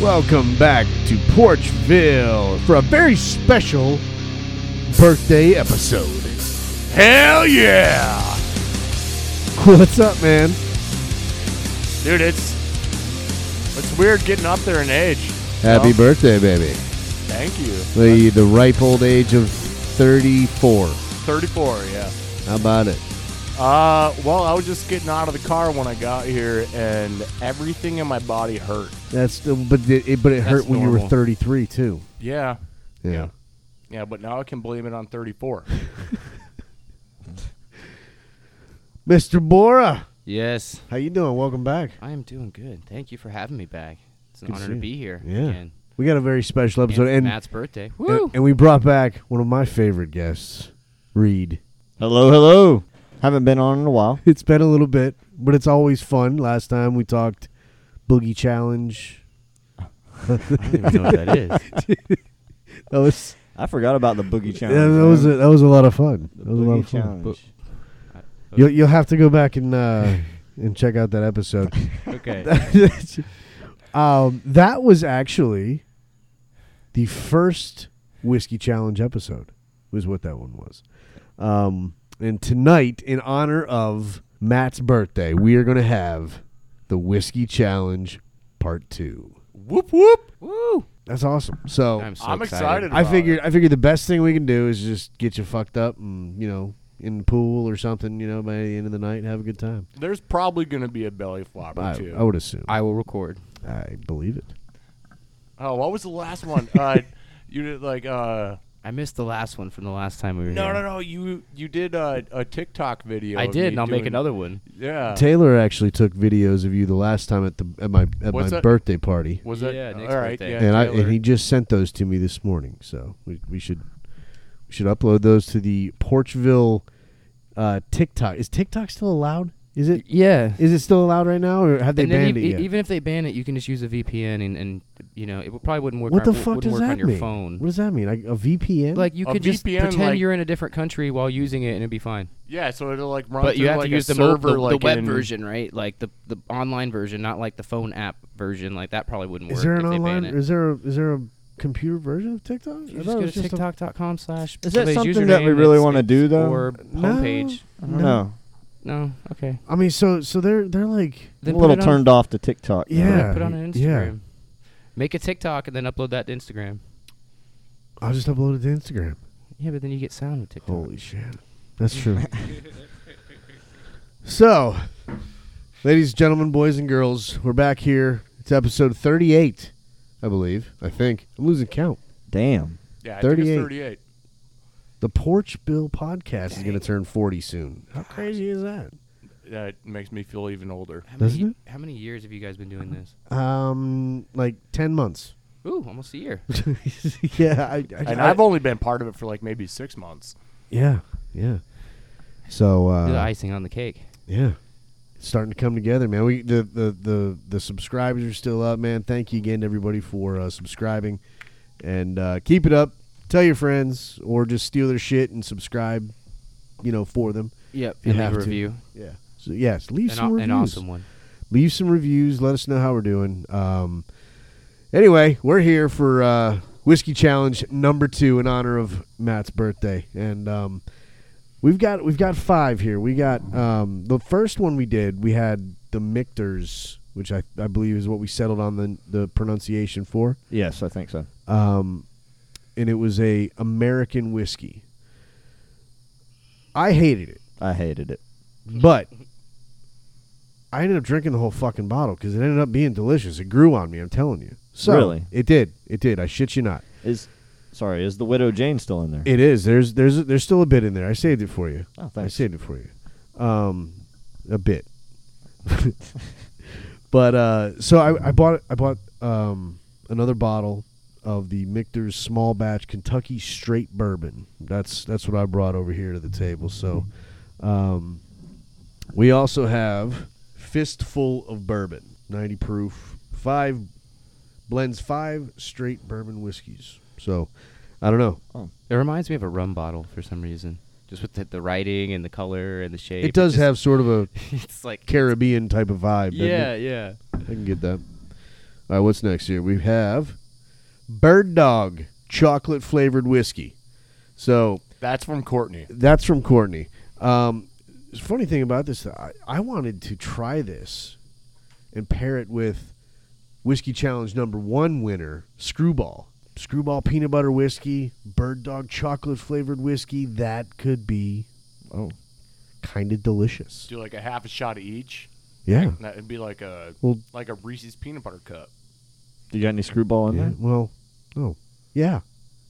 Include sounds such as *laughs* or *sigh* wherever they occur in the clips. Welcome back to Porchville for a very special birthday episode. *laughs* Hell yeah! What's up, man? Dude, it's it's weird getting up there in age. Happy Well, birthday, baby. Thank you. The, the ripe old age of 34. 34, yeah. How about it? Uh, well, I was just getting out of the car when I got here, and everything in my body hurt. That's the, but it, but it hurt That's when you were normal. 33 too. Yeah, Yeah. yeah, but now I can blame it on 34. Mr. Bora, Yes, how you doing? Welcome back. I am doing good. Thank you for having me back. It's an Good to honor see to you. be here. Yeah. again. We got a very special And episode it's and Matt's birthday. *laughs* Woo! and, and we brought back one of my favorite guests, Reed. Hello, hello. Haven't been on in a while. It's been a little bit, but it's always fun. Last time we talked Boogie Challenge. I don't even know what that is. That was I forgot about the boogie yeah, challenge. that was a, that was a lot of fun. the That was a lot boogie of fun. challenge. You'll you'll have to go back and uh, and check out that episode. *laughs* Okay. *laughs* um, that was actually the first whiskey challenge episode. Was what that one was. Um, and tonight, in honor of Matt's birthday, we are going to have the whiskey challenge part two. whoop whoop! Woo! That's awesome. So I'm so I'm excited. excited. I about figured it. I figured the best thing we can do is just get you fucked up and you know in the pool or something. You know by the end of the night, have a good time. there's probably gonna be a belly flop or I, two. I would assume. I, I will record. believe it. Oh, what was the last one? Uh, you did like uh. I missed the last one from the last time we were No, here. no, no! You you did a, a TikTok video. I of did, me and I'll make doing- another one. Yeah, Taylor actually took videos of you the last time at the at my at What's my that? birthday party, was it? Yeah, Nick's all right. birthday. Yeah, and I and Taylor. he just sent those to me this morning. So we we should we should upload those to the Porchville uh, TikTok. Is TikTok still allowed? Is it Yeah. is it still allowed right now, or have they and then banned ev- it e- yet? even if they ban it, you can just use a VPN, and, and you know it probably wouldn't work. what the on, fuck wouldn't does work that on your mean? phone. What does that mean? Like a VPN? Like you A could just VPN, pretend like- you're in a different country while using it, and it'd be fine. yeah. So it'll like run. but you through, have like, to use a the, mo- server, the, like the web in- version, right? Like the the online version, not like the phone app version. Like that probably wouldn't work. Is there if an they ban online? it. Is there a, is there a computer version of TikTok? You just go to TikTok.com slash. Is that somebody's something that we username, really it's- wanna it's- do, though? Or No. homepage? I No. don't know. No. Okay. I mean, so so they're they're like I'm Then a little put it turned off to TikTok. On, Yeah. put it- Put it on an Instagram. Uh, yeah. Make a TikTok and then upload that to Instagram. I'll just upload it to Instagram. Yeah, but then you get sound with TikTok. Holy shit, that's true. *laughs* so, ladies, gentlemen, boys, and girls, we're back here. It's episode thirty-eight, I believe. I think I'm losing count. Damn. Yeah, I think it's 38. 38. The Porch Bill podcast is going to turn forty soon. How crazy is that? That makes me feel even older. How Doesn't many, How many years have you guys been doing this? Um, like ten months. *laughs* Ooh, almost a year. yeah, I, I, And I- I've only been part of it for like maybe six months. yeah, yeah. So uh, the icing on the cake. Yeah. It's starting to come together, man. We the, the the the subscribers are still up, man. Thank you again to everybody for uh, subscribing, and uh, keep it up. Tell your friends, or just steal their shit and subscribe, you know, for them. Yep. You And leave have a to. review. Yeah. So yes, leave An, some au- reviews. an awesome one. Leave some reviews. Let us know how we're doing. Um, anyway, we're here for uh, whiskey challenge number two in honor of Matt's birthday, and um, we've got we've got five here. We got um, the first one we did. We had the Mictors, which I, I believe is what we settled on the the pronunciation for, Yes, I think so. um, and it was a American whiskey. I hated it. I hated it. But I ended up drinking the whole fucking bottle because it ended up being delicious. It grew on me, I'm telling you. So Really? it did. It did. I shit you not. Is sorry, is the widow Jane still in there? It is. There's there's there's still a bit in there. I saved it for you. oh, I thanks. saved it for you. Um, a bit. *laughs* but uh, so I, I bought I bought um, another bottle of the Michter's small batch Kentucky straight bourbon. That's that's what I brought over here to the table. So um, we also have fistful of bourbon, ninety proof, five blends five straight bourbon whiskeys. So I don't know. It reminds me of a rum bottle for some reason. Just with the, the writing and the color and the shape. It does just- have sort of a *laughs* *laughs* It's like. Caribbean type of vibe. doesn't it? Yeah, yeah. I can get that. All right, what's next here? We have Bird Dog chocolate flavored whiskey. So That's from Courtney. that's from Courtney. Um, the funny thing about this, I, I wanted to try this and pair it with Whiskey Challenge number one winner, Screwball. Screwball peanut butter whiskey, bird dog chocolate flavored whiskey. That could be Oh, kind of delicious. Do like a half a shot of each. Yeah. That'd be like a Well- like a Reese's peanut butter cup. you got any screwball in Yeah, there? well, oh, yeah,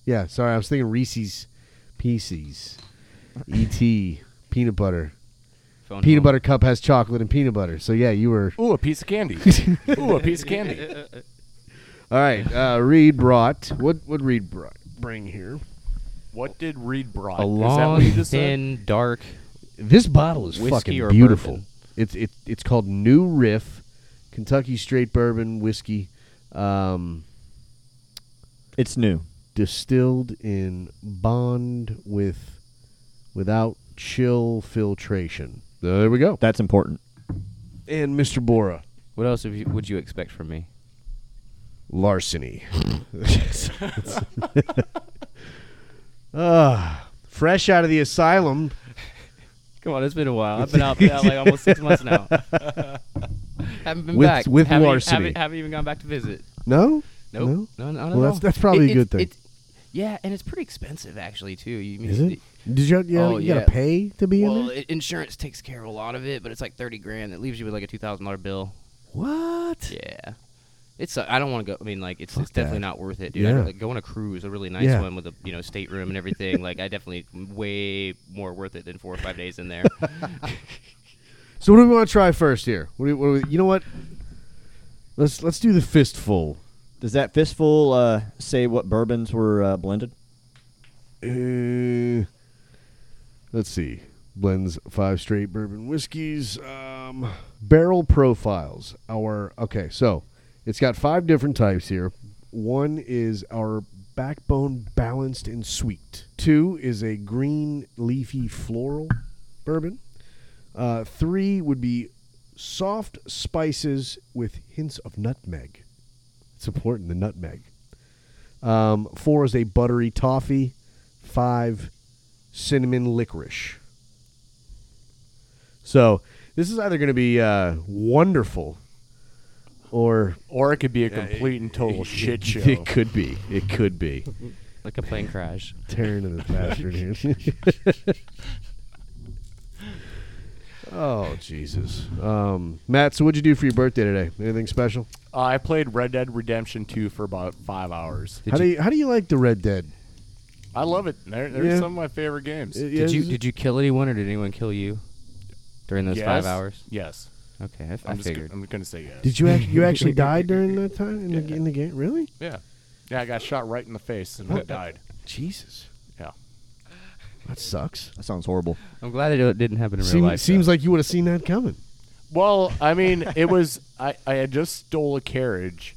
yeah. Sorry, I was thinking Reese's Pieces, *laughs* E.T. peanut butter. Phone Peanut home. butter cup has chocolate and peanut butter. So yeah, you were *laughs* Ooh, a piece of candy. Ooh, a piece of candy. all right. Uh, Reed brought what? What Reed brought? *laughs* Bring here. What did Reed brought? A Is that what long, you just said? thin, dark. This bottle is Whiskey fucking or beautiful. bourbon? It's it, it's called New Riff, Kentucky Straight Bourbon Whiskey, um, It's new. distilled in bond with without chill filtration. There we go. That's important. And Mr. Bora. What else would you, would you expect from me? *laughs* larceny. Ah, fresh out of the asylum. Come on, it's been a *laughs* while. I've been out there like almost six months *laughs* now. haven't been With- back. with haven't, larceny. Haven't, haven't even gone back to visit. No, Nope. No? No, no, Well, that's- that's probably a good thing. yeah, and it's pretty expensive actually too. You mean, is it? Did you? Yeah, Oh, you gotta yeah. pay to be in Well, there. i- insurance takes care of a lot of it, but it's like thirty grand. It leaves you with like a two thousand dollar bill. What? Yeah. It's uh, I don't want to go. I mean, like it's, it's that. definitely not worth it, dude. Yeah. I, like go on a cruise, a really nice Yeah. one with a you know stateroom and everything. like I definitely way more worth it than four or five days *laughs* in there. So what do we want to try first here? What do we, what do we- you know what? Let's let's do the fistful. Does that fistful uh, say what bourbons were uh, blended? Uh, let's see. Blends five straight bourbon whiskeys. Um, barrel profiles. Our okay, so it's got five different types here. One is our backbone balanced and sweet. Two is a green leafy floral bourbon. Uh, three would be soft spices with hints of nutmeg. It's important the nutmeg. Um, four is a buttery toffee. Five, cinnamon licorice. So this is either going to be uh, wonderful, or Or it could be a complete and *laughs* total shit show. it could be. It could be. *laughs* like a plane crash. Tearing to this bastard here. *laughs* oh Jesus, um, Matt. So what'd you do for your birthday today? Anything special? Uh, I played Red Dead Redemption 2 for about five hours. how do you how do you like the Red Dead? I love it. They're, they're Yeah. some of my favorite games. It- Did you is- did you kill anyone or did anyone kill you during those Yes? five hours? Yes. Okay, I, I I'm just figured. Gonna, I'm gonna say yes. Did you act, you *laughs* actually died during that time in, the, in the game? Really? yeah. Yeah, I got shot right in the face and I *laughs* died. Jesus, Yeah. that sucks. That sounds horrible. I'm glad it uh, didn't happen in real um, Seem- life. seems though. like you would have seen that coming. Well, I *laughs* mean, it was I, I had just stole a carriage,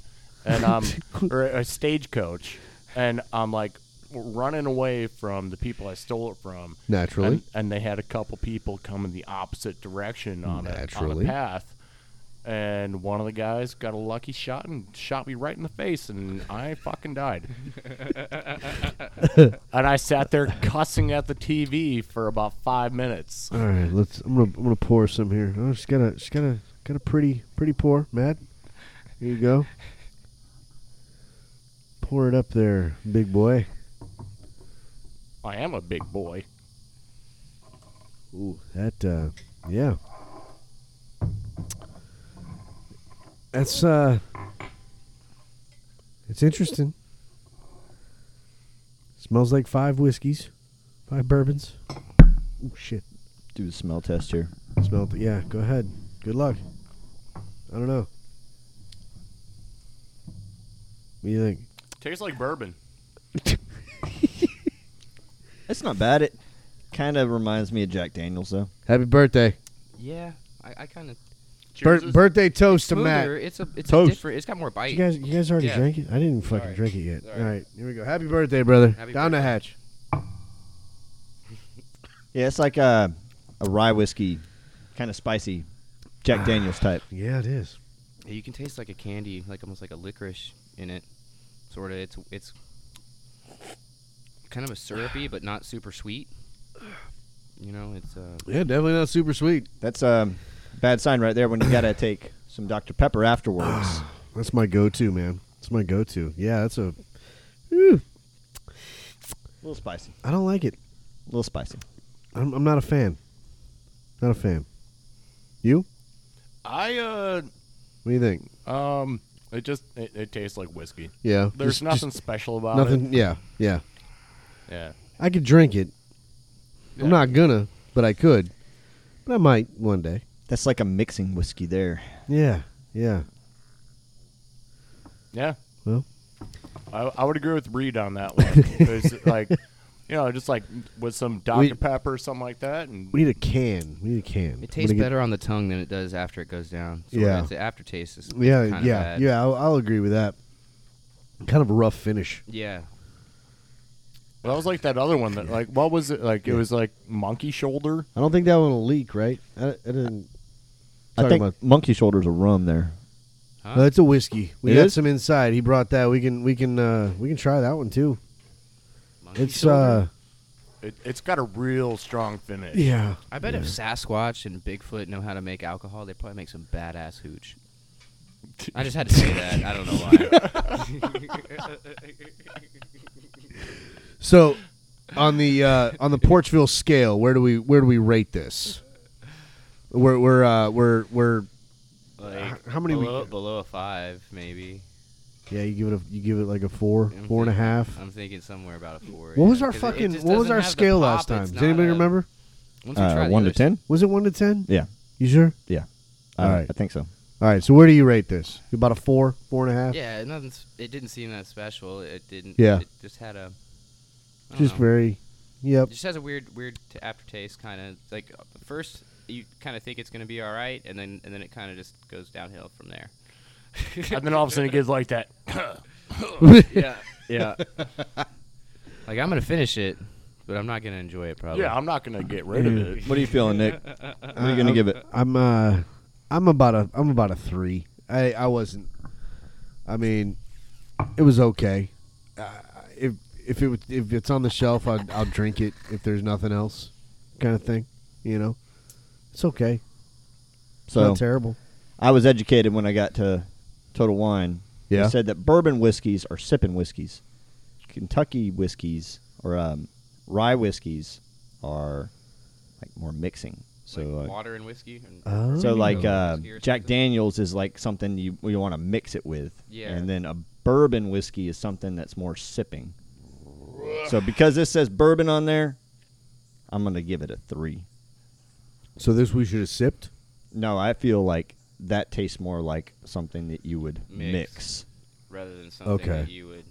*laughs* and I'm or a stagecoach, and I'm like running away from the people I stole it from. Naturally. and, and they had a couple people come in the opposite direction on a- on a, Naturally. path. And one of the guys got a lucky shot and shot me right in the face, and I *laughs* fucking died. and I sat there cussing at the TV for about five minutes. All right, let's. I'm gonna, I'm gonna pour some here. Oh, she's got a she's got a got a pretty pretty pour, Matt. Here you go. Pour it up there, big boy. I am a big boy. Ooh, that uh, yeah. That's uh, it's interesting. Smells like five whiskeys, five bourbons. Oh shit. Do the smell test here. Smelled it. Yeah, go ahead. Good luck. I don't know. What do you think? Tastes like bourbon. It's not bad. It kind of reminds me of Jack Daniels, though. *laughs* Happy birthday. yeah, I, I kind of Bir- birthday toast to smoother. Matt. It's a it's Toast. a different. It's got more bite. You guys, you guys already Yeah. drank it. I didn't even fucking Sorry. drink it yet. Sorry. All right, here we go. Happy birthday, brother. Happy Down the birthday. hatch. Yeah, it's like uh, a, *sighs* a rye whiskey, kind of spicy Jack Daniels type. Yeah, it is. you can taste like a candy, like almost like a licorice in it, sort of. It's it's kind of a syrupy, but not super sweet. You know, it's uh, Yeah, definitely not super sweet. That's um, a bad sign right there when you gotta take some Dr. Pepper *sighs* afterwards. That's my go-to, man. That's my go-to. Yeah, that's a. Whew, a little spicy. I don't like it. A little spicy. I'm, I'm not a fan. Not a fan. You? I What do you think? uh um it just it, it tastes like whiskey. Yeah. There's just- nothing just special about Nothing. it. Yeah. Yeah. Yeah. I could drink it. Yeah. I'm not gonna, but I could. But I might one day. That's like a mixing whiskey there. Yeah. Yeah. Yeah. Well. I, I would agree with Reed *laughs* on that one. It's like, you know, just like with some Dr. We- Pepper or something like that. And We need a can. We need a can. it I'm tastes gonna get- better on the tongue than it does after it goes down. Sort Yeah. of, the aftertaste is Yeah. kinda Yeah. bad. Yeah. I'll, I'll agree with that. Kind of a rough finish. yeah. that was like that other one that, like, what was it? Like, it was like monkey shoulder. I don't think that one will leak, right? I, I didn't. I Talking think about- monkey shoulders are rum there. Huh? No, Uh, it's a whiskey. We It got is? some inside. He brought that. We can. We can. uh We can try that one too. Monkey It's. shoulder? uh It, it's got a real strong finish. Yeah. I bet if Sasquatch and Bigfoot know how to make alcohol, they probably make some *laughs* badass hooch. I just had to say that. I don't know why. So, on the uh, on the Porchville scale, where do we where do we rate this? We're we're uh, we're we're like How many we below, got? below a five, maybe. yeah. You give it a you give it like a four I'm four and a thinking- half. I'm thinking somewhere about a four. What yeah, was our 'cause it- it fucking just what was doesn't our have the scale last pop, time? it's Does anybody not a- remember? Once we try Uh, the one to others- ten? Was it one to ten? Yeah. You sure? Yeah. All Uh, right. I think so. All right. So where do you rate this? About a four four and a half. Yeah, nothing's. It didn't seem that special. It didn't. Yeah. It just had a. I don't Just know. very. Yep. *laughs* It just has a weird, weird t- aftertaste, kind of like uh, first you kind of think it's gonna be all right, and then and then it kind of just goes downhill from *laughs* there. And then all of a sudden it gets like that. yeah, yeah. like I'm gonna finish it, but I'm not gonna enjoy it *laughs* probably. yeah, I'm not going to get rid of it. What are you *laughs* feeling, Nick? What are you gonna give it? I'm uh, I'm about a I'm about a three. I I wasn't. I mean, it was okay. Uh, if if it was- if it's on the shelf, I'd, I'll drink it if there's nothing else, kind of thing. You know, it's okay. It's So not terrible. I was educated when I got to Total Wine. Yeah. They said that bourbon whiskeys are sipping whiskeys. Kentucky whiskeys or um, rye whiskeys are like more mixing. So like uh, water and whiskey. And Oh. so like uh, Whiskey or Jack something. Daniels is like something you you want to mix it with. Yeah. And then a bourbon whiskey is something that's more sipping. So because this says bourbon on there, I'm gonna give it a three. So this we should have sipped. No, I feel like that tastes more like something that you would Mix. mix. rather than something Okay. that you would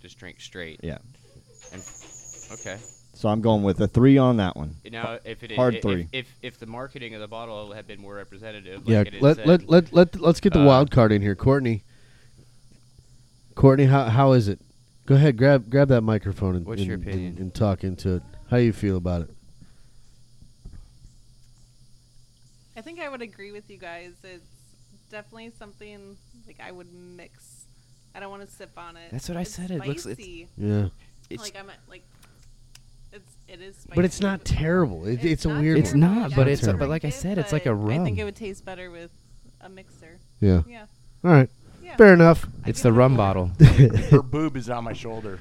just drink straight. Yeah. Okay. So I'm going with a three on that one. Now, if it Hard if, three. If, if the marketing of the bottle had been more representative, like yeah. it is Let said- let let let let's get the Uh, wild card in here, Courtney. Courtney, how how is it? Go ahead, grab grab that microphone and What's your and- opinion? and, and talk into it. How you feel about it? I think I would agree with you guys. It's definitely something like I would mix. I don't want to sip on it. That's what I It's said, it looks- it's- spicy. Yeah. it's like I'm at- like it's it is. Spicy. But it's not terrible. It, it's, a not weird It's one. terrible. not, I but don't it's a- like but like I it, said, it's like a but I rum. think it would taste better with a mixer. Yeah. Yeah. All right. Yeah. Fair enough. It's the *laughs* rum bottle. Her boob is on my shoulder.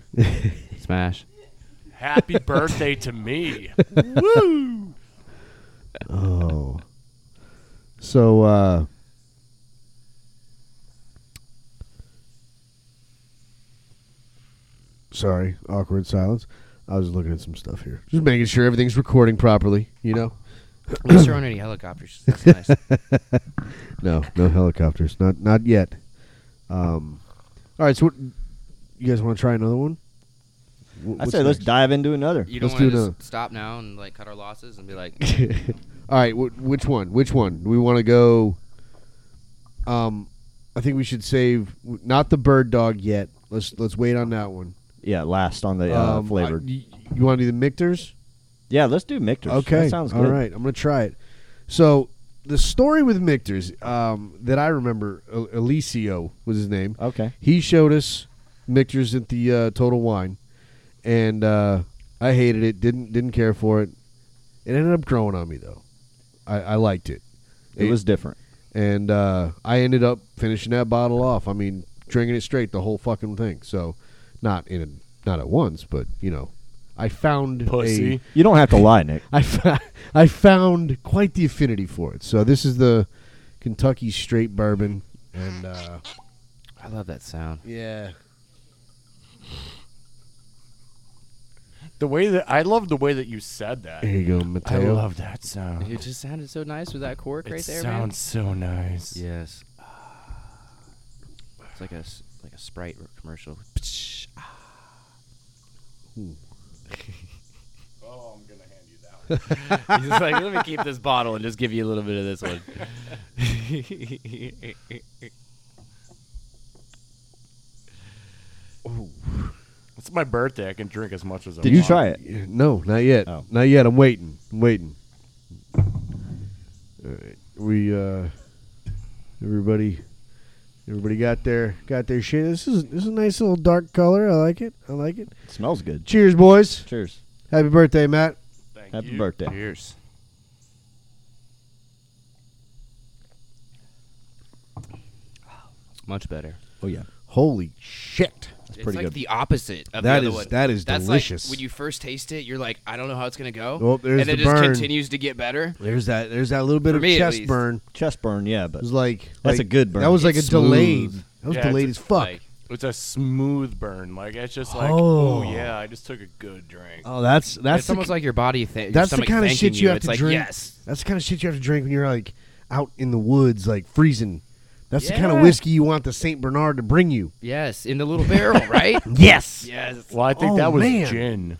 *coughs* Smash. *laughs* Happy birthday to me. oh. So uh Sorry, awkward silence. I was looking at some stuff here. Just making sure everything's recording properly, you know? At least there aren't any helicopters. *laughs* That's nice. No, no helicopters. Not not yet. Um All right, so what, you guys want to try another one? Wh- I what's say let's next? dive into another. You don't Let's do want to another. just stop now and like cut our losses and be *laughs* like, *laughs* All right, wh- which one? Which one? Do we want to go? Um, I think we should save not the bird dog yet. Let's let's wait on that one. Yeah, last on the uh, um, flavored. I- y- you want to do the Mictors? yeah, let's do Michter's. Okay, that sounds good. All right, I'm gonna try it. So the story with Mictors um, that I remember, El- Elicio was his name. Okay. He showed us Mictors at the uh, Total Wine, and uh, I hated it. Didn't didn't care for it. It ended up growing on me though. I, I liked it. It was different. and uh, I ended up finishing that bottle off. I mean, drinking it straight the whole fucking thing. So, not in a, not at once, but you know, I found Pussy. A, You don't have to lie, Nick. I, f- I found quite the affinity for it. So this is the Kentucky Straight Bourbon, and uh, I love that sound. yeah, The way that I love the way that you said that. here you go, I Mateo. love that sound. It just sounded so nice with that cork It right there, sounds so nice. man. Yes. It's like a s- like a Sprite r- commercial. Psh, ah. Oh, I'm gonna hand you that. *laughs* He's just like, let me keep this bottle and just give you a little bit of this one. It's my birthday. I can drink as much as I Did want. you try it? Yeah, No, not yet. Oh. Not yet. I'm waiting. I'm waiting. All right. We uh everybody everybody got their got their shit. This is this is a nice little dark color. I like it. I like it. It smells good. Cheers, boys. Cheers. Happy birthday, Matt. Thank Happy you. birthday. Cheers. *laughs* Much better. Oh yeah. Holy shit. It's, pretty like good. the opposite That of the other is- one. that is That's delicious. Like when you first taste it, you're like, I don't know how it's gonna go, Oh, there's and the it just burn. continues to get better. There's that there's that little bit For of me, at chest least. burn. Chest burn, yeah, but It was like That's like- a good burn. That was like It's a delayed. smooth. That was Yeah, it's delayed a- as fuck. like- It's a smooth burn. Like it's just like, Oh. oh yeah, I just took a good drink. oh, that's that's it's the almost like your body. Th- your That's the stomach kind of thanking shit you have It's to like, drink. Yes. That's the kind of shit you have to drink when you're like out in the woods, like freezing. That's the kind of Yeah. whiskey you want the Saint Bernard to bring you. Yes, in the little barrel, right? Yes. *laughs* yes. Well, I think Oh, that was man. gin.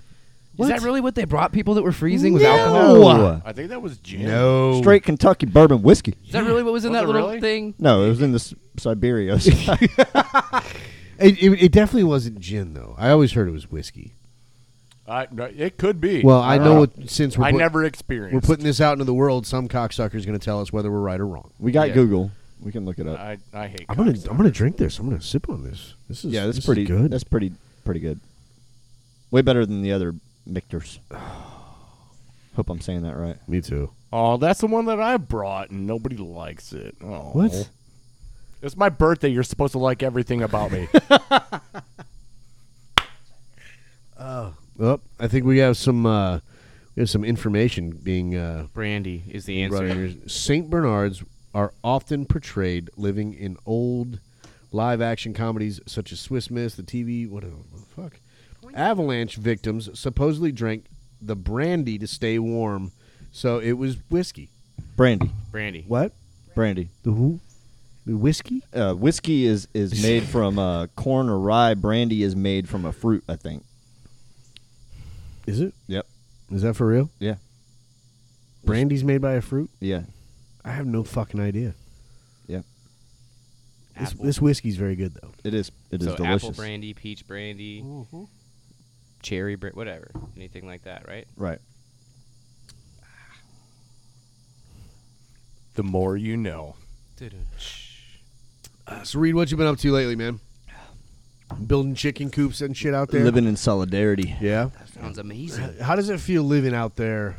Is that really what they brought people that were freezing with No. alcohol? No. I think that was gin. No. Oh. straight Kentucky bourbon whiskey. Is that really what was in Was that it little really? thing? No, it was in the S- Siberios. It, it, it definitely wasn't gin though. I always heard it was whiskey. I, no, it could be. Well, I, don't know it, since we're I put- never experienced. we're putting this out into the world, some cocksucker's going to tell us whether we're right or wrong. *laughs* we got Yeah. Google. We can look it up. I, I hate. I'm gonna cocksuckers. I'm gonna drink this. I'm gonna sip on this. This is yeah, that's this is pretty good. That's pretty pretty good. Way better than the other Mictors. *sighs* Hope I'm saying that right. Me too. Oh, that's the one that I brought, and nobody likes it. Oh. What? It's my birthday. You're supposed to like everything about me. Well, I think we have some uh, we have some information being uh, Brandy is the Right answer. here. Saint Bernards are often portrayed living in old live action comedies such as Swiss Miss, the TV, what the fuck? Avalanche victims supposedly drank the brandy to stay warm, so it was whiskey. Brandy. Brandy. What? Brandy. The who? The whiskey? Uh, whiskey is, *laughs* is made from uh, corn or rye. Brandy is made from a fruit, I think. Is it? Yep. Is that for real? Yeah. Brandy's made by a fruit? Yeah. I have no fucking idea. Yeah. This, Apple. this whiskey's very good though. It is It is so delicious. apple brandy, peach brandy, cherry brandy, whatever, anything like that, right? Right. the more you know. Uh, so read what you've been up to lately, man. Building chicken coops and shit out there. Living in solidarity. Yeah. That sounds amazing. How does it feel living out there,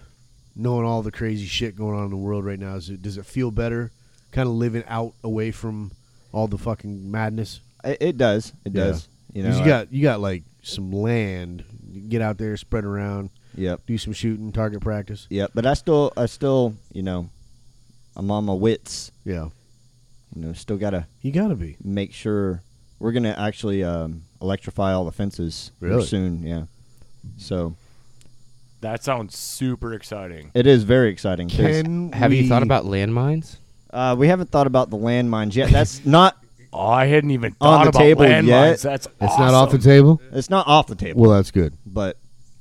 knowing all the crazy shit going on in the world right now? Is it, does it feel better, kind of living out away from all the fucking madness? It, it does. It Yeah. does. You 'Cause know. you I- got you got like some land. You can get out there, spread around, Yep. do some shooting, target practice. Yep. But I still, I still, you know, I'm on my wits. Yeah, You know, still gotta you gotta be. make sure we're gonna actually um, electrify all the fences here Really? soon. Yeah. So That sounds super exciting. it is very exciting. 'cause, Can Have you we- thought about landmines? uh, we haven't thought about the landmines yet. That's *laughs* not. Oh, I hadn't even thought On the about table landmines. yet? That's It's not off the table. It's not off the table. Well, that's good. but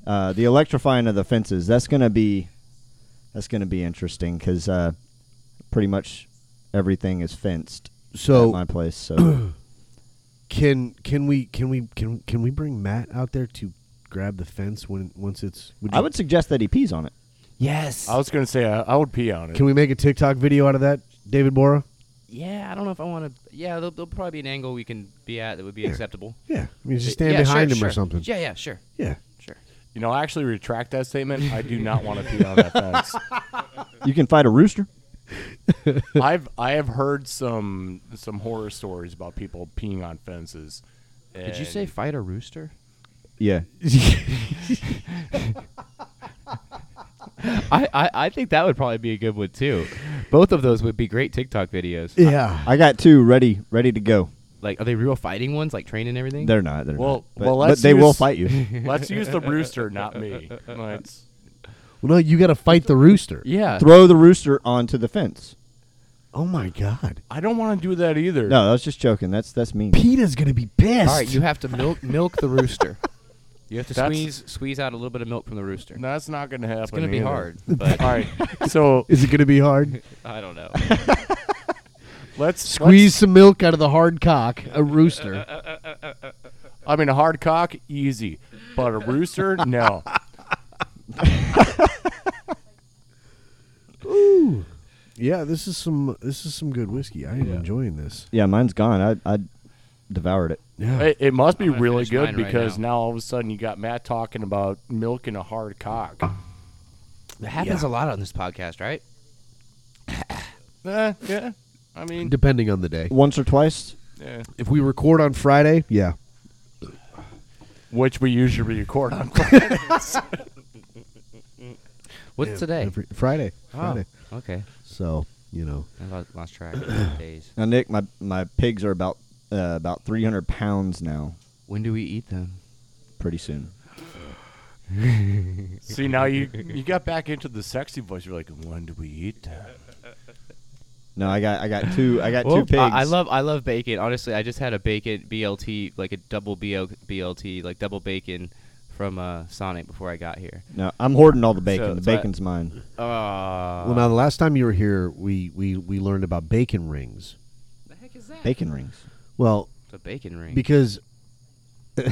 uh, the electrifying of the fences that's gonna be that's gonna be interesting because uh, pretty much everything is fenced So- at my place *clears throat* so Can can we can we can can we bring Matt out there to grab the fence when once it's? Would i would suggest that he pees on it Yes. I was gonna say I, I would pee on it. Can we make a TikTok video out of that, David Bora? yeah, I don't know if I want to. Yeah, there'll, there'll probably be an angle we can be at that would be acceptable. Yeah, I mean, just Yeah, stand sure, behind him sure. or something. Yeah, yeah, sure, Yeah. sure. you know, I actually retract that statement. I do not want to pee on *laughs* that fence. You can fight a rooster. I've I have heard some some horror stories about people peeing on fences. Did you say and- fight a rooster? Yeah. I, I, I think that would probably be a good one too. Both of those would be great TikTok videos. Yeah. I got two ready, ready to go. Like, are they real fighting ones, like training and everything? They're not. They're Well- not. But, well, but let's they will use- fight you. *laughs* Let's use the rooster, not me. Let's, well, no, you got to fight the rooster. yeah. Throw the rooster onto the fence. Oh my God, I don't want to do that either. No, I was just joking. That's that's mean. Peta's gonna be pissed. All right, you have to milk milk the rooster. You have to That's- squeeze squeeze out a little bit of milk from the rooster. that's not gonna happen. it's gonna be either. hard, but All right, *laughs* so *laughs* Is it gonna be *laughs* hard? I *laughs* don't know. let's Squeeze some milk out of the hard cock, a Uh, rooster. let's- I mean, a hard cock, easy, but a rooster, no. yeah, this is some this is some good whiskey. I am enjoying this. Yeah, mine's gone. I I devoured it. Yeah. It, it must be I'm gonna really finish good mine right because now. now. all of a sudden you got Matt talking about milk and a hard cock. That happens a lot on this podcast, right? Eh, yeah, I mean, Depending on the day. Once or twice. yeah. If we record on Friday, yeah. which we usually record on. What's today? Every- Friday. Oh, Friday. okay. So, you know. I lo- lost *clears throat* track of days. Now, Nick, my my pigs are about uh, about 300 pounds now. When do we eat them? Pretty soon. *laughs* See now you you got back into the sexy voice. You're like, when do we eat? that?" No, I got I got two I got two Well, pigs. I, I love I love bacon. Honestly, I just had a bacon BLT, like a double BL, BLT, like double bacon from uh, Sonic before I got here. No, I'm hoarding all the bacon. So- the so I- bacon's mine. Uh, well, now the last time you were here, we we we learned about bacon rings. the heck is that? Bacon rings. Well, It's a bacon ring. because *laughs*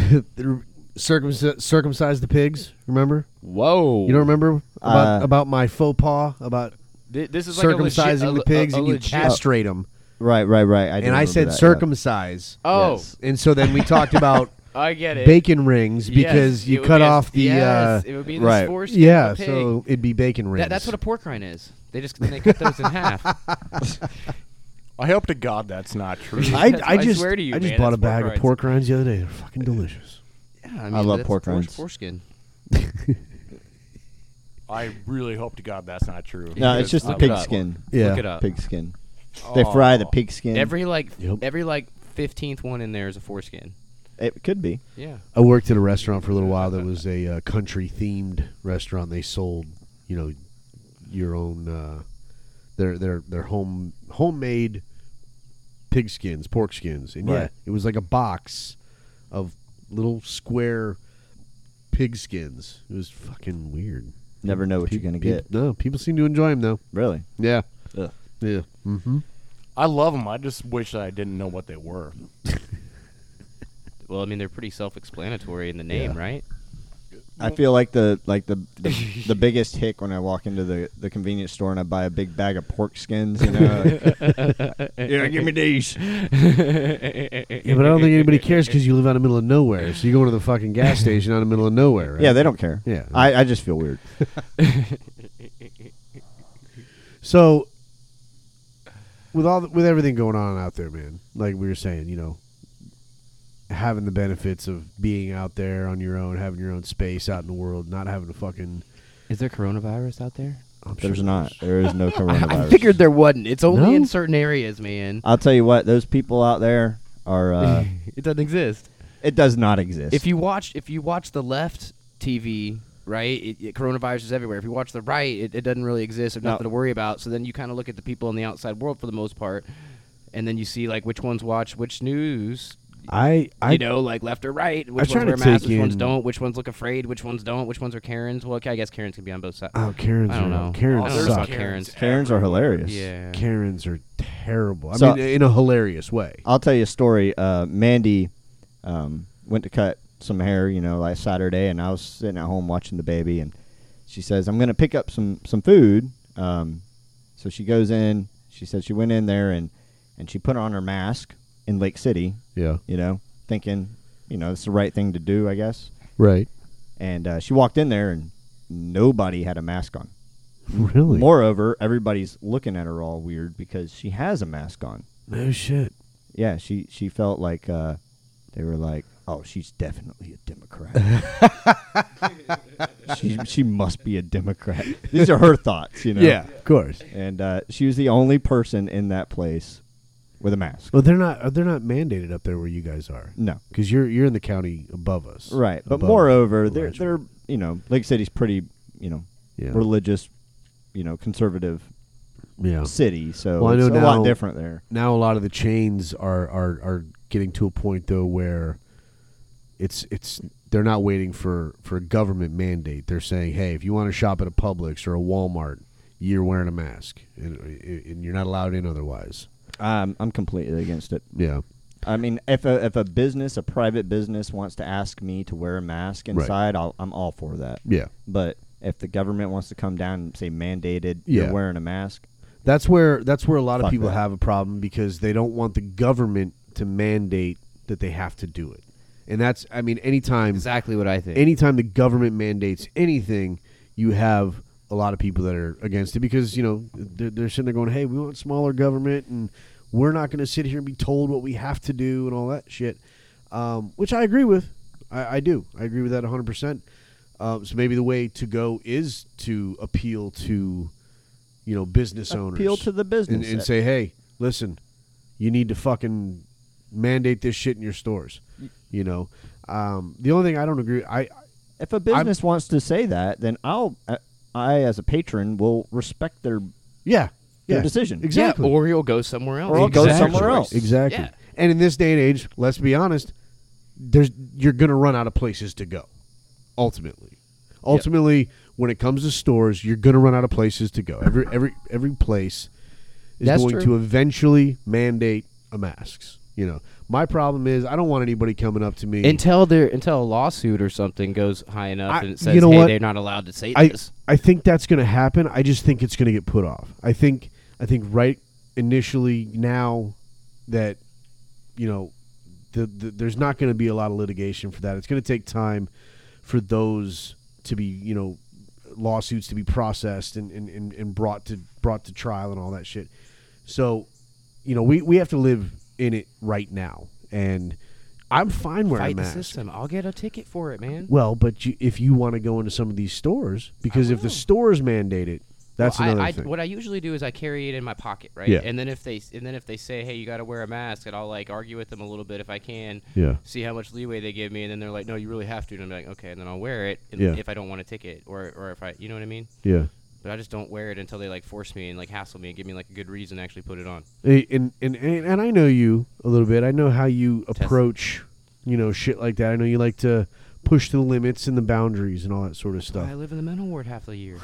circumcised circumcised the pigs, remember? Whoa! You don't remember about Uh, about my faux pas about Th- this is circumcising like a legit, a the le- pigs a, a and you legit- castrate them. Right, right, right. I do and I remember said that, yeah. circumcise. Oh, Yes. And so then we *laughs* talked about I get it. bacon rings because Yes, it you would cut be a- off the yes, uh, it would be right. this foreskin of a yeah, pig. so it'd be bacon rings. That- that's what a pork rind is. They just they cut those *laughs* in half. I hope to God that's not *laughs* true. *laughs* I, *laughs* That's- I I just swear to you, I just man, bought a bag that's pork of rinds. pork rinds the other day. They're fucking delicious. Yeah, I love that's pork fores- rinds. Foreskin. I really hope to God that's not true. No, Yeah, it's just the look it pig up. skin. Yeah. Look it up. Pig skin. They fry the pig skin. Every like Yep. every like fifteenth one in there is a foreskin. it could be. Yeah. I worked at a restaurant for a little while that was a uh, country themed restaurant. They sold, you know, your own uh, their their their home homemade pig skins, pork skins, and yeah, Right. it was like a box of little square pig skins. It was fucking weird. Never know what Pe- you're gonna pe- get. No, people seem to enjoy them though. Really. Yeah, Ugh. yeah. Mm-hmm. I love them. I just wish I didn't know what they were. Well, I mean they're pretty self-explanatory in the name, Yeah. right? I feel like the like the *laughs* the, the biggest hick when I walk into the, the convenience store and I buy a big bag of pork skins. You know, yeah, give me these. Yeah, but I don't think anybody cares because you live out in the middle of nowhere. So you go into the fucking gas *laughs* station out in the middle of nowhere. *laughs* Right? Yeah, they don't care. Yeah. I, I just feel *laughs* weird. So, with all the, with everything going on out there, man, like we were saying, you know, having the benefits of being out there on your own, having your own space out in the world, not having to fucking. Is there coronavirus out there? I'm sure There's not. There *laughs* is no coronavirus. I figured there wasn't. It's only No? in certain areas, man. I'll tell you what. Those people out there are. Uh, *laughs* *laughs* it doesn't exist. it does not exist. If you watch, if you watch the left TV, right, it, it- coronavirus is everywhere. If you watch the right, it, it doesn't really exist. There's No. nothing to worry about. So then you kind of look at the people in the outside world for the most part, and then you see like which ones watch which news. I I you know, like left or right, which try ones to wear masks, take which ones in- don't, which ones look afraid, which ones don't, which ones are Karens. Well, okay, I guess Karens can be on both sides. oh Karens I don't are know. Karens I don't know There's about suck. Karens. Karens are hilarious. Yeah. Karens are terrible. I So- mean, in a hilarious way. I'll tell you a story. Uh, Mandy um, went to cut some hair, you know, last Saturday, and I was sitting at home watching the baby, and she says, "I'm going to pick up some some food." Um, so she goes in. She said she went in there and and she put on her mask in Lake City. Yeah. You know, thinking, you know, it's the right thing to do, I guess. Right. And uh, she walked in there and nobody had a mask on. *laughs* Really? Moreover, everybody's looking at her all weird because she has a mask on. No shit. Yeah, she she felt like uh, they were like, "Oh, she's definitely a *laughs* Democrat. she she must be *laughs* a Democrat." These are her thoughts, you know. Of course. And uh, she was the only person in that place with a mask. Well, they're not. They're not mandated up there where you guys are. No, Because you're you're in the county above us. right. But Above moreover, they're Elijah. they're you know Lake City's pretty you know Yeah. religious, you know conservative Yeah. city, so Well, I it's know a now- lot different there. Now a lot of the chains are are are getting to a point though where it's it's they're not waiting for for a government mandate. They're saying, hey, if you want to shop at a Publix or a Walmart, you're wearing a mask and, and you're not allowed in otherwise. Um, I'm completely against it. Yeah. I mean, if a, if a business, a private business, wants to ask me to wear a mask Right. inside, I'll, I'm all for that. Yeah. But if the government wants to come down and say mandated, Yeah. you're wearing a mask. That's where that's where a lot of Fuck people that. have a problem because they don't want the government to mandate that they have to do it. And that's I mean anytime Exactly what I think. anytime the government mandates anything, you have a lot of people that are against it because you know they're, they're sitting there going, "Hey, we want smaller government, and we're not going to sit here and be told what we have to do and all that shit," um, which I agree with. I, I do. I agree with that 100. percent um, So maybe the way to go is to appeal to, you know, business owners Appeal to the business. and, and say, "Hey, listen, you need to fucking mandate this shit in your stores." You know, um, the only thing I don't agree, I if a business wants to say that, then I'll uh, I as a patron will respect their yeah, Their yeah, decision. exactly, Yeah, or you'll go somewhere else. Or I'll go Exactly. somewhere else. exactly. Yeah. And in this day and age, let's be honest, there's you're gonna run out of places to go. Ultimately, ultimately, when it comes to stores, you're gonna run out of places to go. Every every every place is That's going true. to eventually mandate a masks. You know, my problem is I don't want anybody coming up to me Until there, until a lawsuit or something goes high enough I- and you it says, know "Hey, what? they're not allowed to say I, this." I think that's going to happen. I just think it's going to get put off. I think I think right initially now that you know the, the, there's not going to be a lot of litigation for that. It's going to take time for those to be you know lawsuits to be processed and, and, and, and brought to brought to trial and all that shit. So you know we, we have to live in it right now, and I'm fine wearing Fight a the mask. system. I'll get a ticket for it, man. Well, but you, if you want to go into some of these stores, because if the stores mandate it, that's Oh. Well, I- another I, thing. What I usually do is I carry it in my pocket, right? Yeah. And then if they and then if they say, "Hey, you got to wear a mask," and I'll like argue with them a little bit if I can. Yeah. See how much leeway they give me, and then they're like, "No, you really have to." And I'm like, "Okay," and then I'll wear it and Yeah. if I don't want a ticket or or if I, you know what I mean. yeah, But I just don't wear it until they like force me and like hassle me and give me like a good reason to actually put it on. and, and and and I know you a little bit. I know how you approach, you know, shit like that. I know you like to push the limits and the boundaries and all that sort of stuff. I live in the mental ward half the *laughs* year.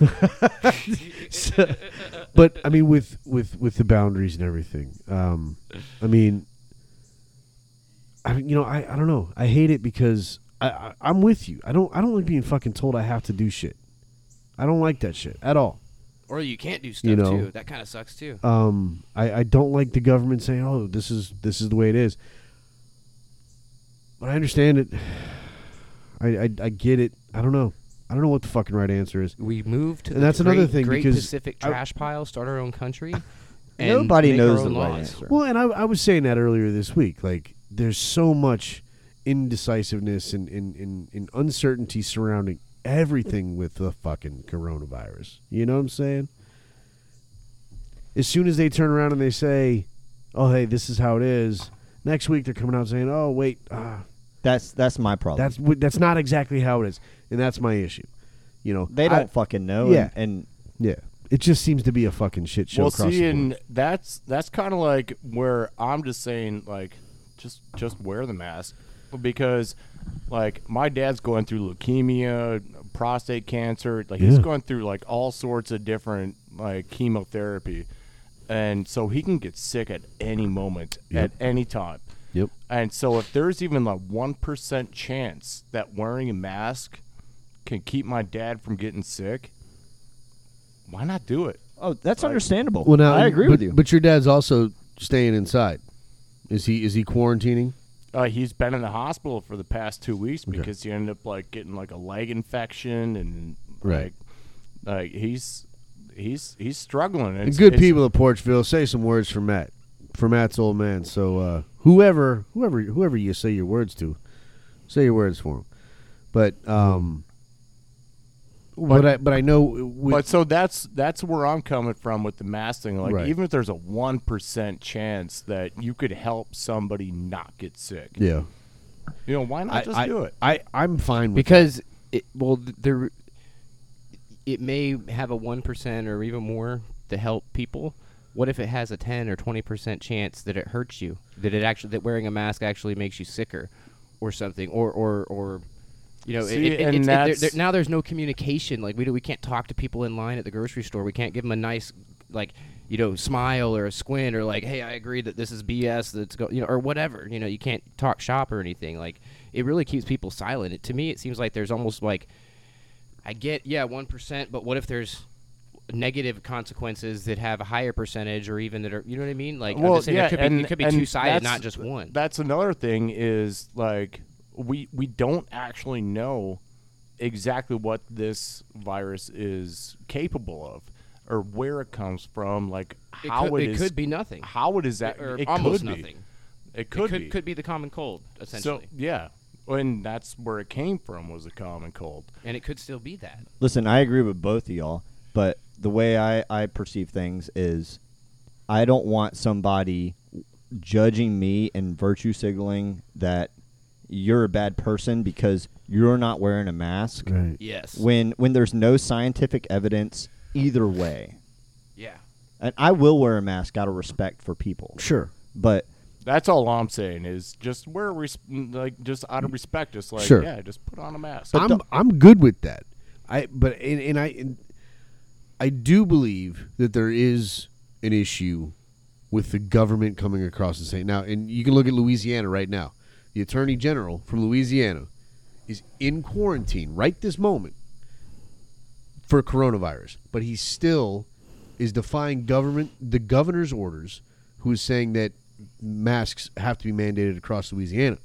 So- but I mean, with with with the boundaries and everything, um, I mean, I mean, you know, I, I don't know. I hate it because I, I I'm with you. I don't I don't like being fucking told I have to do shit. I don't like that shit at all. or you can't do stuff You know. too. That kind of sucks too. Um, I I don't like the government saying, oh, this is this is the way it is. But I understand it. *sighs* I I, I get it. I don't know. I don't know what the fucking right answer is. we move to And the that's another great, thing, great because Pacific I- trash pile, start our own *laughs* country. and Nobody make our knows the own right laws. answer. Well, and I, I was saying that earlier this week. Like, there's so much indecisiveness and, and, and, and uncertainty surrounding everything with the fucking coronavirus. You know what I'm saying? As soon as they turn around and they say, oh, hey, this is how it is, next week they're coming out saying, oh, wait, ah, That's that's my problem. that's, w- that's not exactly how it is. And that's my issue. You know, they I- don't fucking know. Yeah. And, yeah. It just seems to be a fucking shit show well, across see, the board. and that's that's kind of like where I'm just saying, like, just just wear the mask because, like, my dad's going through leukemia, prostate cancer, like he's Yeah. going through like all sorts of different like chemotherapy, and so he can get sick at any moment, Yep. at any time. Yep. And so, if there's even like one percent chance that wearing a mask can keep my dad from getting sick, why not do it? Oh, that's understandable. Well, now I agree but- with you. But your dad's also staying inside. Is he is he quarantining? Uh, he's been in the hospital for the past two weeks because he ended up like getting like a leg infection and Right. Like, like, he's he's he's struggling. It's, Good it's- people of Porchville, say some words for Matt, for Matt's old man. So uh, whoever whoever whoever you say your words to, say your words for him. But um, but, I but I know we, But so that's that's where I'm coming from with the mask thing. Like Right. even if there's a one percent chance that you could help somebody not get sick, yeah. you know why not just I, do it? I I'm fine with because it, well th- there it may have a 1% or even more to help people what if it has a 10 or 20% chance that it hurts you that it actually that wearing a mask actually makes you sicker or something or or or you know, it- See, it, it- and it's- it- there- that's- there- now there's no communication. Like we do, we can't talk to people in line at the grocery store. We can't give them a nice, like, you know, smile or a squint or like, hey, I agree that this is BS. That's go, you know, or whatever. You know, you can't talk shop or anything. Like, it really keeps people silent. It, to me, it seems like there's almost like, I get, yeah, one percent, but what if there's negative consequences that have a higher percentage or even that are, you know what I mean? Like, I'm just saying it could be, it could be and two sided, that's- not just one. That's another thing is like we we don't actually know exactly what this virus is capable of or where it comes from, like It how could- it it is- could be nothing. How it is that or it almost could be. nothing. It could, it could, be. could be the common cold essentially. so yeah. And that's where it came from was a common cold. and it could still be that. Listen, I agree with both of y'all, but the way I, I perceive things is I don't want somebody judging me and virtue signaling that you're a bad person because you're not wearing a mask that. Right. Yes. when when there's no scientific evidence either way. yeah. And I will wear a mask out of respect for people. Sure. But That's all I'm saying is just wear res- like just out of respect, just like Sure. yeah, just put on a mask. I'm I'm good with that. I but and, and I and I do believe that there is an issue with the government coming across and saying now, and you can look at Louisiana right now. The attorney general from Louisiana is in quarantine right this moment for coronavirus, but he still is defying government the governor's orders, who is saying that masks have to be mandated across Louisiana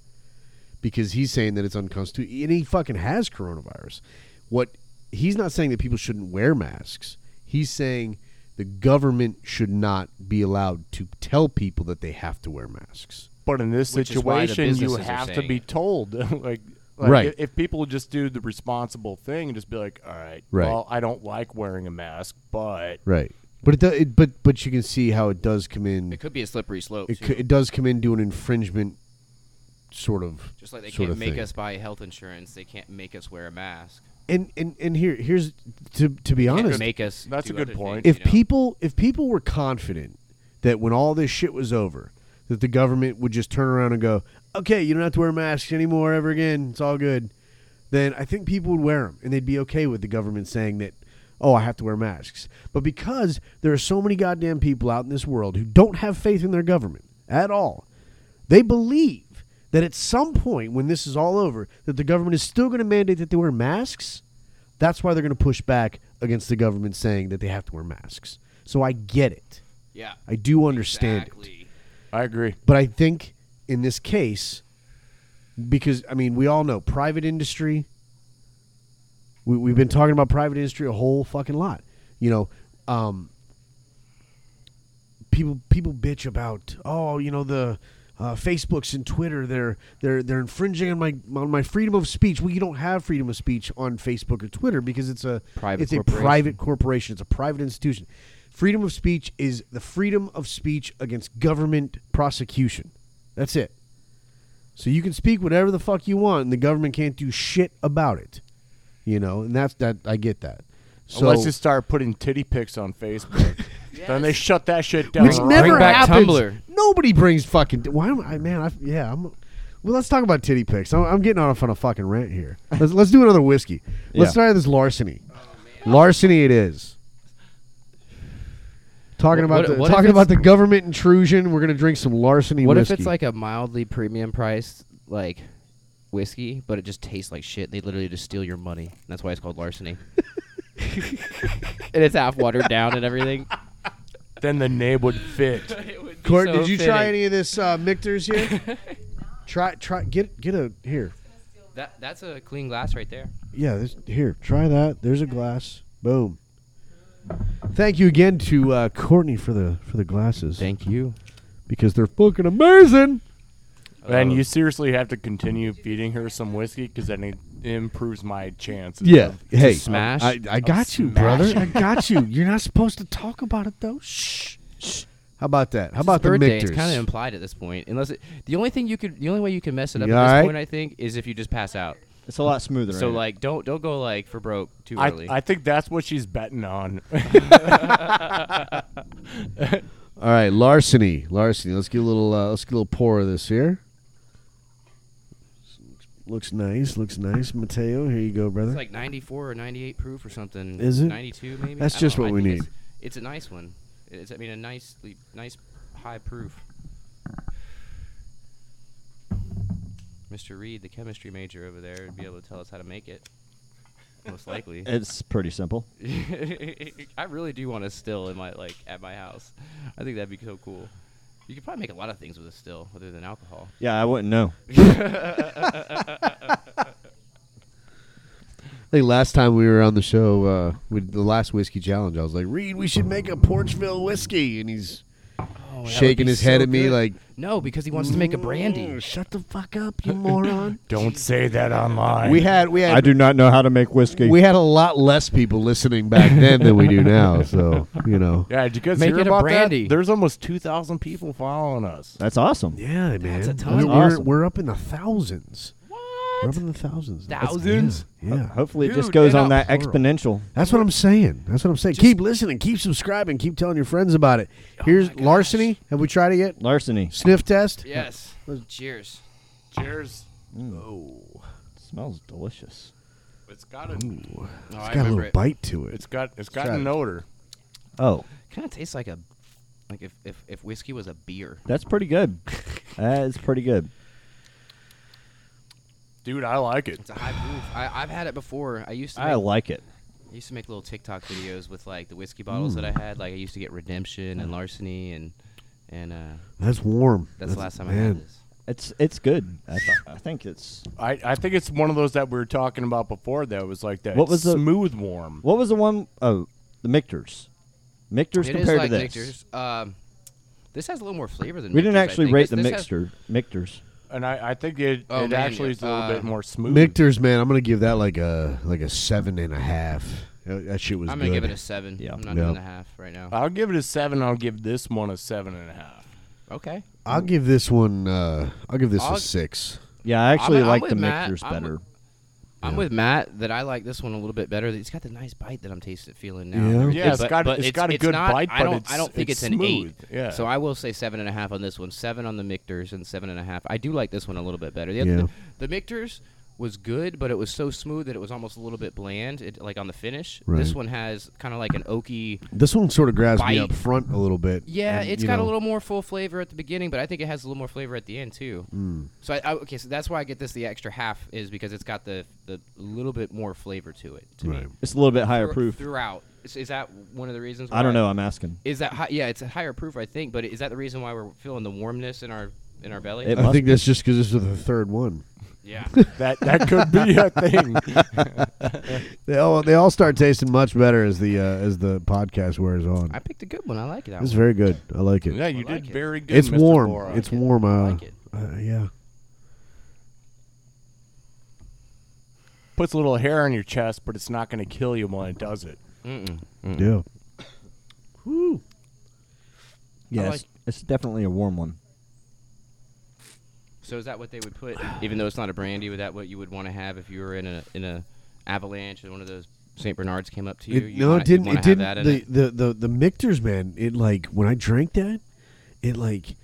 because he's saying that it's unconstitutional, and he fucking has coronavirus. What he's not saying that people shouldn't wear masks. He's saying the government should not be allowed to tell people that they have to wear masks. But in this Which is why the situation, you businesses are have to saying be it. told, *laughs* like, like Right. If, if people would just do the responsible thing and just be like, "All right, Right. well, I don't like wearing a mask, but Right. But it, do, it but but you can see how it does come in. It could be a slippery slope. It, too. co- it does come in to an infringement, sort of. Just like they sort can't of make thing. us buy health insurance, they can't make us wear a mask. And and and here here's to to be Can't honest. make us. That's do a good other point. things, if you know? people if people were confident that when all this shit was over that the government would just turn around and go okay you don't have to wear masks anymore ever again it's all good then i think people would wear them and they'd be okay with the government saying that oh i have to wear masks but because there are so many goddamn people out in this world who don't have faith in their government at all they believe that at some point when this is all over that the government is still going to mandate that they wear masks that's why they're going to push back against the government saying that they have to wear masks. So I get it. yeah, I do understand it. exactly. I agree. But I think in this case, because, I mean, we all know private industry, we, we've been talking about private industry a whole fucking lot. You know, um, people people bitch about oh you know the uh, Facebooks and Twitter they're they're they're infringing on my on my freedom of speech. Well, you don't have freedom of speech on Facebook or Twitter because it's a Private it's a corporation. private corporation. It's a private institution. Freedom of speech is the freedom of speech against government prosecution. That's it. So you can speak whatever the fuck you want, and the government can't do shit about it. You know, and that's that. I get that. So Unless you start putting titty pics on Facebook, *laughs* then they shut that shit down. which right never Bring back happens. Tumblr. Nobody brings fucking. Why am I, man? I, yeah, I'm. Well, let's talk about titty pics. I'm, I'm getting off on a fucking rant *laughs* here. Let's let's do another whiskey. Let's Yeah. start with this larceny. larceny, it is. Talking about What- what- the, what if talking it's- about the government intrusion. We're gonna drink some larceny What whiskey. if it's like a mildly premium priced like whiskey, but it just tastes like shit? They literally just steal your money. That's why it's called larceny. *laughs* and it's half watered down and *laughs* everything. *laughs* Then the name would fit. *laughs* Court, did you try any of this uh, Michter's here? try, try, get, get a here. That that's a clean glass right there. Yeah, this, here, try that. There's a glass. Boom. Thank you again to uh, Courtney for the for the glasses Thank you. because they're fucking amazing. And Uh. you seriously have to continue feeding her some whiskey because then it improves my chances. Yeah. of- Hey, smash? I, I got you, brother. I got *laughs* you. You're not supposed to talk about it though. Shh. Shh. How about that? How It's about his birthday. the Mictors? It's kind of implied at this point, unless it, the only thing you could, the only way you can mess it up You at this alright? point, I think, is if you just pass out. It's a lot smoother. So ain't it? like, don't don't go like for broke too I, early. I think that's what she's betting on. *laughs* All right, larceny, larceny. Let's get a little, uh, let's get a little pour of this here. Looks nice, looks nice, Mateo. Here you go, brother. it's like 94 or 98 proof or something. Is it? 92 maybe? That's I don't just know. what I we think need. It's, it's a nice one. It's I mean a nicely nice high proof. Mr. Reed, the chemistry major over there, would be able to tell us how to make it. Most likely. it's pretty simple. *laughs* I really do want a still in my like at my house. I think that'd be so cool. You could probably make a lot of things with a still other than alcohol. Yeah, I wouldn't know. I think last time we were on the show, uh, with the last whiskey challenge, I was like, Reed, we should make a Porchville whiskey, and he's Oh, shaking his head at me like, No, because he wants to make a brandy. "Mm, Shut the fuck up, you moron. Don't say that *laughs* online. we had, we had, I do not know how to make whiskey. we had a lot less people listening back then than we do now. So you know, yeah, did you guys Make hear it a about brandy. that? There's almost 2,000 people following us. That's awesome. yeah, man, That's a ton. We're, That's we're, awesome. we're up in the thousands. We're up What? in the thousands. now. Thousands? Yeah. yeah. Hopefully, it just Dude, goes and on a that exponential. That's what I'm saying. That's what I'm saying. keep listening. Keep subscribing. Keep telling your friends about it. Here's Oh my gosh. larceny. Have we tried it yet? Larceny Sniff test. Yes. Cheers. Cheers. smells delicious. It's got a, Oh, It's I got a remember little it. bite to it. it's got, it's got Try an it. odor. Oh, Kind of tastes like a, like if, if if whiskey was a beer. that's pretty good. that is *laughs* pretty good. Dude, I like it. It's a high proof. I, I've had it before. I used to. I Make, like it. I used to make little TikTok videos with like the whiskey bottles Mm. that I had. Like I used to get Redemption and Larceny and and uh, That's warm. that's the last time I man. had this. It's it's good. I, th- I think it's. I, I think it's one of those that we were talking about before that was like that What was the- smooth warm. What was the one? Oh, the Mictors. Mictors It is compared like to this. Mictors. Um, this has a little more flavor than. We didn't Mictors, I actually think. rate This- the this has- mixture. Mictors. And I, I think it, Oh, it man, actually is a little uh, bit more smooth. Michter's, man. I'm gonna give that like a like a seven and a half. That that shit was I'm good. gonna give it a seven. Yeah. Uh, I'm not Yeah. doing a half right now. I'll give it a seven. I'll give this one a seven and a half. okay. I'll give this one. Uh, I'll give this I'll- a six. Yeah, I actually I'm like with the Matt. Mictors I'm better. I'm with Matt that I like this one a little bit better. It's got the nice bite that I'm tasting feeling now. Yeah. Everything, Yeah, it's but- got- but it's got a good not- bite, I but don't, I it's- don't think it's it's, smooth. an eight. Yeah. So I will say seven and a half on this one, seven on the Mictors, and seven and a half. I do like this one a little bit better. The, other- Yeah. the, the Mictors was good, but it was so smooth that it was almost a little bit bland, it, like on the finish. This Right. one has kind of like an oaky. This one sort of grabs me Bite. up front a little bit. Yeah, and, it's you got a know, little more full flavor at the beginning, but I think it has a little more flavor at the end too. Mm. So I, I okay, so that's why I get this the extra half is because it's got the the little bit more flavor to it. To Right. me. It's a little bit higher Through- proof. throughout. Is, is that one of the reasons? Why I don't know. I'm asking. Is that high, yeah? It's a higher proof, I think. But is that the reason why we're feeling the warmness in our in our belly? It- I Must think that's just because this is the third one. *laughs* yeah. That that could be *laughs* a thing. They all they all start tasting much better as the uh, as the podcast wears on. I picked a good one. I like that It's one. very good. I like it. Yeah, you I like did it. very good. it's Mr. warm. Borak. It's warm. Uh, like it. uh, yeah. puts a little hair on your chest, but it's not going to kill you when it does it. Mm-mm. Yeah. Yeah, I it's, it's definitely a warm one. So is that what they would put? Even though it's not a brandy, would that what you would want to have if you were in a in a avalanche and one of those Saint Bernards came up to you? It- You'd no, wanna- it you'd didn't. wanna It have didn't. that in the, it? the the the Michter's man. It like when I drank that, it like it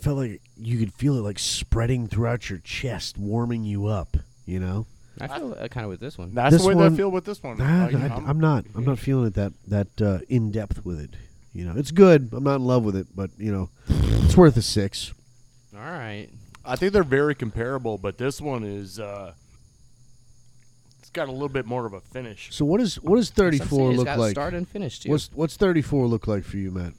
felt like you could feel it like spreading throughout your chest, warming you up. You know. I feel uh, kind of with this one. Ah, That's This the way one- I feel with this one. Nah, Like, I, I'm- am not. I'm not feeling it that that uh, in depth with it. You know, it's good. I'm not in love with it, but you know, it's worth a six. All right. I think they're very comparable, but this one is. Uh, it's got a little bit more of a finish. So what is what does That's thirty what I'm four saying, look it's gotta like? Start and finish. Too. What's what's thirty four look like for you, Matt?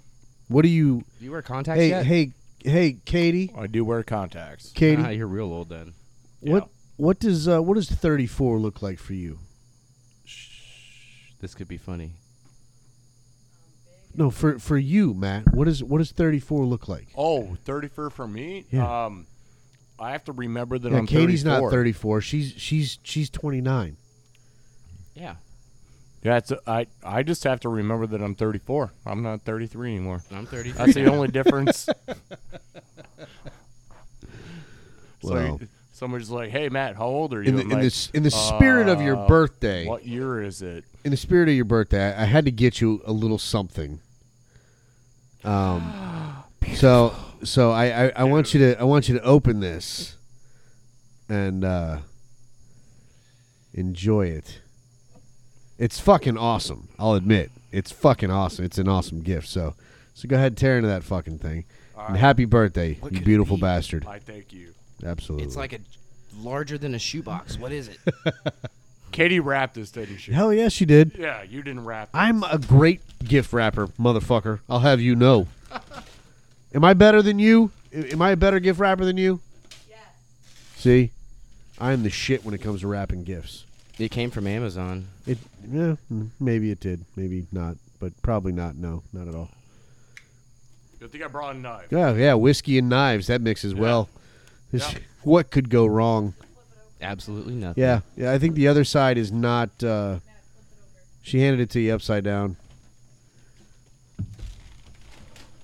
What do you? Do you wear contacts Hey, yet? hey, hey, Katie, I do wear contacts. Katie, Ah, you're real old then. what what does uh, what does thirty four look like for you? Shh, this could be funny. No, for for you, Matt. What is what does thirty four look like? Oh, 34 for me? Yeah. Um, I have to remember that Yeah, I'm Katie's 34. not thirty four. She's she's she's twenty nine. Yeah, Yeah, it's, I, I just have to remember that I'm 34. I'm not 33 anymore. I'm 30. *laughs* That's the only difference. Well. so you- somebody's like, "Hey, Matt, how old are you?" In the, I'm in like, the s- in the spirit of your uh, birthday, What year is it? in the spirit of your birthday, I, I had to get you a little something. Um, *gasps* so so I, I, I want you to I want you to open this and uh, enjoy it. It's fucking awesome. I'll admit it's fucking awesome. It's an awesome gift. So so go ahead and tear into that fucking thing. And happy birthday, What you could it beautiful be? bastard. I thank you. Absolutely. It's like a larger than a shoebox. What is it? Katie wrapped this, didn't she? hell yes, you did. Yeah, you didn't wrap. it. I'm a great gift wrapper, motherfucker. I'll have you know. Am I better than you? A- Am I a better gift wrapper than you? See, I am the shit when it comes to wrapping gifts. it came from Amazon. It, yeah, mm, maybe it did, maybe not, but probably not. No, not at all. Good thing I brought a knife. Yeah, yeah, whiskey and knives that mixes well. This- Yeah. What could go wrong? Absolutely nothing. Yeah, yeah. I think the other side is not. Uh, she handed it to you upside down.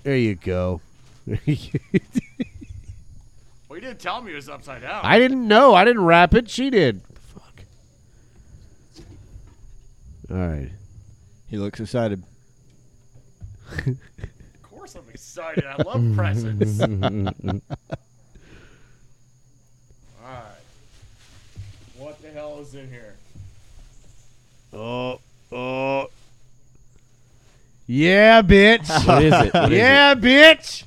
There you go. *laughs* Well, you didn't tell me it was upside down. I didn't know. I didn't wrap it. She did. Fuck. All right. He looks excited. of course, I'm excited. I *laughs* love presents. All right. What the hell is in here? Oh, oh. Yeah, bitch. What is it? What is it? yeah, bitch.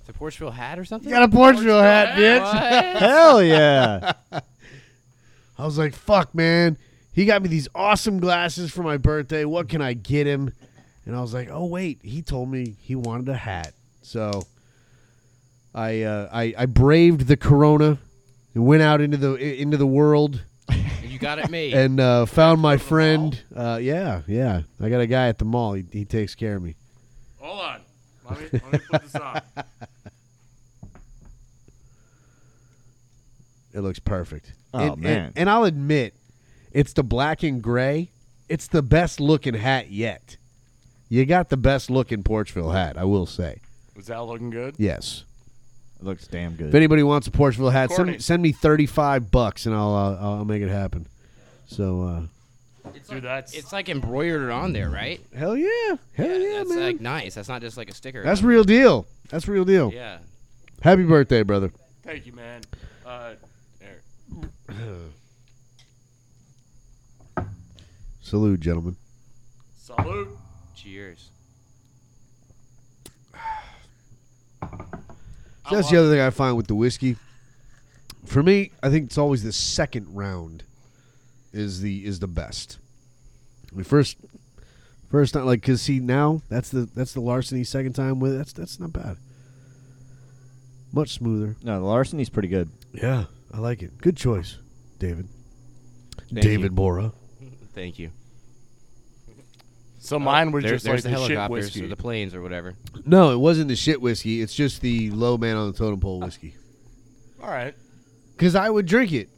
It's a Portugal hat or something? You got a Portugal hat, bitch. What? Hell *laughs* yeah! I was like, fuck, man. He got me these awesome glasses for my birthday. What can I get him? And I was like, oh wait, he told me he wanted a hat. So I uh, I, I braved the corona and went out into the i- into the world you got *laughs* it made. and uh, found my friend. Uh, yeah, yeah. I got a guy at the mall. He, he takes care of me. Hold on. Let me, let me put this *laughs* on. It looks perfect. Oh, and, and- man. and I'll admit, it's the black and gray. It's the best looking hat yet. You got the best looking Porchville hat, I will say. Is that looking good? Yes. looks damn good. If anybody wants a Porchville hat, Courtney. send, send me thirty five bucks and I'll uh, I'll make it happen. So uh, it's, Dude, like, that's it's like embroidered on there, right? hell yeah, hell yeah, that's man. like nice. That's not just like a sticker. That's real deal. That's real deal. Yeah. Happy birthday, brother. Thank you, man. Uh, there. Salute, gentlemen. Salute. Cheers. So that's the other thing I find with the whiskey. For me, I think it's always the second round is the is the best. The first first time like cuz see now that's the that's the larceny second time with that's that's not bad. Much smoother. No, the larceny's pretty good. Yeah, I like it. Good choice, David. Thank David you. Bora. Thank you. So mine were There- just like there's Uh, the, the shit helicopters whiskey. or the planes or whatever. No, it wasn't the shit whiskey. It's just the low man on the totem pole whiskey. All right. Because I would drink it.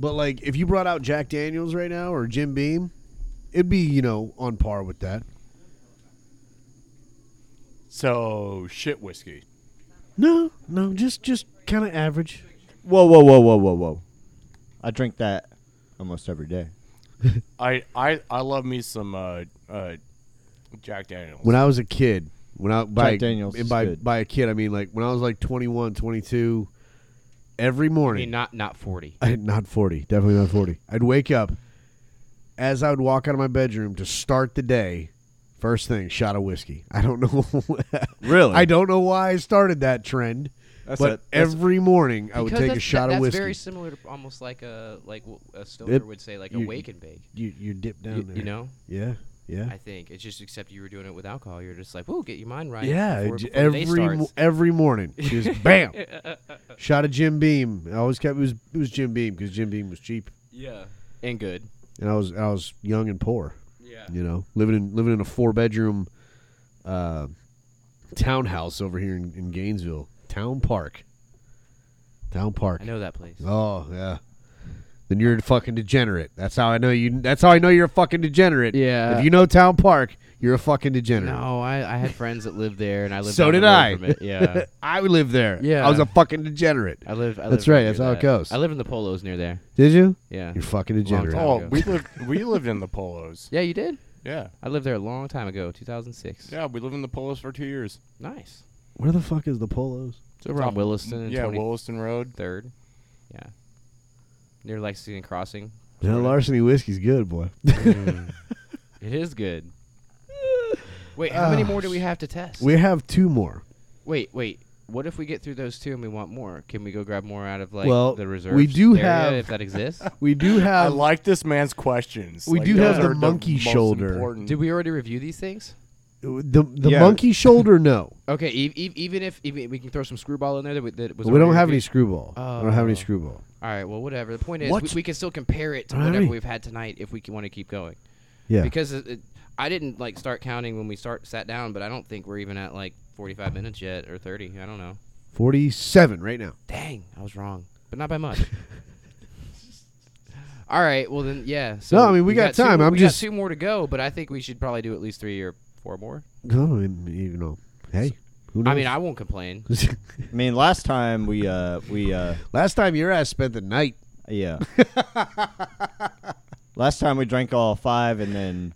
But, like, if you brought out Jack Daniels right now or Jim Beam, it'd be, you know, on par with that. So shit whiskey. No, no, just just kind of average. Whoa, whoa, whoa, whoa, whoa, whoa! I drink that almost every day. I I, I love me some uh, uh, Jack Daniels. When I was a kid, when I by Daniels and is by good. by a kid I mean like when I was like 21, 22, every I mean, morning, not not 40. *laughs* I- not 40, definitely not 40. I'd wake up as I would walk out of my bedroom to start the day, first thing, shot of whiskey. I don't *laughs* know Really? I don't know why I started that trend. That's but a- that's a- every morning I would Because take a that's- shot that- of that's whiskey. very similar to almost like a like w- a stoner Yep. would say like You- a wake and bake. you you dip down You, there. you know, Yeah. Yeah. I think it's just except you were doing it with alcohol. You're just like, whoa, get your mind right. yeah. before- j- before the day every starts." mo- every morning, just *laughs* bam. Shot of Jim Beam. I always kept it was it was Jim Beam because Jim Beam was cheap, yeah, and good. and I was I was young and poor. Yeah, You know, living in living in a four bedroom uh, townhouse over here in, in Gainesville, Town Park. Town Park. I know that place. Oh yeah. Then you're a fucking degenerate. That's how I know you. That's how I know you're a fucking degenerate. Yeah. If you know Town Park, you're a fucking degenerate. No, I, I had friends that lived there, and I lived. So down the did road I. From it. *laughs* Yeah, I lived there. Yeah. I was a fucking degenerate. I live. I That's lived right, near that's how it that. goes. I live in the polos near there. Did you? Yeah. You're fucking degenerate. time. Oh, ago. we lived we lived in the polos. Yeah, you did. Yeah. I lived there a long time ago, 2006. Yeah, we lived in the polos for two years. Nice. Where the fuck is the polos? So we're on Williston. and Yeah, 20 Williston Road. third. Yeah. Near Lexington Crossing. That larceny whiskey's good, boy. *laughs* It is good. Wait, how many more do we have to test? we have two more. wait, wait. What if we get through those two and we want more? Can we go grab more out of like Well, the we reserve? do area have- if *laughs* that exists. We do I have. like this man's questions. Um, we Like, do those have the are monkey most shoulder. important. Did we already review these things? the the Yeah. monkey shoulder. No, Okay, e- e- even if even we can throw some screwball in there that, we, that was. we don't already have any reviewed. screwball. I don't have any Oh. screwball. All right, well, whatever. The point is, we, What's- we can still compare it to All right. whatever we've had tonight if we want to keep going. Yeah. because it, it, I didn't like start counting when we start sat down, but I don't think we're even at like 45 minutes yet or 30. I don't know. Forty-seven right now. *laughs* Dang, I was wrong, but not by much. *laughs* All right, well then, yeah. So No, I mean, we got two time. more- I'm we just- got two more to go, but I think we should probably do at least three or four more. No, I mean, you know, hey, who knows? I mean, I won't complain. *laughs* I mean, last time we uh we uh last time your ass spent the night. yeah. last time we drank all five and then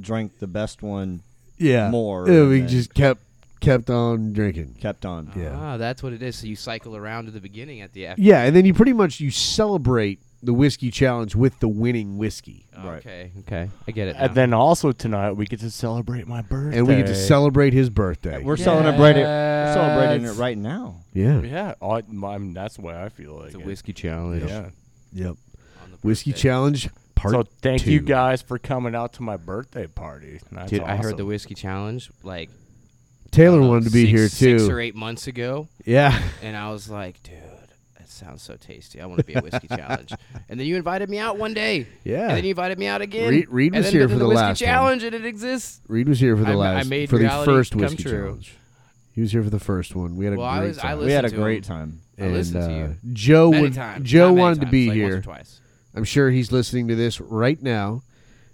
drank the best one. Yeah, More Yeah, we than- just kept kept on drinking. Kept on. Yeah. Ah, that's what it is. So you cycle around to the beginning at the after. Yeah, and then you pretty much you celebrate the whiskey challenge with the winning whiskey, Right. Okay, okay, I get it. now. And then also tonight we get to celebrate my birthday. and we get to celebrate his birthday. We're celebrating. We're celebrating it Yes. right now. yeah, Yeah, I, am that's the way I feel like it's a it. whiskey challenge. Yeah. yep. on the Whiskey birthday. challenge part. so thank you two. guys for coming out to my birthday party. That's Dude, I heard the awesome. whiskey challenge like Taylor I don't know, wanted to be six- here too. Six or eight months ago, Yeah, and I was like, dude, that sounds so tasty. I want to be a whiskey *laughs* challenge. And then you invited me out one day. Yeah. And then you invited me out again. Reed- Reed and was then, here but then for the whiskey last one. challenge, and it exists. Reed was here for the I ma- I last made for the reality first come whiskey true. challenge. He was here for the first one. We had a Well, I great was- I time. listened we had a to 'em great time. I listened to you. uh, Joe Many would, times. Joe Not many wanted to times, be like here. Once or twice. I'm sure he's listening to this right now,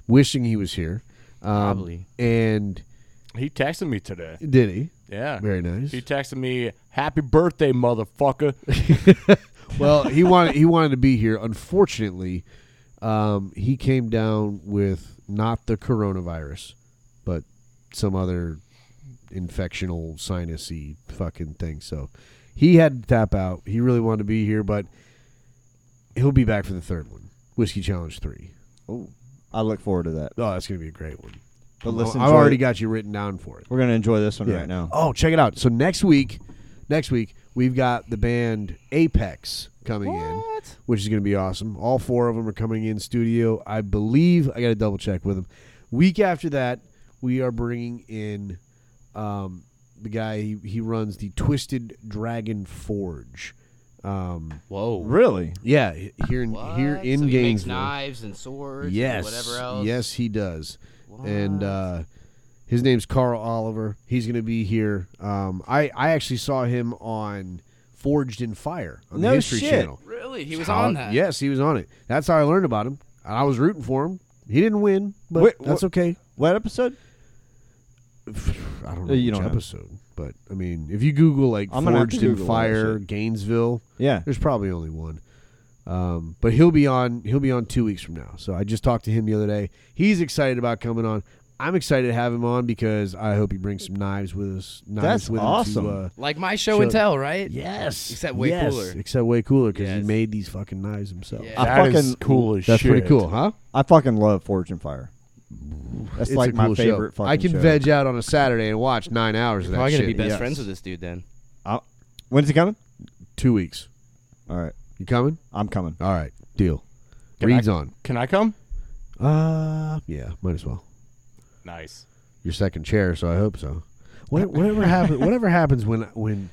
wishing he was here. Um, Probably. And He texted me today. did he? Yeah. Very nice. He texted me, "Happy birthday, motherfucker." well, he wanted he wanted to be here. Unfortunately, um, he came down with not the coronavirus, but some other infectional sinusy fucking thing. So he had to tap out. He really wanted to be here, but he'll be back for the third one, whiskey challenge three. Oh, I look forward to that. Oh, that's gonna be a great one. But let's I've enjoy- already got you written down for it. We're gonna enjoy this one Yeah. right now. Oh, check it out. So next week, next week we've got the band Apex coming in, which is going to be awesome. All four of them are coming in studio. I believe I got to double check with them. Week after that, we are bringing in um, the guy he, he runs the Twisted Dragon Forge. Um, Whoa. Really? yeah, he- here in What? here in so he makes Gainesville. knives and swords. and Yes. whatever else. Yes, he does. And uh, his name's Carl Oliver. He's going to be here. Um, I I actually saw him on Forged in Fire on No the History shit. Channel. Really? He was How- on that. Yes, he was on it. That's how I learned about him. And I was rooting for him. He didn't win, but Wait, that's wha- okay. What episode? I don't Uh, know you which don't know. episode, but I mean, if you Google like I'm gonna have to Forged in Google that Fire shit. Gainesville, Yeah. there's probably only one. Um, but he'll be on. He'll be on two weeks from now. So I just talked to him the other day. He's excited about coming on. I'm excited to have him on because I hope he brings some knives with us. Knives That's with awesome. Him to, uh, Like my show, Show- and tell, right? yes. Except way yes, cooler. Except way cooler because he Yes. made these fucking knives himself. Yeah. I That is fucking- cool as That's shit. pretty cool, huh? I fucking love Forge and Fire. That's It's like a my cool show. favorite fucking I can show. veg out on a Saturday and watch nine hours of that Probably gonna shit. be best Yes. friends with this dude then. I, When's he coming? Two weeks. All right, You coming? I'm coming. All right, deal. Can Reads I- on. Can I come? Uh, yeah, might as well. Nice. Your second chair, so I hope so. What, whatever happens, whatever happens when when,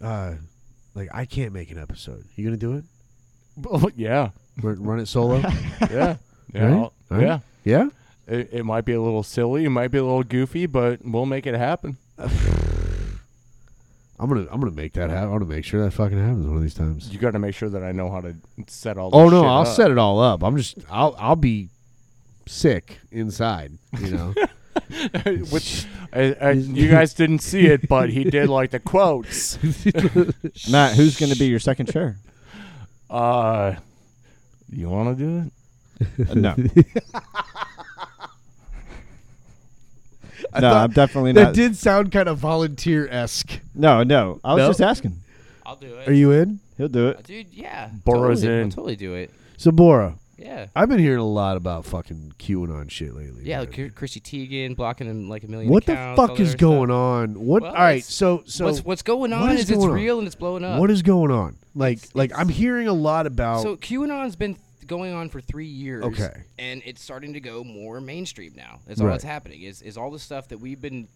uh, like I can't make an episode. You gonna do it? Oh, yeah. Run, run it solo? Yeah. Yeah. Right? I'll- Right? Yeah. yeah. It, it might be a little silly. It might be a little goofy, but we'll make it happen. I'm gonna I'm gonna make that happen. I'm gonna make sure that fucking happens one of these times. You got to make sure that I know how to set all. This Oh no, shit uh, I'll up. set it all up. I'm just I'll I'll be sick inside, you know. *laughs* Which I, I, you guys didn't see it, but he did like the *laughs* quotes. Matt, who's going to be your second chair? Uh, you want to do it? *laughs* Uh, no. no, I'm definitely not. did sound kind of volunteer esque. no, no. I was No? just asking. I'll do it. Uh, Are you in? He'll do it. Dude, yeah. Burrow's totally, I'll in. totally do it. So Bora, Yeah. I've been hearing a lot about fucking QAnon shit lately. Yeah, man. like Chr- Chrissy Teigen blocking him like a million. what the accounts, all fuck that is other going stuff. on? What? Well, all right, it's- so so what's what's going on what is is, it's going on? real and it's blowing up. what is going on? Like It's- like it's- I'm hearing a lot about. so QAnon's been th- going on for three years. Okay. And it's starting to go more mainstream now. That's all Right. that's happening. Is is all the stuff that we've been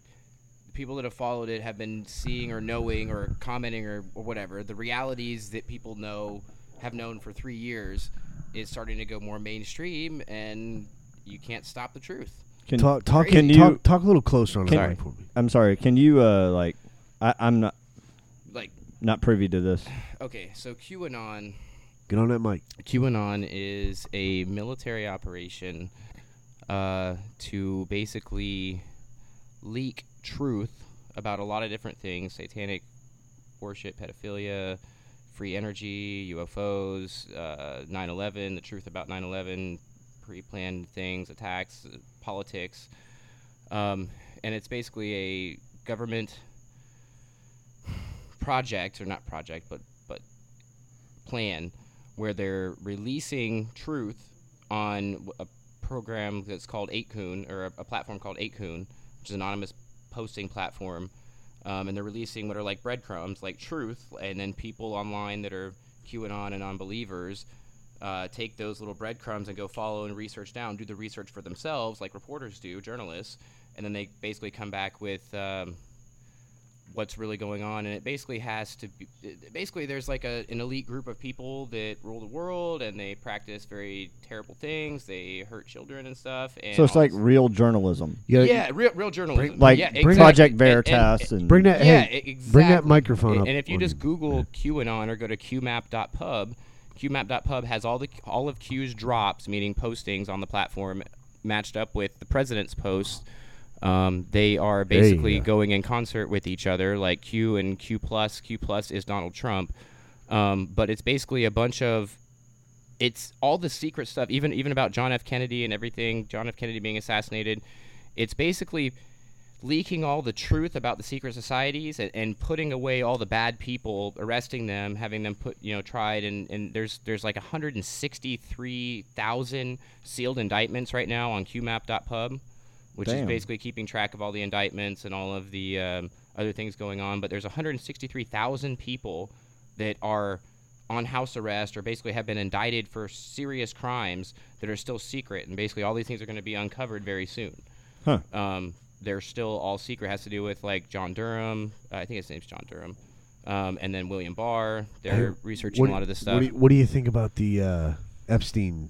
people that have followed it have been seeing or knowing or commenting or, or whatever, the realities that people know have known for three years is starting to go more mainstream and you can't stop the truth. Can, talk talk, can you? talk talk a little closer on the Can- mic for me. I'm sorry. Can you? Uh, like, I, I'm not Like not privy to this. okay, so QAnon Get on that mic. QAnon is a military operation uh, to basically leak truth about a lot of different things satanic worship, pedophilia, free energy, UFOs, uh, 9 11, the truth about 9 11, pre planned things, attacks, uh, politics. Um, and it's basically a government *sighs* project, or not project, but, but plan where they're releasing truth on w- a program that's called 8kun or a, a platform called 8kun which is an anonymous posting platform um, and they're releasing what are like breadcrumbs like truth and then people online that are qanon and non-believers uh, take those little breadcrumbs and go follow and research down do the research for themselves like reporters do journalists and then they basically come back with um, what's really going on and it basically has to be it- basically there's like a, an elite group of people that rule the world and they practice very terrible things they hurt children and stuff and So it's all like this- real journalism, You gotta- yeah real, real journalism like yeah, Project exactly. And- Veritas, and- and, Bring that. yeah, hey, e- exactly. bring that microphone A- up Oh, And if you on just you. Google QAnon or go to QMap.pub, QMap.pub has all the all of Q's drops, meaning postings on the platform, matched up with the president's posts. Um, they are you basically go. going in concert with each other, like Q and Q plus. Q plus is Donald Trump, um, but it's basically a bunch of it's all the secret stuff, even even about John F. Kennedy and everything, John F. Kennedy being assassinated. It's basically leaking all the truth about the secret societies and, and putting away all the bad people, arresting them, having them put you know tried and, and there's there's like 163,000 sealed indictments right now on QMap.pub, which Damn. is basically keeping track of all the indictments and all of the um, other things going on. But there's 163,000 people that are on house arrest or basically have been indicted for serious crimes that are still secret and basically all these things are going to be uncovered very soon Huh. um, they're still all secret. Has to do with like John Durham. Uh, I think his name's John Durham, um, and then William Barr. They're researching What- a lot of this What stuff. do you, what do you think about the uh, Epstein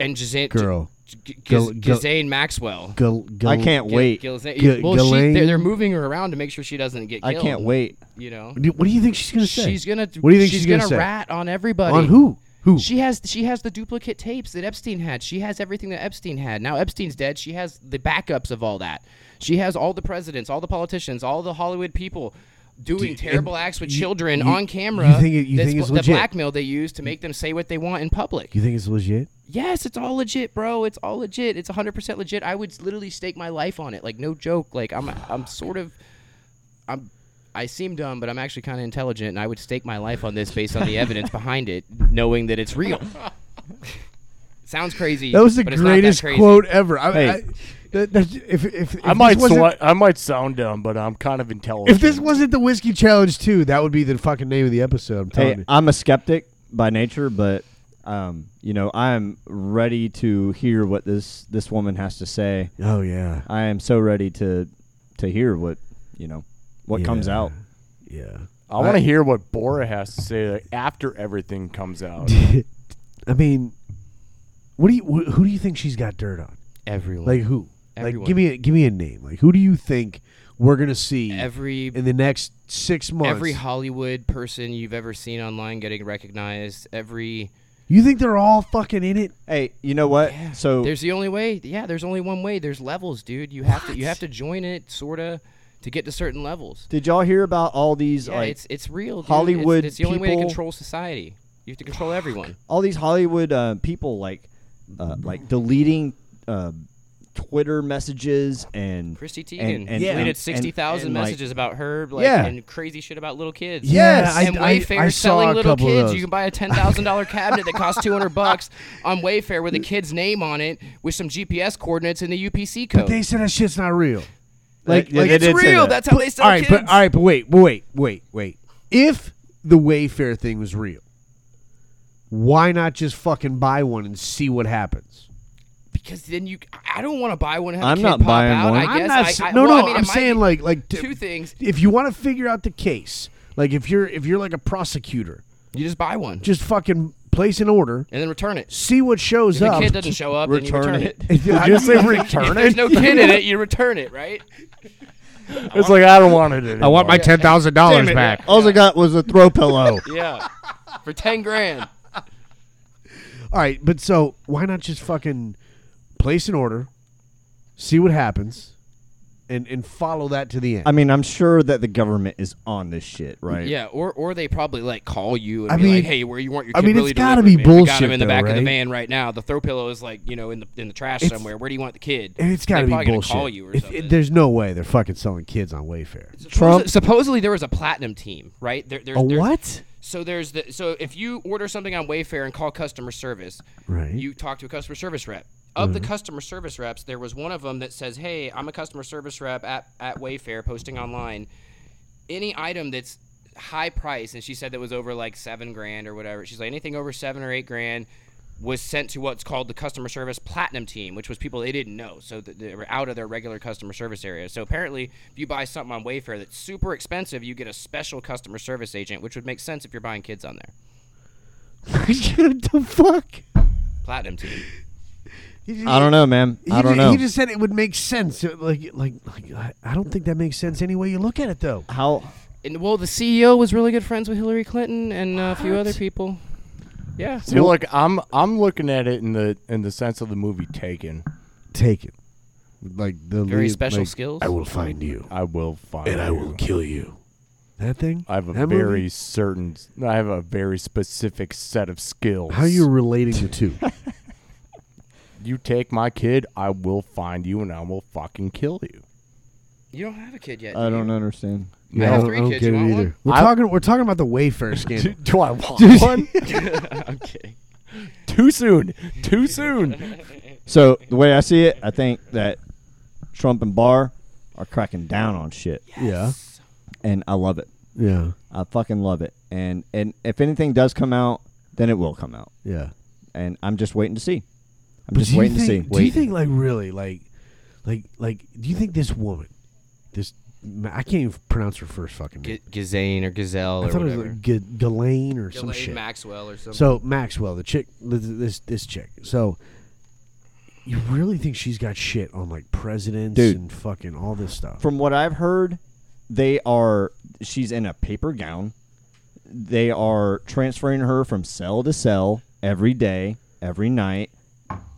and Ghislaine, girl? G- Gil- Gil- Ghislaine Maxwell. Gil- Gil- I can't Gil- wait. Ghislaine- Gil- well, she, Ghislaine? they're, they're moving her around to make sure she doesn't get I killed. can't wait. You know, Do- What do you think she's gonna say? she's gonna. What do you think she's, she's gonna, gonna say? rat on everybody? on who? Who? She has she has the duplicate tapes that Epstein had. She has everything that Epstein had. Now Epstein's dead. She has the backups of all that. She has all the presidents, all the politicians, all the Hollywood people doing and terrible acts with you- children you- on you camera. think it- you that's think it's bl- the legit? blackmail they use to make them say what they want in public. you think it's legit? Yes, it's all legit, bro. It's all legit. It's 100% legit. I would literally stake my life on it. Like no joke. Like I'm I'm sort of I'm I seem dumb, but I'm actually kind of intelligent, and I would stake my life on this based on the evidence behind it, knowing that it's real. Sounds crazy. That was the but it's not that greatest crazy. quote ever. I, Hey. I, that, that, if, if, if I might this wasn't, swa- I might sound dumb, but I'm kind of intelligent. if this wasn't the whiskey challenge too, that would be the fucking name of the episode. I'm telling Hey, I'm a skeptic by nature, but um, you know, I'm ready to hear what this this woman has to say. you. Oh yeah, I am so ready to to hear what you know what comes Yeah. out. yeah. *laughs* I want to hear what Bora has to say like, after everything comes out. *laughs* I mean, what do you? Wh- who do you think she's got dirt on? Everyone. Like who? Like Everyone. give me a, give me a name. Like who do you think we're gonna see every in the next six months? every Hollywood person you've ever seen online getting recognized. Every you think they're all fucking in it? Hey, you know what? Yeah. So there's the only way. Yeah, there's only one way. There's levels, dude. You have to you have to join it sorta to get to certain levels. did y'all hear about all these Yeah, like it's it's real. dude. It's- Hollywood It's, the only way to people- control society. You have to control everyone. all these Hollywood uh, people like uh, like deleting uh, Twitter messages and Christy Teigen and- and- Yeah. deleted and- sixty thousand and, like- messages about her, like, Yeah. and crazy shit about little kids. Yes, I- and I- Wayfair I saw selling a little couple of kids. those. You can buy a ten thousand *laughs* dollar cabinet that costs two hundred bucks on Wayfair with a kid's name on it, with some GPS coordinates and the UPC code. They said that shit's not real. like, like, they it's did say real. that. That's how they sell all right, kids. but all right, but wait, but wait, wait, wait. If the Wayfair thing was real, why not just fucking buy one and see what happens? because then you, I don't want to buy one. and have a I'm kid not pop buying out, one. I I'm guess. not I- sa- I- no, well, I no. mean, it I'm might saying be like like t- two things. If you want to figure out the case, like if you're if you're like a prosecutor, You just buy one just fucking place an order, and then return it. see what shows If the up. kid doesn't show up, then you Return return it. *laughs* it. I- Did you say *laughs* return There's it? no kid *laughs* in it. You return it, right? It's like I don't want it. Anymore. ten thousand dollars back. All I got was a *laughs* throw pillow. Yeah, for ten grand. All right, but so why not just fucking place an order, see what happens, and and follow that to the end. I mean, I'm sure that the government is on this shit, right? Yeah, or or they probably like call you and I be mean- like, "Hey, where you want your I kid mean, really it's gotta delivered, be man. We got him bullshit in the though, back of right? the van right now. The throw pillow is like you know in the in the trash It's- somewhere. Where do you want the kid? And it's They got to be probably bullshit. Gonna call you or It- it- something. there's no way they're fucking selling kids on Wayfair. Supposedly- Trump- supposedly there was a platinum team, right? There, there's, A there's- *laughs* what? So there's the so if you order something on Wayfair and call customer service, Right. Mm-hmm. You talk to a customer service rep. Of the customer service reps, there was one of them that says, "Hey, I'm a customer service rep at at Wayfair, posting online. Any item that's high price, and she said that was over like seven grand or whatever. She's like anything over seven or eight grand." Was sent to what's called the customer service platinum team, which was people they didn't know, so that they were out of their regular customer service area. So apparently, if you buy something on Wayfair that's super expensive, you get a special customer service agent, which would make sense if you're buying kids on there. what the fuck? Platinum team. He just- I don't know, man. he I don't ju- know. He just said it would make sense. It- Like, like, like, I- I don't think that makes sense any way you look at it, though. How? And well, the CEO was really good friends with Hillary Clinton and uh, a few other people. Yeah. See, look, I'm I'm looking at it in the in the sense of the movie Taken. Take it. Like the Very lead- special like, skills. I will find you, I will find and I you. will kill you. That thing. I have a That movie? very certain. I have a very specific set of skills. How you relating the two? You take my kid, I will find you, and I will fucking kill you. You don't have a kid yet. I do don't you? understand. I have don't- three I don't kids. get You it want either. one? We're I- talking. We're talking about the Wayfair *laughs* scandal. *laughs* Do I want one? I'm kidding. Too soon. Too soon. So the way I see it, I think that Trump and Barr are cracking down on shit, yeah. and I love it. Yeah. I fucking love it. And and if anything does come out, then it will come out. Yeah. And I'm just waiting to see. I'm But just do you waiting to see. think- Do you think like really like like like do you think this woman this I can't even pronounce her first fucking name. G- Ghislaine or Gazelle I or thought it whatever. was like G- Ghislaine or some Ghislaine shit. Maxwell or something. so Maxwell, the chick this- this this chick. So you really think she's got shit on like presidents Dude. and fucking all this stuff? From what I've heard, they are. She's in a paper gown. They are transferring her from cell to cell every day, every night,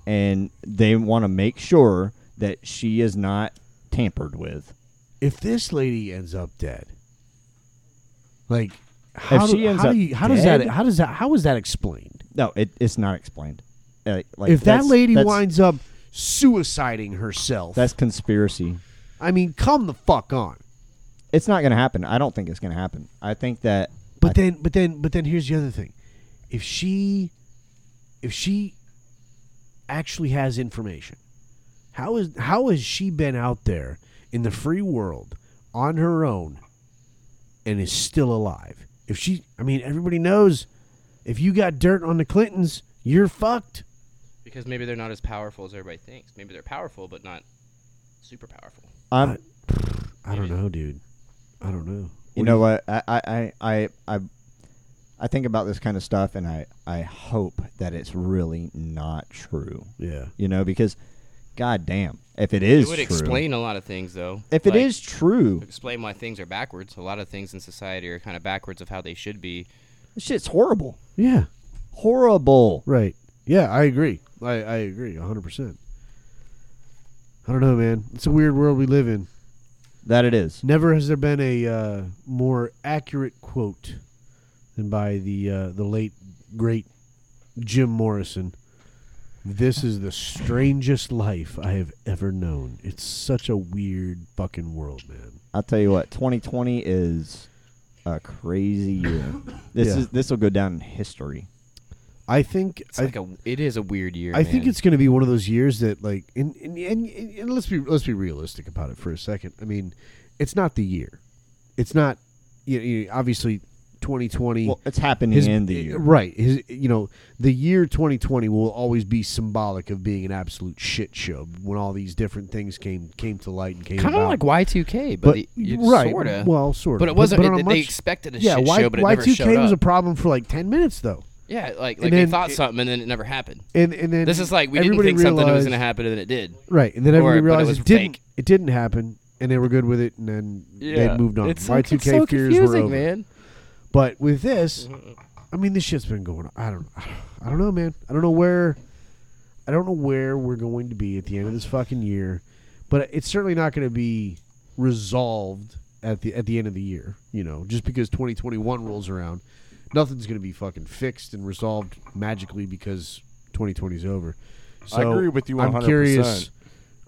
and they want to make sure that she is not tampered with. if this lady ends up dead, like how, she do- ends how, up do you, how does that dead? how does that how is that explained? No, it, it's not explained. Uh, like if that that's- lady that's, winds up suiciding herself, that's conspiracy. I mean, come the fuck on. It's not going to happen. I don't think it's going to happen. I think that. But I- then, but then, but then, here's the other thing: if she, if she actually has information. How is how has she been out there in the free world on her own and is still alive? If she I mean everybody knows if you got dirt on the Clintons, you're fucked. because maybe they're not as powerful as everybody thinks. Maybe they're powerful, but not super powerful. I'm, I don't know, dude. I don't know. you know what I, I I I I I think about this kind of stuff, and I I hope that it's really not true. Yeah. You know, because God damn, if it is it would true, explain a lot of things, though. if it Like, is true, explain why things are backwards. A lot of things in society are kind of backwards of how they should be. this shit's horrible, Yeah. horrible. Right. Yeah, I agree. I, I agree 100%. I don't know, man. It's a weird world we live in. That it is. Never has there been a uh, more accurate quote than by the uh, the late great Jim Morrison. This is the strangest life I have ever known. It's such a weird fucking world, man. I'll tell you what, 2020 is a crazy year. This Yeah. is this will go down in history. I think It's I, like a, it is a weird year. I think man. it's going to be one of those years that like and and, and and let's be let's be realistic about it for a second. I mean, it's not the year. It's not you you obviously 2020 Well, it's happening his- in the eh, year. Right. His, you know, the year 2020 will always be symbolic of being an absolute shit show when all these different things came came to light and came kind of about. like Y2K, but, but the, you, right, sorta. well, sort of. But it wasn't. on a it- much- they expected a yeah, shit Y, show, but it Y2K never showed was a up. problem for like 10 minutes though. yeah, like, and like they then thought it- something and then it never happened. And and then This is like we didn't everybody think something was realized- going to happen and then it did. Right, and then Or- everybody but it realized was it, didn't. fake. It didn't happen, and they were good with it, and then they moved on. It's so, Y it's two K so fears were confusing, over. man. But with this, I mean, this shit's been going. on. I don't. I don't know, man. I don't know where. I don't know where we're going to be at the end of this fucking year, but it's certainly not going to be resolved at the at the end of the year. You know, just because twenty twenty one rolls around, nothing's going to be fucking fixed and resolved magically because twenty twenty is over. So I agree with you I'm curious. 100%.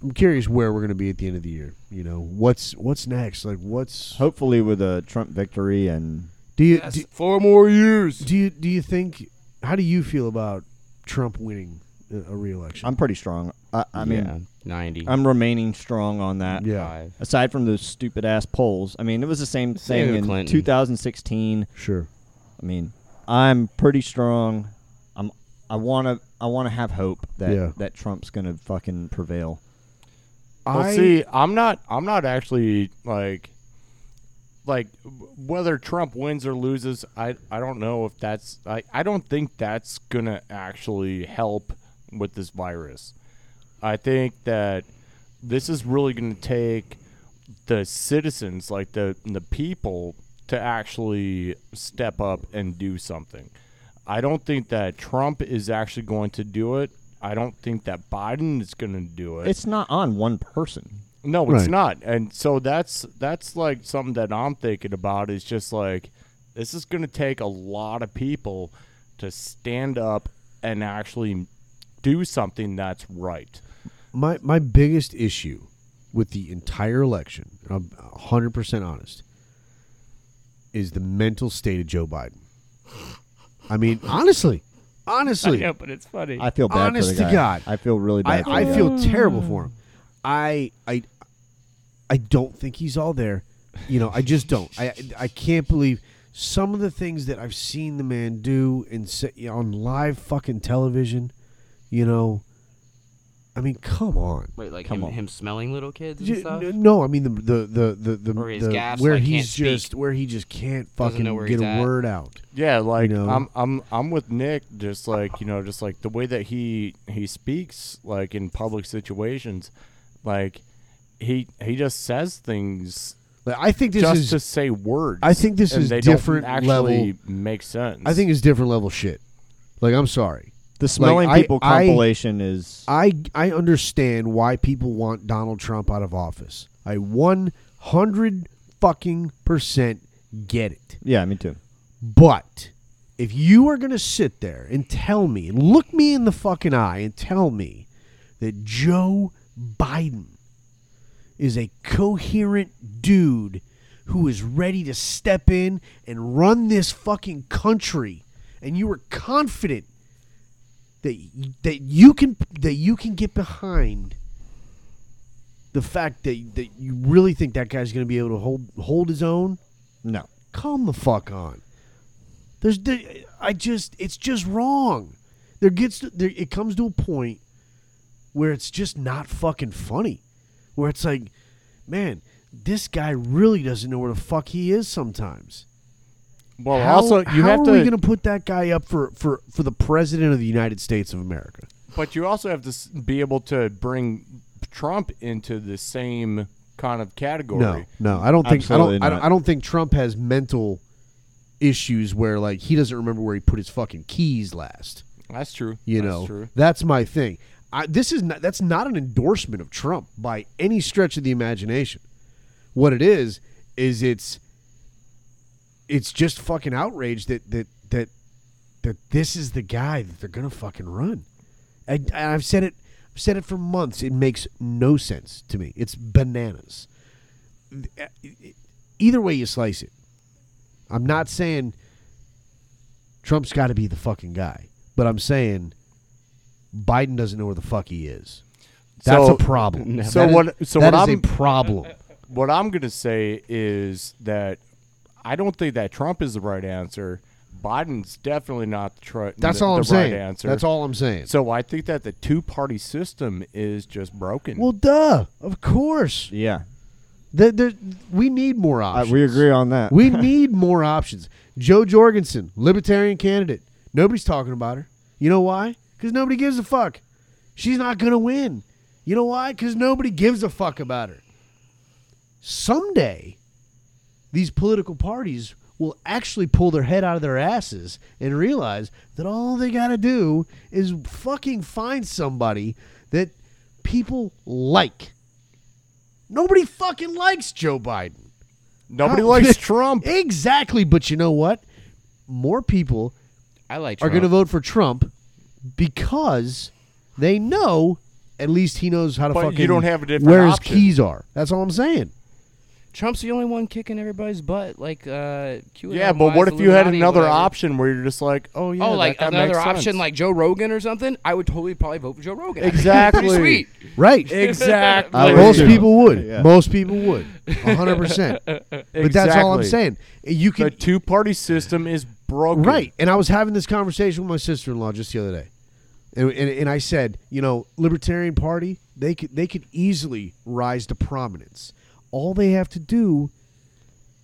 I'm curious where we're going to be at the end of the year. You know, what's what's next? Like, what's Hopefully with a Trump victory and do you do, *laughs* Four more years. do you do you think? How do you feel about Trump winning a a reelection? I'm pretty strong. I, I mean, yeah, ninety. I'm remaining strong on that. yeah, Five. Aside from those stupid ass polls, I mean, it was the same Same thing with in Clinton. 2016. sure. I mean, I'm pretty strong. I'm I want to I want to have hope that Yeah. that Trump's going to fucking prevail. Well, I see, I'm not. I'm not actually like, like w- whether Trump wins or loses. I I don't know if that's. I I don't think that's gonna actually help with this virus. I think that this is really gonna take the citizens, like the the people, to actually step up and do something. I don't think that Trump is actually going to do it. I don't think that Biden is going to do it. It's not on one person. No, it's Right. not. And so that's that's like something that I'm thinking about is just like this is going to take a lot of people to stand up and actually do something that's right. my my biggest issue with the entire election, and I'm 100 percent honest, is the mental state of Joe Biden. I mean, honestly, honestly, but it's funny. I feel bad Honest for to the guy. God. I feel really I, bad. for I the guy. feel terrible for Mm. him. I I I don't think he's all there. You know, I just don't. I I can't believe some of the things that I've seen the man do and say, on live fucking television. You know, I mean, come on. Wait, like Come him, on. him smelling little kids and J- stuff. n- No, I mean the the the the, the, Or his the- gaffes, where like, can't he's speak. just where he just can't Doesn't fucking know where get he's a at. word out. Yeah, like know? I'm I'm I'm with Nick just like, you know, just like the way that he he speaks like in public situations like he he just says things Like I think this just is to say words. I think this and is they different don't actually level- make sense. I think it's different level shit. Like I'm sorry. the smelling I- people I- compilation is I I understand why people want Donald Trump out of office. I 100 fucking percent get it. Yeah, me too. But if you are going to sit there and tell me, and look me in the fucking eye and tell me that Joe Biden is a coherent dude who is ready to step in and run this fucking country and you are confident that y- that you can that you can get behind the fact that that you really think that guy's going to be able to hold hold his own. No. Calm the fuck on. There's there, I just it's just wrong. There gets to, there it comes to a point where it's just not fucking funny. Where it's like, man, this guy really doesn't know where the fuck he is sometimes Well, how, also you how have are to. we going to put that guy up for, for, for the president of the United States of America? But you also have to s- be able to bring Trump into the same kind of category. no, I don't think I don't, Absolutely I don't not. I don't think Trump has mental issues where like he doesn't remember where he put his fucking keys last. That's true. You That's know, true. that's my thing. I, this is not, that's not an endorsement of Trump by any stretch of the imagination. What it is is it's it's just fucking outrage that that that that this is the guy that they're gonna fucking run. And, and I've said it, I've said it for months. It makes no sense to me. It's bananas. Either way you slice it, I'm not saying Trump's got to be the fucking guy, but I'm saying Biden doesn't know where the fuck he is. That's So- a *laughs* problem. so That is- what- so that is what I'm- a problem. What I'm going to say is that I don't think that Trump is the right answer. Biden's definitely not the, tr- That's the, all the I'm right saying. answer. That's all I'm saying. So I think that the two party system is just broken. well, duh. Of course, Yeah. there, there, we need more I, options. we agree on that. We need more options. Joe Jorgensen, libertarian candidate. Nobody's talking about her. You know why? Because nobody gives a fuck. She's not going to win. You know why? Because nobody gives a fuck about her. Someday, these political parties will actually pull their head out of their asses and realize that all they got to do is fucking find somebody that people like. Nobody fucking likes Joe Biden. Nobody How- *laughs* likes Trump. Exactly, but you know what? More people I are like Trump. going to vote for Trump because they know at least he knows how to But you fucking don't have a different where his option. keys are. That's all I'm saying. Trump's the only one kicking everybody's butt. Like, uh, QAnon Yeah, but what wise, if you had Illuminati, another whatever. option where you're just like, oh yeah, oh, that like guy another makes option, sense. like *laughs* Joe Rogan or something. I would totally probably vote for Joe Rogan. I think he's exactly, Pretty sweet. Right. Uh, exactly. I would Most too. people would. Yeah. Most people would. *laughs* 100%. But that's all I'm Exactly. saying. You can The two party system is broken. Right. And I was having this conversation with my sister in law just the other day. And, and, and I said, you know, Libertarian Party, they could, they could easily rise to prominence. All they have to do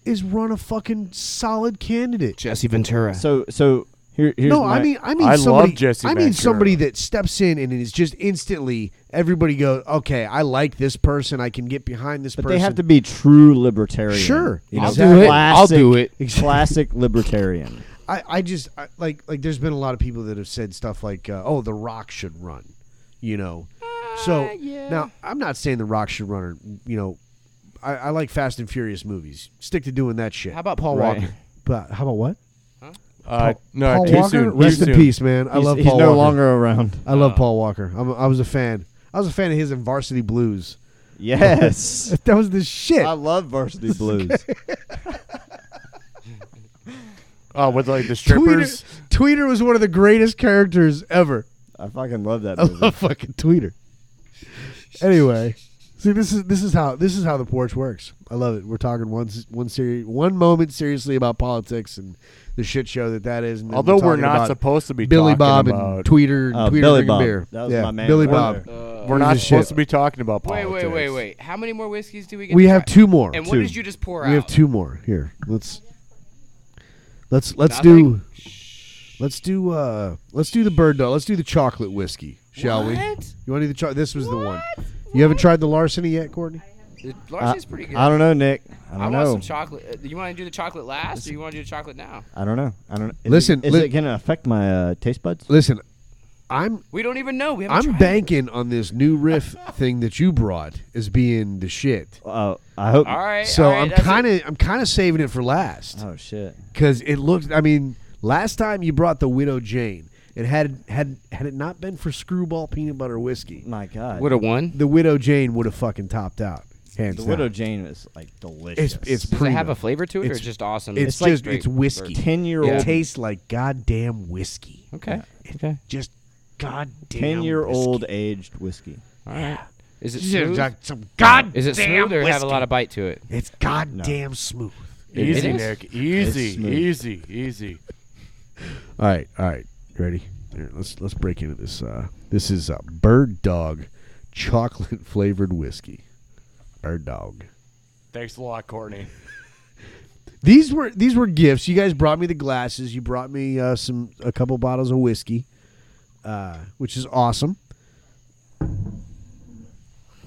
is run a fucking solid candidate. Jesse Ventura. *laughs* So so here here's no, my, I mean, I mean, I love somebody, Jesse I mean, Ventura. somebody that steps in and is just instantly everybody goes, okay, I like this person, I can get behind this But person. they have to be true libertarian. Sure. You I'll know, do it. Classic, I'll do it. *laughs* Classic libertarian. I, I just I, like like there's been a lot of people that have said stuff like uh, oh the rock should run you know so now i'm not saying the rock should run or you know I, I like fast and furious movies stick to doing that shit How about Paul Right. Walker? but how about what Uh, no, paul too walker soon. rest too in soon. peace man i he's love he's paul no walker longer *laughs* around. i Oh. love paul walker I'm, i was a fan i was a fan of his in varsity blues Yes. that was the shit I love varsity blues. Oh, with like the strippers. tweeter, tweeter was one of the greatest characters ever I fucking love that I movie. love fucking Tweeter. Anyway, see this is this is how this is how the porch works. I love it. We're talking one s- one seri- one moment seriously about politics and the shit show that that is. And then Although we're talking not about supposed to be Billy talking Bob and about- Tweeter, Oh, Tweeter Billy drinking Bob. beer. That was yeah, my man Billy right Bob. there. Uh, We're Lose not the shit. supposed to be talking about Wait, politics. wait, wait, wait. How many more whiskeys do we get? We to have try? two more. And Two. what did you just pour out? We have two more here. Let's let's let's do Nothing? let's do uh let's do the bird dog. Let's do the chocolate whiskey, shall we? What? You want to do the chocolate? This was the one. You haven't tried the larceny yet, Courtney? The I, Larceni's pretty good. I don't know, Nick. I I don't want know. some chocolate. Uh, Do you want to do the chocolate last, or you want to do the chocolate now? I don't know. I don't know. Is Listen, it, is li- it gonna affect my uh, taste buds? Listen, I'm We don't even know. We haven't I'm tried banking on this new *laughs* riff thing that you brought as being the shit. Uh, I hope. It. All right. So all right, I'm that's it. Uh. kind of I'm kind of saving it for last Oh shit. because it looks. I mean, last time you brought the Widow Jane, and had had had it not been for Screwball Peanut Butter Whiskey, Mm. My God. would have won. the Widow Jane would have fucking topped out. Hands the down. Widow Jane is like delicious. It's it's Does it have prima. a flavor to it, or It's- just awesome? It's, like just straight it's whiskey. ten year It old. tastes like goddamn whiskey. Okay. Okay. Just goddamn Ten year old whiskey. aged whiskey. All right. Is it She's smooth? got some goddamn Is it smooth or have a whiskey. lot of bite to it? It's goddamn smooth. It Easy, is? Nick. Easy, It's smooth. easy, easy. All right, all right. You ready? Here, let's let's break into this. Uh, this is uh, Bird Dog chocolate flavored whiskey. Bird Dog. Thanks a lot, Courtney. These were these were gifts. You guys brought me the glasses. You brought me uh, some a couple bottles of whiskey, uh, which is awesome.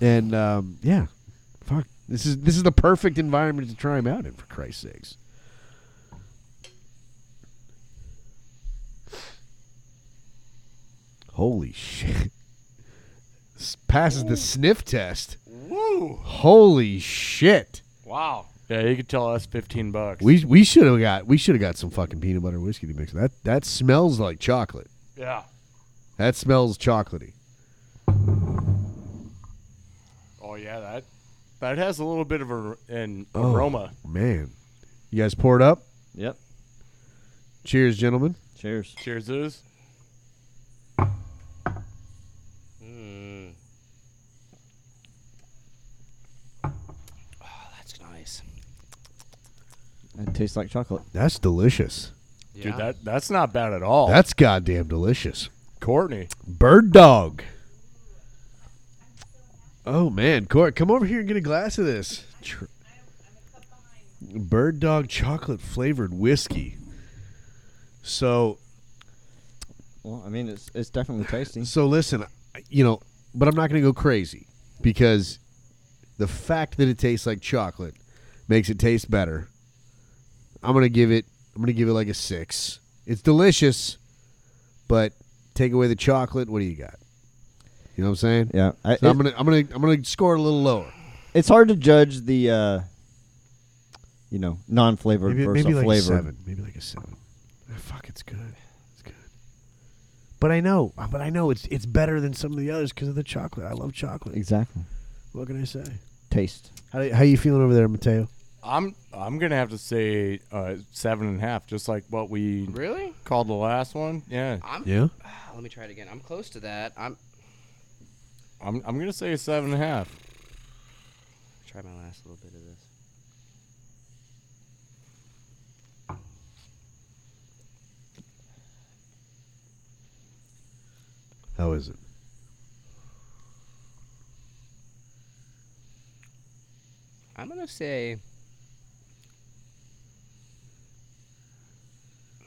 And um, yeah, fuck. This is this is the perfect environment to try them out in. For Christ's sakes. Holy shit! *laughs* This passes the sniff test. Woo! Holy shit! Wow. Yeah, you could tell us fifteen bucks. We we should have got we should have got some fucking peanut butter whiskey to mix. That that smells like chocolate. yeah. That smells chocolatey. Oh yeah, that that has a little bit of a, an Oh. aroma. Man, you guys poured up. Yep. Cheers, gentlemen. Cheers. Cheers, Zeus. Oh, that's nice. It tastes like chocolate. That's delicious. Dude, that that's not bad at all. That's goddamn delicious. Courtney. Bird dog. Oh man, Court, come over here and get a glass of this. Tr- Bird dog chocolate flavored whiskey. So Well, I mean, it's it's definitely tasty. So listen, you know, but I'm not going to go crazy because the fact that it tastes like chocolate makes it taste better. I'm going to give it I'm going to give it like a 6. It's delicious, but take away the chocolate, what do you got? You know what I'm saying? Yeah. I, So it- I'm going to I'm going to I'm going to score a little lower. it's hard to judge the, uh, you know, non flavored versus flavored. Maybe like a 7. Ah, fuck, it's good. It's good. But I know, but I know it's it's better than some of the others because of the chocolate. I love chocolate. Exactly. What can I say? Taste. How, do- how you feeling over there, Mateo? I'm I'm gonna have to say uh, seven and a half, just like what we Really? called the last one. Yeah, I'm. Yeah. Ah, Let me try it again. I'm close to that. I'm. I'm I'm gonna say a seven and a half. Try my last little bit of this. How is it? I'm gonna say.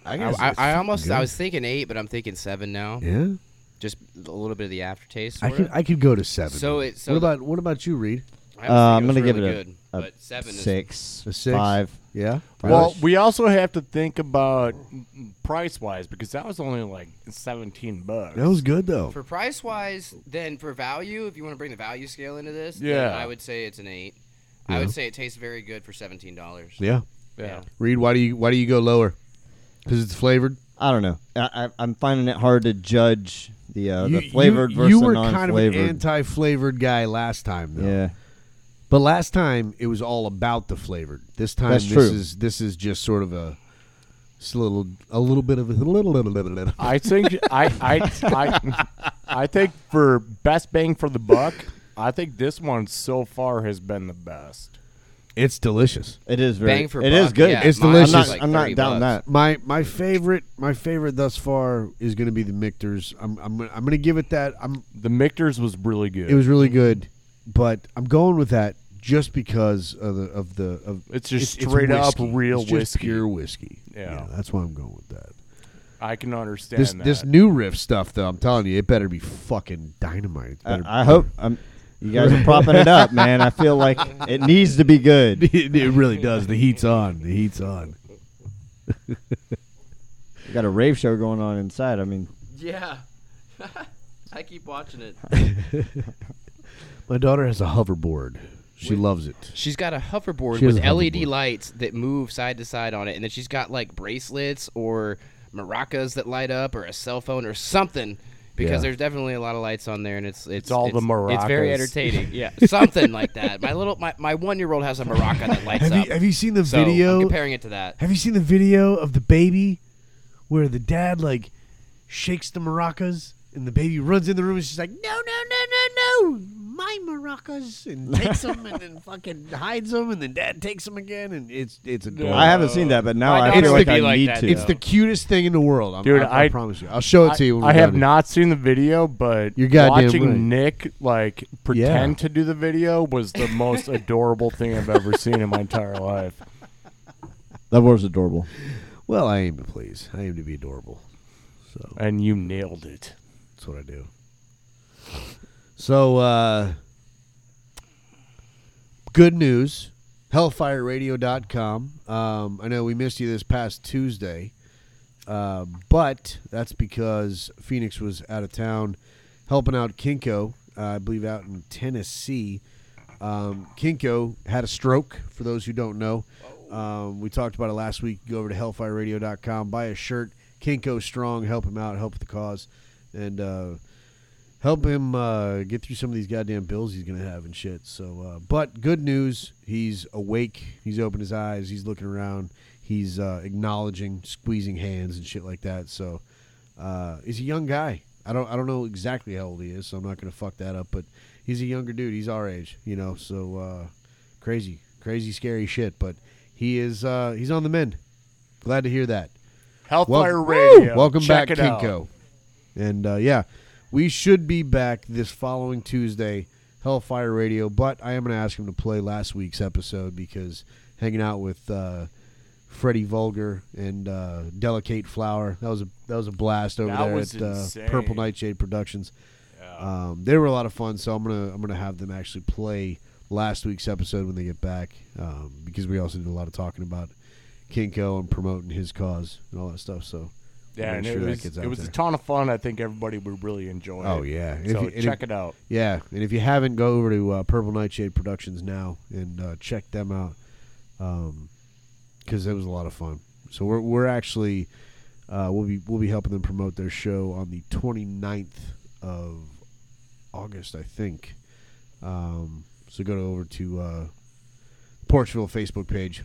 I, I, I almost I was thinking eight, but I'm thinking seven now. Yeah. Just a little bit of the aftertaste. I sort could of. I could go to seven. So it- so what the- about what about you, Reed? I always think Uh, I'm gonna was give really it a- good, a but seven is Six. A six? Five. Yeah. Well, Really? we also have to think about price wise because that was only like seventeen bucks. that was good though. for price wise. Then for value, if you want to bring the value scale into this, then Yeah. I would say it's an eight. Yeah. I would say it tastes very good for seventeen dollars. yeah. yeah. Reed, why do you why do you go lower? Because it's flavored. I don't know. I, I, I'm finding it hard to judge the uh, you, the flavored you, versus you were kind of non-flavored. an anti-flavored guy last time, though. yeah, But last time it was all about the flavored. This time That's this true. is this is just sort of a, just a little a little bit of a *laughs* little little little little. I think I I, I I think for best bang for the buck, I think this one so far has been the best. It's delicious. it is very. Bang for it is buck, good. yeah, It's mine delicious. was I'm not. like I'm not 30 down bucks. that. My my favorite my favorite thus far is going to be the Mictors. I'm I'm I'm going to give it that. I'm The Mictors was really good. it was really good, but I'm going with that just because of the of the of It's just straight up whiskey. real It's just whiskey. pure whiskey. Yeah. that's why I'm going with that. I can understand This that. this new riff stuff though, I'm telling you, it better be fucking dynamite. It's better I, I hope. i you guys are propping it up, man. I feel like it needs to be *laughs* good. it, it really does. The heat's on. The heat's on. We got a rave show going on inside. I mean, Yeah. *laughs* I keep watching it. My daughter has a hoverboard. She Wait. loves it. She's got a hoverboard She has with a LED hoverboard. lights that move side to side on it, and then she's got like bracelets or maracas that light up, or a cell phone or something. Because Yeah. there's definitely a lot of lights on there, and it's it's, all the It's very maracas. entertaining. Yeah, something like that. My little my, my one year old has a maraca that lights Have up. you have you seen the so I'm video? comparing it to that. Have you seen the video of the baby where the dad like shakes the maracas And the baby runs in the room and she's like, no, no, no, no, no, my maracas, *laughs* and takes them and then fucking hides them, and then dad takes them again, and it's it's adorable. I haven't seen that, but now My I dog feel would like be I like need that, to. It's the cutest thing in the world, I'm, Dude, I, I I- promise you. I'll show it to you. When I we're have done. not seen the video, but You're goddamn watching right. Nick like pretend to do the video was the most *laughs* adorable thing I've ever seen in my entire life. that was adorable. Well, I aim to please. I aim to be adorable. So And you nailed it. that's what I do. So, uh, good news hellfireradio.com. Um, I know we missed you this past Tuesday, uh, but that's because Phoenix was out of town helping out Kinko, uh, I believe out in Tennessee. Um, Kinko had a stroke, for those who don't know. Um, we talked about it last week. Go over to hellfireradio.com, buy a shirt. Kinko Strong, help him out, help the cause, and uh, help him uh, get through some of these goddamn bills he's gonna have and shit. So, uh, but good news, he's awake. He's opened his eyes. He's looking around. He's uh, acknowledging, squeezing hands and shit like that. So, uh, he's a young guy. I don't I don't know exactly how old he is, so I'm not gonna fuck that up. But he's a younger dude. He's our age, you know. So uh, crazy, crazy, scary shit. But he is uh, he's on the mend. Glad to hear that. Hellfire Welcome- Radio. Welcome Check back, it out. Kinko. And uh, yeah, we should be back this following Tuesday, Hellfire Radio. But I am going to ask him to play last week's episode because hanging out with uh, Freddie Vulgar and uh, Delicate Flower that was a that was a blast over That there was at uh, insane. Purple Nightshade Productions. Um, they were a lot of fun, so I'm gonna I'm gonna have them actually play last week's episode when they get back um, because we also did a lot of talking about Kinko and promoting his cause and all that stuff. So Yeah, make and sure it that was, gets it out was a there. ton of fun. I think everybody would really enjoy Oh, it. yeah. If So you- and check if- it out. Yeah, and if you haven't, go over to uh, Purple Nightshade Productions now and uh, check them out because it was a lot of fun. So we're we're actually uh, we'll be we'll be helping them promote their show on the 29th of August, I think. Um, so go to- over to uh, Porchville Facebook page,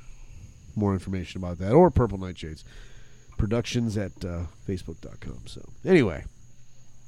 more information about that, or Purple Nightshades Productions at uh, Facebook.com. So anyway,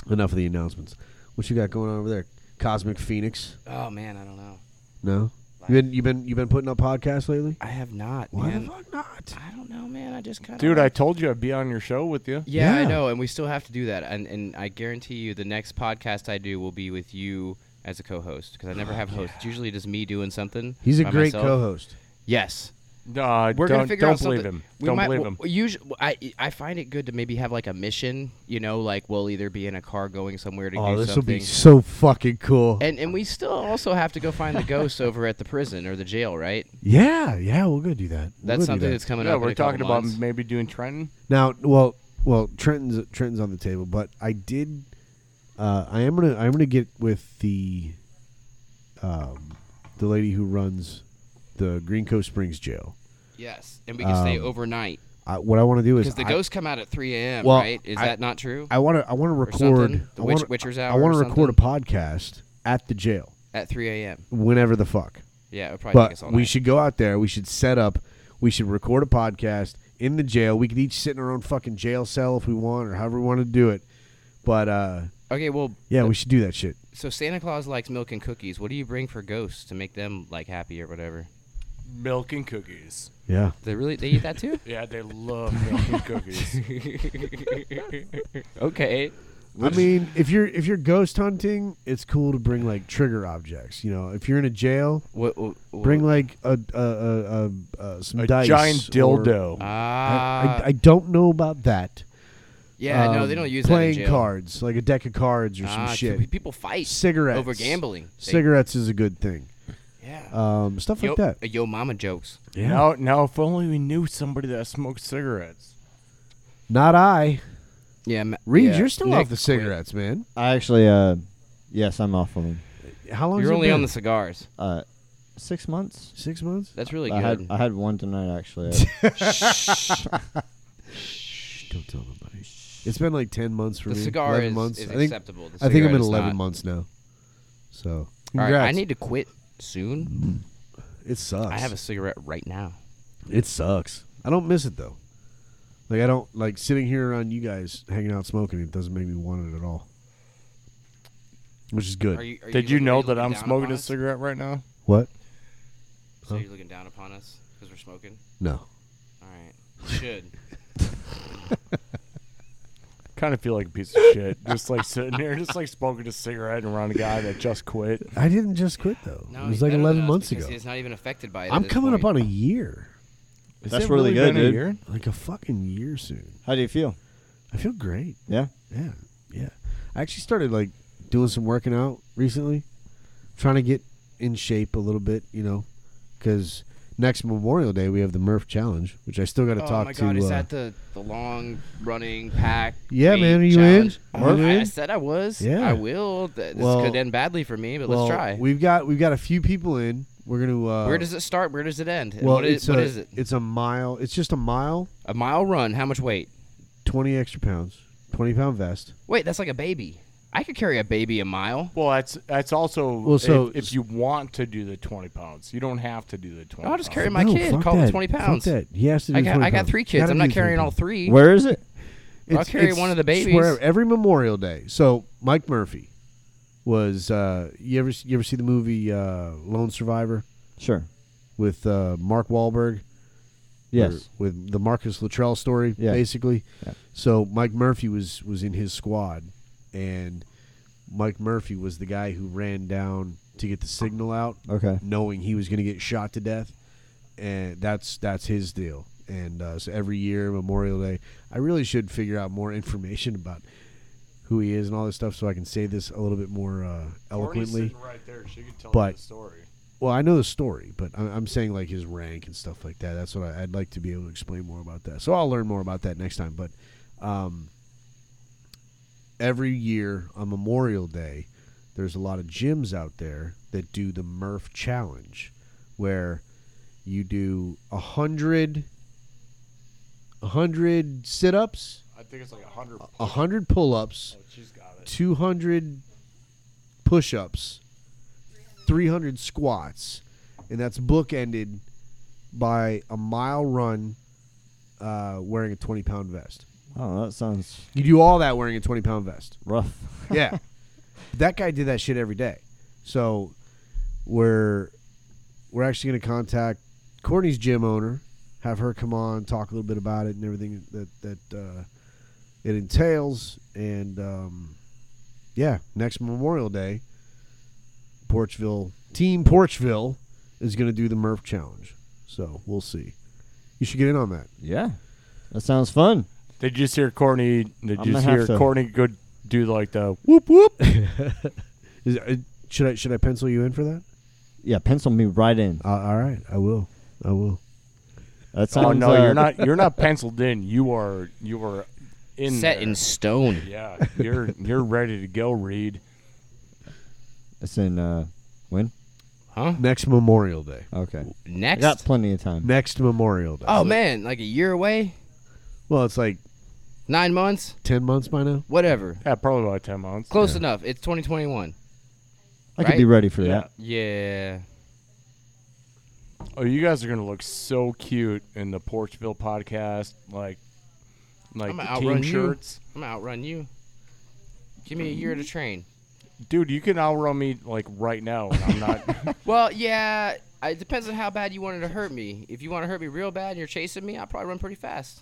enough of the announcements. What you got going on over there? Cosmic Phoenix? Oh man, I don't know. No. You been you been you been putting up podcasts lately? I have not. Why the man. fuck not? I don't know, man. I just kind of Dude, I told you I'd be on your show with you. Yeah, I Yeah. know, and we still have to do that. And and I guarantee you, the next podcast I do will be with you as a co-host because I never have hosts. It's usually just me doing something. Oh, He's a by great myself. co-host. Yes, Uh, we're don't gonna figure don't out believe something. him. don't might, believe w- him. w- Usually, I I find it good to maybe have like a mission. You know, like we'll either be in a car going somewhere to Oh, do this will something. be so fucking cool. and, and we still also have to *laughs* go find the ghosts over at the prison or the jail, right? yeah, yeah, we'll go do that. We'll go That's do something that. that's coming yeah, up. in we're a couple talking about months. maybe doing Trenton. Now, well, well, Trenton's Trenton's on the table, but I did. Uh, I am gonna I'm gonna get with the, um, the lady who runs the Green Coast Springs Jail. Yes, and we can stay um, overnight I, what I want to do is because the I- ghosts come out at 3 a.m. Well, right? Is I- that not true? I want to I want to something. record. The I Witch- wanna- Witcher's I Hour wanna or record a podcast at the jail at 3 a.m. whenever the fuck. Yeah, it would probably take us But all we night. should go out there. We should set up. We should record a podcast in the jail. We could each sit in our own fucking jail cell if we want, or however we want to do it. But uh, Okay, well, yeah, we should do that shit. so Santa Claus likes milk and cookies. What do you bring for ghosts to make them like happy or whatever? Milk and cookies. Yeah. They really they eat *laughs* that too? Yeah, they love milk and cookies. okay. I mean, if you're if you're ghost hunting, it's cool to bring like trigger objects. You know, if you're in a jail, What, what, what- bring like a a a, a, a some A dice giant or- dildo. I, Ah, I, I don't know about that. yeah, no, Um, they don't use playing that in jail. cards, like a deck of cards or Ah, some c- shit. People fight Cigarettes over gambling. They- Cigarettes is a good thing. yeah. Um, stuff yo, like that. uh, yo, mama jokes. Now, now, if only we knew somebody that smoked cigarettes. Not I. Yeah, ma- Reed, yeah. you're still Nick off the quit. cigarettes, man. I actually, uh, yes, I'm off of them. How long? You're only been? on the cigars. Uh, six months. six months. That's really I had good. I had one tonight actually. Uh, *laughs* Shh, don't tell nobody. It's been like ten months for the me. cigar 11 is, months. is I think acceptable. The I think I'm cigarette at is eleven not. months now. So All right, I congrats. need to quit soon. It sucks. I have a cigarette right now. It sucks. I don't miss it though. Like I don't like sitting here around you guys hanging out smoking. It doesn't make me want it at all. which is good. Are you, are Did you, you looking- know are that looking I'm down smoking upon a us? cigarette right now? what? Huh? So you're looking down upon us because we're smoking. No. All right, You should. *laughs* Kind of feel like a *laughs* piece of shit, just like sitting here, just like smoking a cigarette around a guy that just quit. I didn't just quit though. No, it was he's like better than 11 us months because ago. He's not even affected by it. at I'm this coming point. up on a year, Has That's it really good, been a dude. year? like a fucking year soon. How do you feel? I feel great. Yeah. Yeah, yeah. I actually started like doing some working out recently, trying to get in shape a little bit, you know, because next Memorial Day we have the Murph Challenge, which I still got to Oh talk my to. god, is uh, that the, the long running pack? Yeah, weight man, are you challenge? in? Are you I, I in? said I was. Yeah. I will. Th- This Well- could end badly for me, but well, let's try. We've got we've got a few people in. We're gonna. Uh, Where does it start? Where does it end? And Well, what it's is, what a, is it? It's a mile. It's just a mile, A mile run. How much weight? twenty extra pounds, twenty pound vest. Wait, that's like a baby. I could carry a baby a mile. Well, that's that's also Well, so- if, if you want to do the twenty pounds, you don't have to do the twenty. I'll just pounds. carry my No, kid. fuck Call that. it 20 Fuck pounds. that. He has to do I got, 20 I got pounds. three kids. Gotta I'm do not 20 carrying all pounds. three. Where is it? I'll carry one of the it's babies. where- every Memorial Day. So Mike Murphy was uh, you ever you ever see the movie uh, Lone Survivor Sure. with uh, Mark Wahlberg? Or Yes. with the Marcus Luttrell story, Yeah. basically. Yeah. So Mike Murphy was was in his squad, and Mike Murphy was the guy who ran down to get the signal out, Okay. knowing he was going to get shot to death, and that's that's his deal. And uh, so every year Memorial Day, I really should figure out more *laughs* information about who he is and all this stuff, so I can say this a little bit more uh, eloquently. right there. She could tell But- the story. Well, I know the story, but I- I'm saying like his rank and stuff like that. That's what I, I'd like to be able to explain more about that. So I'll learn more about that next time. But um, every year on Memorial Day, there's a lot of gyms out there that do the Murph Challenge, where you do a hundred, a hundred sit-ups, I think it's like a hundred. Uh, a hundred pull-ups, Oh, she's got it. 200 push ups, 300 squats, and that's bookended by a mile run uh, wearing a 20 pound vest. Oh, that sounds You do all that wearing a 20 pound vest. rough. *laughs* Yeah. that guy did that shit every day. So we're we're actually going to contact Courtney's gym owner, have her come on, talk a little bit about it and everything that that uh, it entails, and um, yeah, next Memorial Day, Porchville Team Porchville is going to do the Murph Challenge. So we'll see. You should get in on that. yeah. That sounds fun. Did you just hear Courtney? Did I'm you gonna just have hear to- Courtney go do like the oh, whoop whoop? *laughs* Is, uh, should I should I pencil you in for that? Yeah, pencil me right in. Uh, all right, I will. I will. That sounds. oh Oh, no, uh, you're not. You're not penciled in. You are. You are in Set there. in stone. Yeah, you're you're ready to go, Reed. It's in uh, when? Huh? Next Memorial Day. Okay. I Next. got plenty of time. Next Memorial Day. oh, man. Like a year away? Well, it's like Nine months? ten months by now. Whatever. Yeah, probably about ten months. Close enough. It's 2021. I could be Right? ready for Yeah. that. Yeah. Oh, you guys are gonna look so cute in the Porchville podcast, like like I'ma the outrun team you. shirts. I'm going to outrun you. Give me a year to Mm-hmm. train. Dude, you can outrun me like right now. and I'm *laughs* not. Well, yeah. I- It depends on how bad you wanted to hurt me. If you want to hurt me real bad and you're chasing me, I'll probably run pretty fast.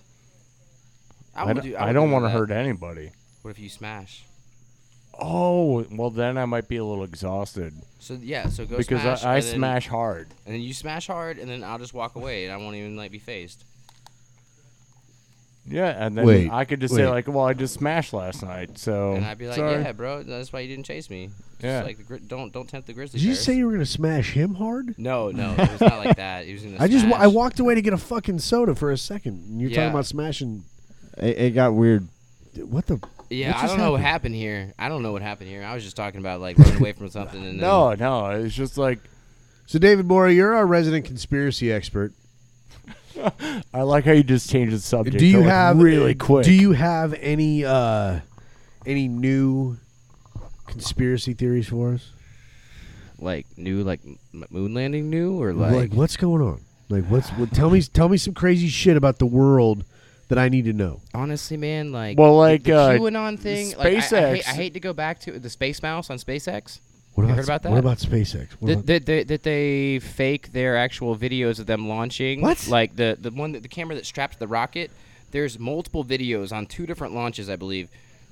I, will don't, do, I will don't do want to that. hurt anybody. What if you smash? Oh, well then I might be a little exhausted So yeah, so go because smash. I, I and then- smash hard. and then you smash hard, and then I'll just walk away, and I won't even like be phased. Yeah, and then Wait, I could just wait. say like, well, I just smashed last night, so and I'd be like, Oh, sorry. yeah, bro, that's why you didn't chase me. Just Yeah. like the gri- don't don't tempt the grizzly. Did you bears. say you were gonna smash him hard? No, no, it was not like that. It *laughs* was in the I just wa- smash. I walked away to get a fucking soda for a second. And you're Yeah. talking about smashing. It, it got weird. Dude, What the? Yeah, what I just don't know what happened here. I don't know what happened here. I was just talking about like running away from something. And then, No, no, it's just like So David Mora, you're our resident conspiracy expert. I like how you just change the subject. Do you like, have really quick? Do you have any uh any new conspiracy theories for us? like new, like m- moon landing, new or Like, like, what's going on? Like what's what, tell me tell me some crazy shit about the world that I need to know. Honestly, man, like Well, the- like, the, uh, QAnon thing. like, I- I, SpaceX. hate, I hate to go back to the space mouse on SpaceX. What You about, heard about What that? about SpaceX? What That about- that they, that they fake their actual videos of them launching. What? Like the the one that the camera that's strapped to the rocket. There's multiple videos on two different launches, I believe,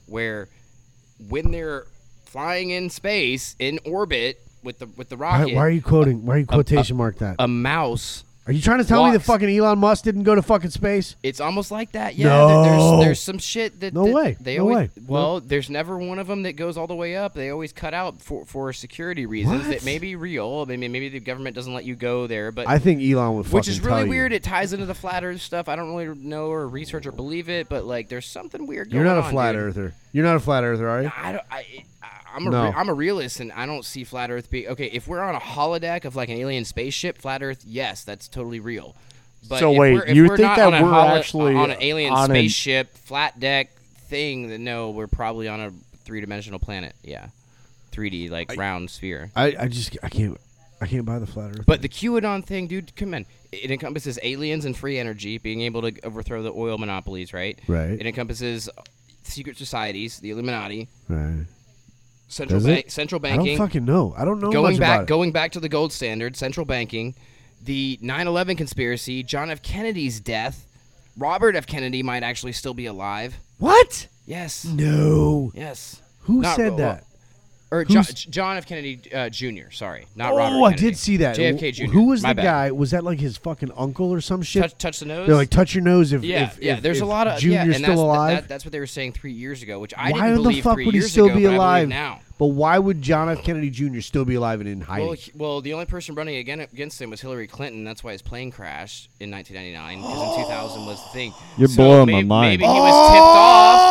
where when they're flying in space in orbit with the with the why, rocket, why are you quoting? Why are you quotation mark that? a mouse are you trying to tell me that walks- fucking Elon Musk didn't go to fucking space? It's almost like that. Yeah. there- No. There's, there's some shit that. No that way. They No always, way. Well, there's never one of them that goes all the way up. They always cut out for, for security reasons What? that may be real. I mean, maybe the government doesn't let you go there, but. I think Elon would. which is fucking really tell you. weird. It ties into the flat Earth stuff. I don't really know or research or believe it, but like, there's something weird You're going not a on, flat dude. earther. You're not a flat earther, are you? I don't, I, I- I'm a, No. am a realist, and I don't see flat Earth being okay. If we're on a holodeck of like an alien spaceship, flat Earth, yes, that's totally real. But So if wait, we're, if you we're think not that on a we're holo- actually on an alien on an- spaceship, flat deck thing? Then no, we're probably on a three dimensional planet. Yeah, 3D like round sphere. I, I just I can't I can't buy the flat earth. But the QAnon thing, dude, come on. It encompasses aliens and free energy, being able to overthrow the oil monopolies, right? Right. It encompasses secret societies, the Illuminati, right. central Does bank, it? central I don't banking, fucking know. I don't know going much back about it. going back to the gold standard central banking the 9-11 conspiracy john f kennedy's death robert f kennedy might actually still be alive What? yes No. yes Who Not said Ro- that? or Jo- Who's- J- john f kennedy uh, jr sorry not Oh, robert I Kennedy. did see that. jfk jr Who was my the bad. guy? Was that like his fucking uncle or some shit? touch, touch the nose They're like, touch your nose if yeah, if, yeah. if- There's a if lot of yeah, and Junior's that's, still alive. That, that's what they were saying three years ago, which I why didn't the believe fuck three would he years still ago, be but I believe alive now. But why would John F. Kennedy Jr. still be alive and in hiding? Well, he- well, the only person running again against him was Hillary Clinton. That's why his plane crashed in 1999 because in 2000 was the thing. You're So blowing may- my mind. Maybe he was tipped off.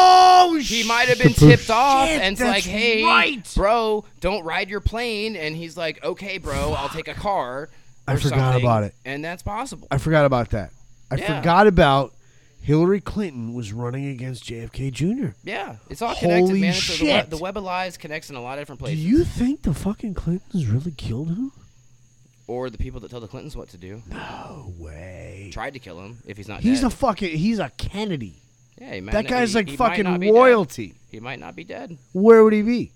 Oh, He might have been tipped off, and it's that's like, "Hey, right. bro, don't ride your plane." And he's like, "Okay, bro, I'll take a car." I or forgot something." about it. And that's possible. I forgot about that. I Yeah. forgot about Hillary Clinton was running against JFK Jr. yeah, it's all connected, Holy man. It's the- The, shit. web, the web of lies connects in a lot of different Do places. you think the fucking Clintons really killed him? or the people that tell the Clintons what to do No way. tried to kill him if he's not. He's dead. a fucking. He's a Kennedy. yeah, he might That not- guy's he- like he might fucking not be dead. royalty. He might not be dead. Where would he be?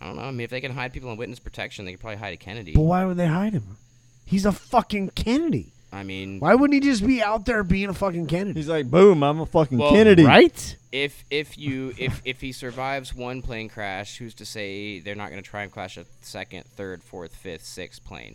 I don't know. I mean, if they can hide people in witness protection, they could probably hide a Kennedy. But why would they hide him? He's a fucking Kennedy. I mean, Why wouldn't he just be out there being a fucking Kennedy? He's like, boom, I'm a fucking Well, Kennedy. Right? if if you if if he survives one plane crash, who's to say they're not going to try and crash a second, third, fourth, fifth, sixth plane,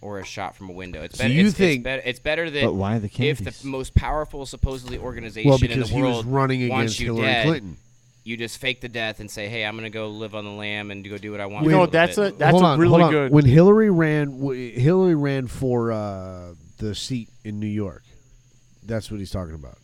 or a shot from a window? It's So better. you it's, think- it's better, it's better that But why the if the Kennedys? most powerful supposedly organization Well, in because the he world was running wants against you Hillary dead, Clinton. You just fake the death and say, "Hey, I'm going to go live on the lamb and go do what I want." You for know little that's bit." a that's hold a on, really hold on. good. When Hillary ran, w- Hillary ran for uh, the seat in New York. That's what he's talking about.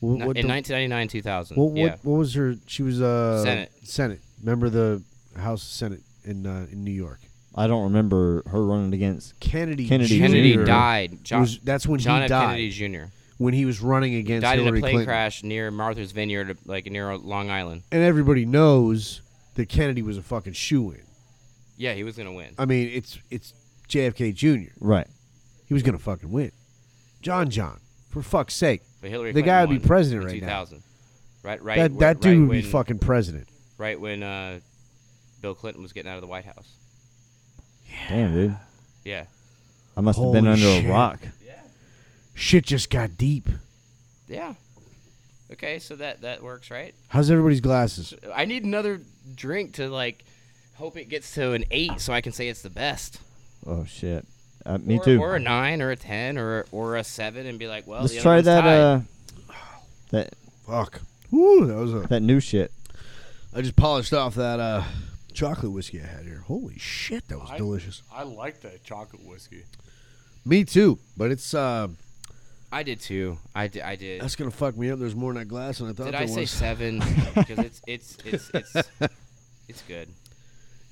Wh- What, No, in the- 1999, 2000. wh- what, yeah. what was her? She was uh, Senate. Senate. Remember the House Senate in uh, in New York. I don't remember her running against. Kennedy. Kennedy Kennedy Jr. died. John, was- that's when he John F. died. Kennedy Jr. when he was running against died in a Hillary plane Clinton. crash near Martha's Vineyard, like near Long Island. And everybody knows that Kennedy was a fucking shoe in. Yeah, he was gonna win. I mean, it's it's JFK Jr. Right. He was gonna fucking win. John John, for fuck's sake. But Hillary the Clinton guy would be won president in right now. 2000. Right, right. that where- that dude right would when, be fucking president. Right when uh, Bill Clinton was getting out of the White House. Damn, dude. Yeah. I must have Holy been under shit. a rock. Shit just got deep. Yeah. Okay, so that that works, right? How's everybody's glasses? I need another drink to like hope it gets to an eight so I can say it's the best. Oh shit. Uh, me or, too. Or a nine, or a ten, or or a seven, and be like, well, the Let's other try one's that. tied. Uh, that Fuck. Ooh, that was a. that new shit. I just polished off that uh, chocolate whiskey I had here. Holy shit, that was I- delicious. I like that chocolate whiskey. Me too, but it's uh, I did too. I did. I did. that's gonna fuck me up. There's more in that glass than I thought Did there I say was. *laughs* seven? Because it's it's it's it's it's good.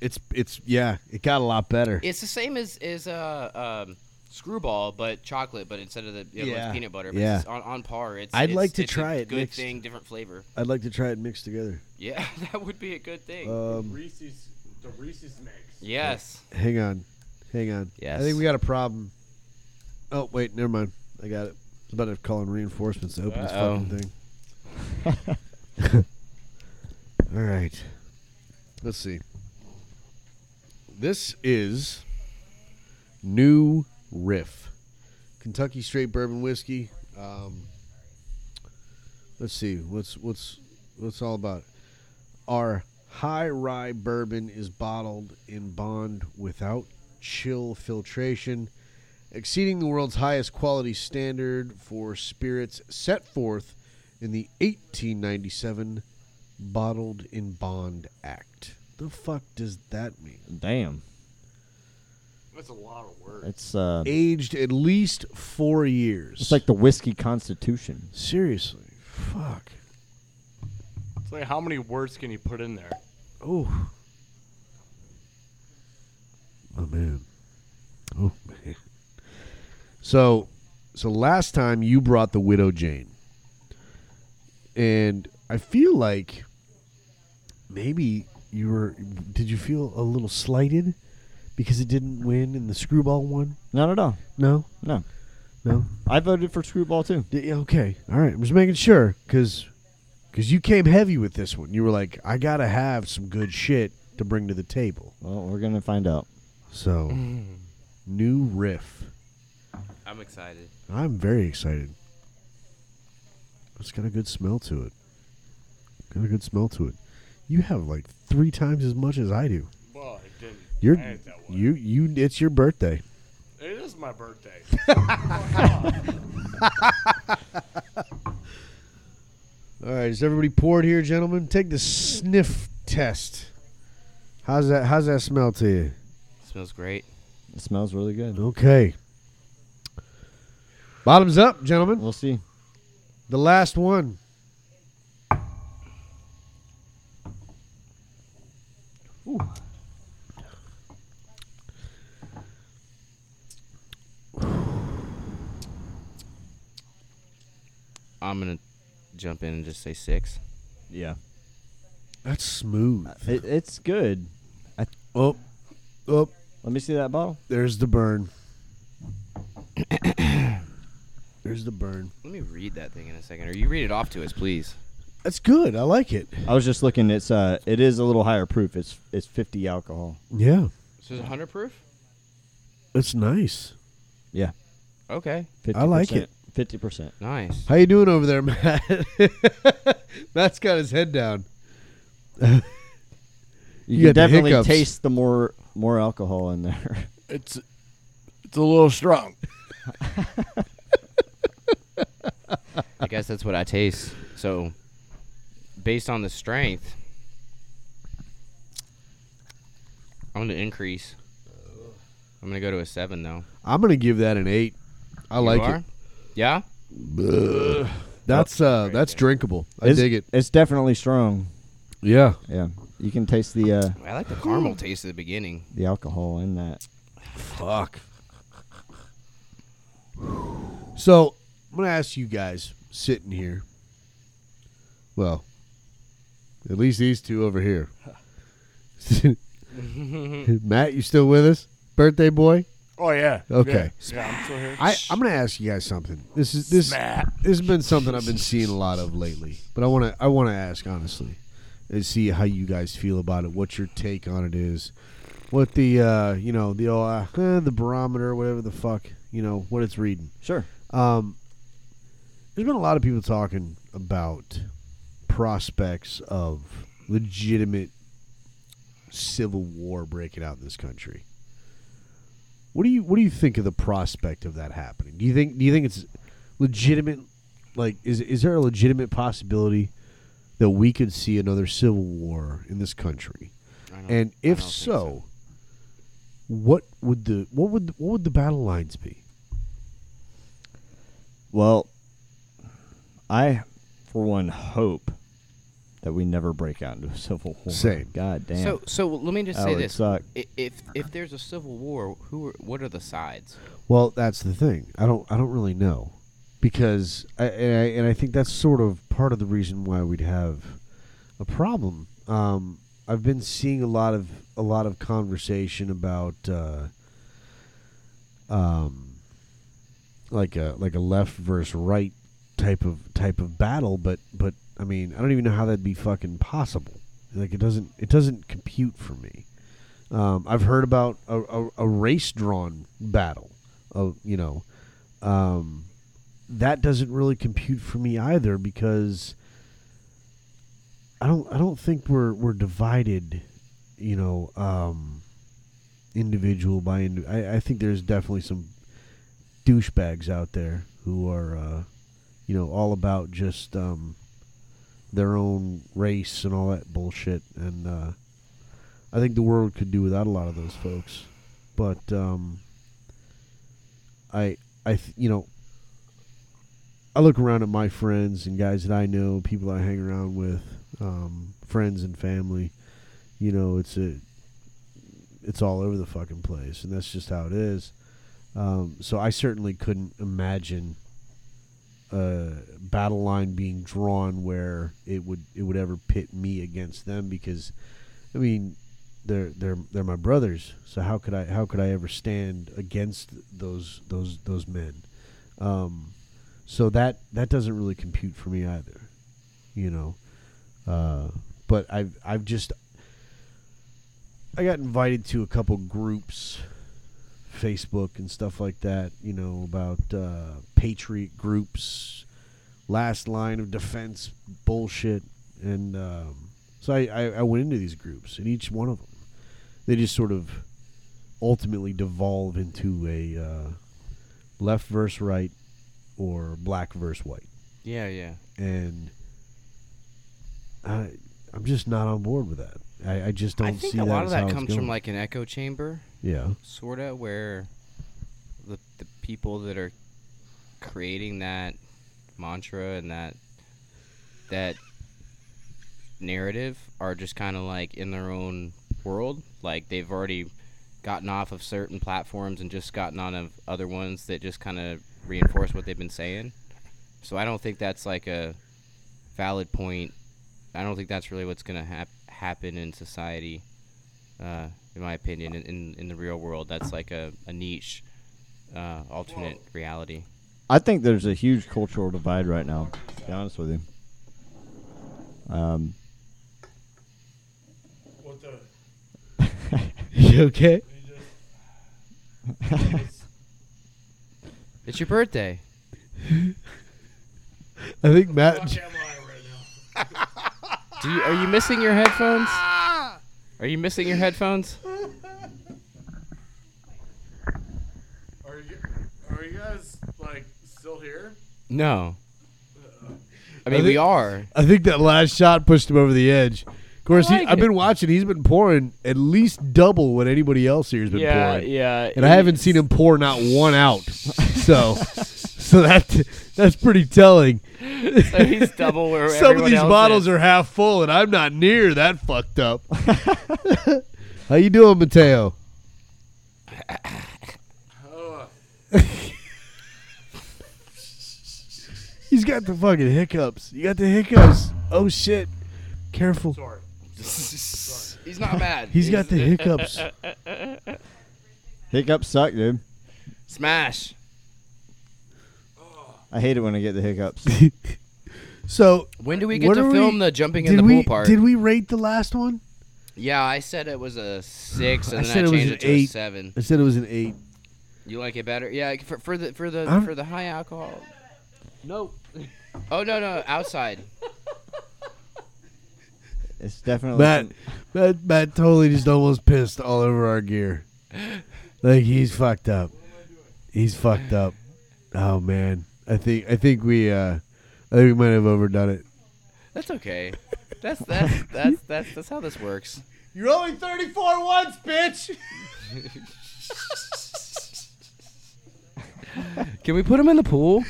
It's it's yeah, it got a lot better. It's the same as is uh um screwball, but chocolate, but instead of the you know, Yeah. it's peanut butter, but Yeah. it's on, on par. It's I'd it's- like to it's a try it Good mixed. thing, different flavor. I'd like to try it mixed together. Yeah, *laughs* that would be a good thing. Um, Reese's, the Reese's mix. yes. hang on, hang on. Yes. I think we got a problem. Oh wait, never mind. I got it. About to call in reinforcements to open this Uh-oh. fucking thing. All right. Let's see. This is New Riff, Kentucky Straight Bourbon Whiskey. Um, let's see. What's what's what's all about? Our high rye bourbon is bottled in bond without chill filtration, exceeding the world's highest quality standard for spirits set forth in the 1897 Bottled in Bond Act. The fuck does that mean? Damn. That's a lot of work. It's uh, Aged at least four years. it's like the whiskey constitution. seriously, fuck. It's like how many words can you put in there? Oh. Oh man. Oh man. So so last time you brought the widow Jane. And I feel like maybe you were did you feel a little slighted because it didn't win in the screwball one? Not at all. No? No. No? I voted for Screwball too. D- yeah, okay. All right. I'm just making sure because you came heavy with this one. You were like, I got to have some good shit to bring to the table. Well, we're gonna find out. So, new riff. I'm excited. I'm very excited. It's got a good smell to it. Got a good smell to it. You have like three times as much as I do. Well, it didn't. You're I ain't that way. you you. It's your birthday. It is my birthday. All right, is everybody poured here, gentlemen? Take the sniff test. How's that? How's that smell to you? Smells great. It smells really good. Okay. Bottoms up, gentlemen. We'll see. The last one. I'm gonna jump in and just say six. Yeah. That's smooth. It, it's good. Oh, oh, Let me see that bottle. There's the burn. There's the burn. Let me read that thing in a second, or you read it off to us, please. That's good. I like it. I was just looking. It's uh, it is a little higher proof. It's it's 50 alcohol. Yeah, So it's 100 proof. that's nice. Yeah. Okay, 50%, I like it. 50 percent. nice. How you doing over there, *laughs* Matt? Matt's got his head down. You, You can got the definitely hiccups. taste the more more alcohol in there. it's it's a little strong. I guess that's what I taste. So, based on the strength, I'm gonna increase. I'm gonna go to a seven though. I'm gonna give that an eight. I You like are? it. Yeah. Ugh. That's uh, that's drinkable. I *laughs* it's, dig it. It's definitely strong. Yeah. Yeah. You can taste the uh, I like the caramel taste at the beginning. the alcohol in that. Fuck. So I'm gonna ask you guys sitting here. Well, at least these two over here. Matt, you still with us? Birthday boy. Oh yeah. Okay. Yeah, yeah I'm still here. I, I'm gonna ask you guys something. This is this. Smack. This has been something I've been seeing a lot of lately, but I wanna I wanna ask honestly, and see how you guys feel about it. What your take on it is, what the uh, you know the old, uh, eh, the barometer, whatever the fuck you know what it's reading. Sure. Um, there's been a lot of people talking about prospects of legitimate civil war breaking out in this country. What do you what do you think of the prospect of that happening? Do you think do you think it's legitimate? Like, is is there a legitimate possibility that we could see another civil war in this country? I don't- And I if don't think so, what would the what would the, what would the battle lines be? Well, I, for one, hope that we never break out into a civil war. Same. God damn. So, so let me just That say would this: suck. I- if if there's a civil war, who are, what are the sides? Well, that's the thing. I don't. I don't really know because, I, and I and I think that's sort of part of the reason why we'd have a problem. Um, I've been seeing a lot of a lot of conversation about, uh, um, like a like a left versus right type of type of battle, but but I mean, I don't even know how that'd be fucking possible. Like it doesn't it doesn't compute for me. Um, I've heard about a, a, a race drawn battle, of you know, um, that doesn't really compute for me either because I don't I don't think we're we're divided, you know, um, individual by indi- I, I think there's definitely some douchebags out there who are, uh, you know, all about just um, their own race and all that bullshit, and uh, I think the world could do without a lot of those folks, but um, I I th- you know I look around at my friends and guys that I know, people I hang around with, um, friends and family. You know, it's a, it's all over the fucking place, and that's just how it is. Um, so I certainly couldn't imagine a battle line being drawn where it would it would ever pit me against them because, I mean, they're they're they're my brothers. So how could I how could I ever stand against those those those men? Um, so that that doesn't really compute for me either, you know. Uh, but I've I've just I got invited to a couple groups, Facebook and stuff like that, you know, about uh, patriot groups, last line of defense bullshit, and um, so I, I I went into these groups, and each one of them, they just sort of ultimately devolve into a uh, left versus right or black versus white Yeah, yeah. and I, I'm just not on board with that. I, I just don't I think see a that lot of as how that it's comes from going. like an echo chamber, yeah, sort of, where the the people that are creating that mantra and that that narrative are just kind of like in their own world. Like they've already gotten off of certain platforms and just gotten on of other ones that just kind of reinforce what they've been saying. So I don't think that's like a valid point. I don't think that's really what's going to hap- happen in society, uh, in my opinion, in, in, in the real world. That's like a, a niche uh, alternate reality. I think there's a huge cultural divide right now. To be honest with you. Um, What the? you okay? He just, It's your birthday. I think fuck Matt. am I right now? Do you, are you missing your headphones? Are you missing your headphones? Are you, are you guys like still here? No. I mean, we are. I think that last shot pushed him over the edge. Of course, I like he, I've it. been watching. He's been pouring at least double what anybody else here's been pouring, yeah. and I haven't seen him pour not one *laughs* out. so, so that that's pretty telling. So he's double where *laughs* Some of these bottles are half full, and I'm not near that fucked up. *laughs* How you doing, Mateo? Oh, He's got the fucking hiccups. You got the hiccups. Oh shit! Careful. sorry. *laughs* He's not bad. He's got *laughs* the hiccups. *laughs* hiccups suck, dude. smash. I hate it when I get the hiccups. *laughs* So When do we get What to are film we- the jumping in did the we pool part? did we rate the last one? Yeah, I said it was a six, and I then I said it was changed an it to a eight. seven. I said it was an eight. You like it better? Yeah, for, for the for the I'm- for the high alcohol. No. Oh no no outside. It's definitely Matt, Um, Matt, Matt totally just almost pissed all over our gear. Like he's fucked up. He's fucked up. Oh man, I think I think we uh, I think we might have overdone it. That's okay. That's that's that's that's that's how this works. You're only 34 once, bitch. Can we put him in the pool?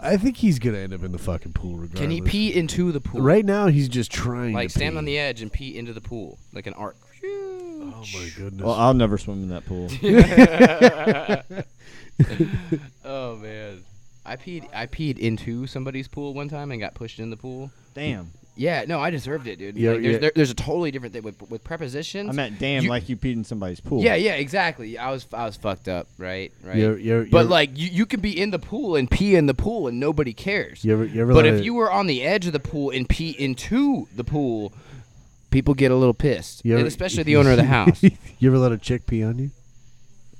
I think he's gonna end up in the fucking pool regardless. Can he pee into the pool? Right now, he's just trying. Like to stand pee. on the edge and pee into the pool like an arc. Oh my goodness. Well, I'll never swim in that *laughs* pool. Oh man. I peed I peed into somebody's pool one time and got pushed in the pool. Damn. Yeah, no, I deserved it, dude. Yeah, Like, there's, yeah. there- there's a totally different thing with, with prepositions. I meant damn, You- like you peed in somebody's pool. Yeah, yeah, exactly. I was I was fucked up, right? Right. You're- you're- but you're- like you, you can be in the pool and pee in the pool and nobody cares. You ever- you ever but let if it- you were on the edge of the pool and pee into the pool, people get a little pissed. You And ever- especially *laughs* the owner of the house. you ever let a chick pee on you?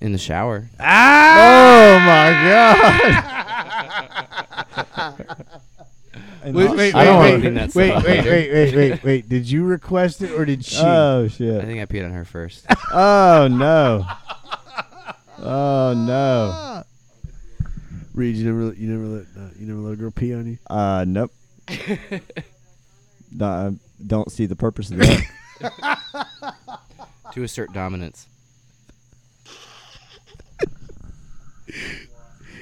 In the shower. Oh my god! And Wait, I- wait, I don't wait, wanna wait, do that. wait, wait, wait, wait, wait, wait. Did you request it or did she? Oh I shit. think I peed on *laughs* her first. Oh no. Oh no. Reed, you never, let- you never let, uh, you never let a girl pee on you. Uh, nope. no, I don't see the purpose of that. to assert dominance.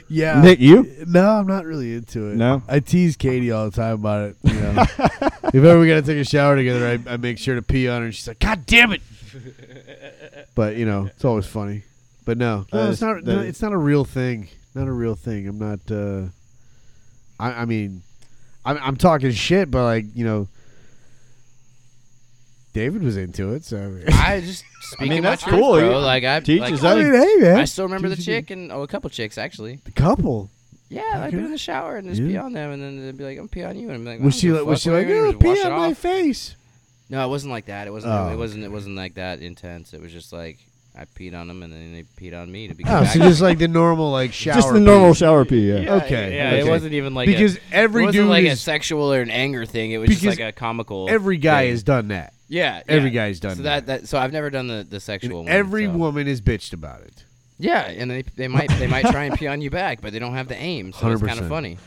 Yeah, Nick, you? *laughs* No, I'm not really into it. No? I tease Katie all the time about it. You know. *laughs* if ever we gotta take a shower together, I, I make sure to pee on her. and She's like, "God damn it!" but you know, it's always funny. But no, That no, is- it's not. that no, is- it's not a real thing. Not a real thing. I'm not. Uh, I, I mean, I'm, I'm talking shit, but like you know, David was into it, so. *laughs* I just speaking mean, my that's truth, cool. bro. You- Like I Teach like, is I that- mean, hey man, I still remember the Teach is- chick and oh a couple chicks actually. The couple. Yeah, I'd be Okay. in the shower and just Yeah. pee on them, and then they'd be like, "I'm pee on you," and I'm like, Was she "I don't like? give a Was fuck, she like? whatever," "Oh, and just wash pee it on my off. face. *laughs* No, it wasn't like that. It wasn't. Oh, it wasn't. It wasn't like that intense. It was just like I peed on them, and then they peed on me to be. Oh, so just like the normal like shower. Just the normal pee. shower pee. Yeah. Yeah, *laughs* okay, Yeah, okay. it wasn't even like because a, it every wasn't dude like a is, sexual or an anger thing. It was just Because like a comical. every guy thing. has done that. Yeah, every yeah. guy's done so that. that. that. So I've never done the the And sexual. one, every so. woman is bitched about it. Yeah, and they, they might they might try *laughs* and pee on you back, but they don't have the aim. So it's kind 100%. of funny.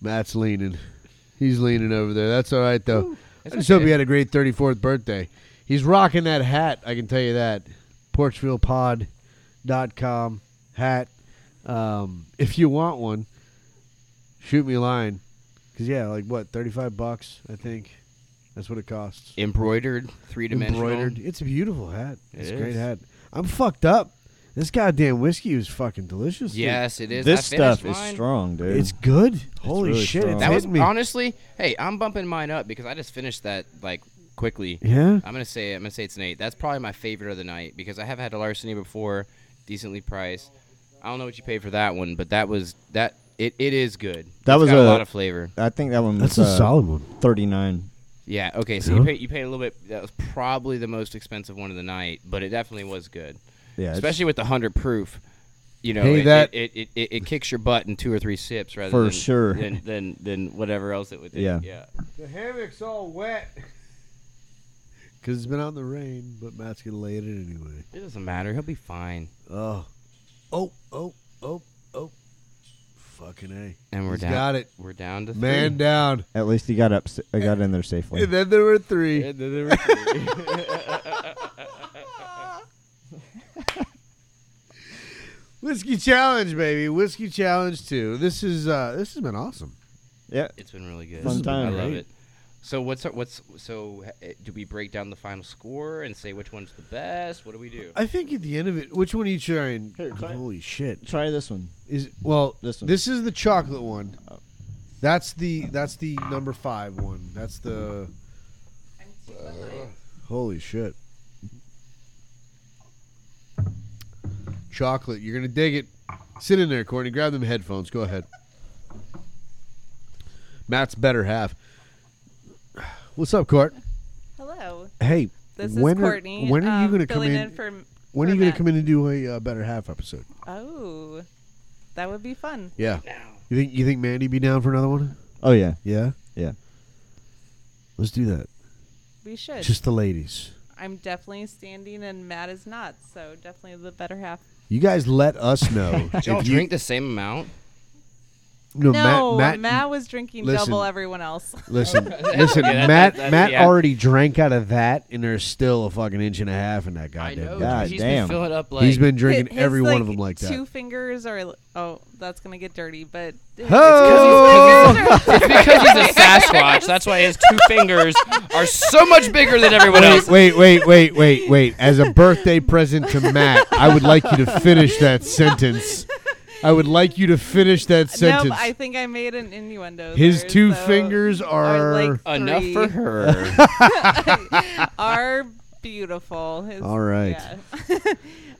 Matt's leaning. *laughs* He's leaning over there. That's all right though. I that's just hope okay. he had a great 34th birthday. He's rocking that hat. I can tell you that. PorchvillePod.com hat. Um, if you want one, shoot me a line. Cause yeah, like what, 35 bucks? I think that's what it costs. Embroidered, three dimensional. embroidered. It's a beautiful hat. It It's a great is. hat. I'm fucked up. This goddamn whiskey was fucking delicious. dude. Yes, it is. I This stuff finished is mine. strong, dude. it's good. Holy really shit, strong. it's That was hitting me. honestly, hey, I'm bumping mine up because I just finished that like quickly. yeah, I'm gonna say I'm gonna say it's an eight. That's probably my favorite of the night because I have had a larceny before, decently priced. I don't know what you paid for that one, but that was that it, it is good. That It's was got a, a- lot of flavor. I think that one was that's a uh, solid one. 39. Yeah. Okay. So Yeah. you paid you paid a little bit. That was probably the most expensive one of the night, but it definitely was good, Yeah. it's- especially with the hundred proof. You know, Hey, it, that- it, it, it, it kicks your butt in two or three sips rather For than, sure. than, than than whatever else it would. do. Yeah. Yeah. The hammock's all wet. *laughs* Cause it's been out in the rain, but Matt's gonna lay in it anyway. It doesn't matter. He'll be fine. Oh, oh, oh, oh, oh. Fucking a. And we're He's down. Got it. We're down to Man three. down. At least he got up. I got in there safely. And then there were three. And then there were three. Whiskey challenge, baby. Whiskey challenge two. This is uh this has been awesome. yeah. It's been really good. Fun This has been time. I love great. it. So what's what's so uh, do we break down the final score and say which one's the best? What do we do? I think at the end of it, which one are you trying? Here, try it. Holy shit! Try this one. Is well, This this, one. is the chocolate one. Oh. That's the that's the number five one. That's the uh, I'm too behind. holy shit. Chocolate, you're gonna dig it. Sit in there, Courtney. Grab them headphones. Go ahead. Matt's better half. What's up, Court? Hello. Hey, This when is Courtney. Are, when are you um, gonna come filling in? in? for, when for are you gonna Matt. come in and do a uh, better half episode? Oh, that would be fun. Yeah. You think you think Mandy be down for another one? Oh yeah. Yeah. Yeah. Let's do that. We should. Just the ladies. I'm definitely standing, and Matt is not. So definitely the better half. You guys let us know. *laughs* Y'all if you- drink the same amount? No, Matt, Matt, was drinking listen. double everyone else. *laughs* Listen, listen, Yeah, Matt. that- that's- Matt yeah. already drank out of that, and there's still a fucking inch and a half in that I goddamn. know. thing. God He's damn. been filling up like *laughs* He's been *laughs* drinking His, every like, one of them like Two that. fingers or oh, that's gonna get dirty. But Ho! It's because Oh! *laughs* he's a Sasquatch. That's why his two fingers are so much bigger than everyone *laughs* else. Wait, wait, wait, wait, wait. As a birthday present to Matt, I would like you to finish that sentence. I would like you to finish that sentence. no, I think I made an innuendo. His there, two so- fingers are are. like Enough three for her. *laughs* are beautiful. His- All right. yeah.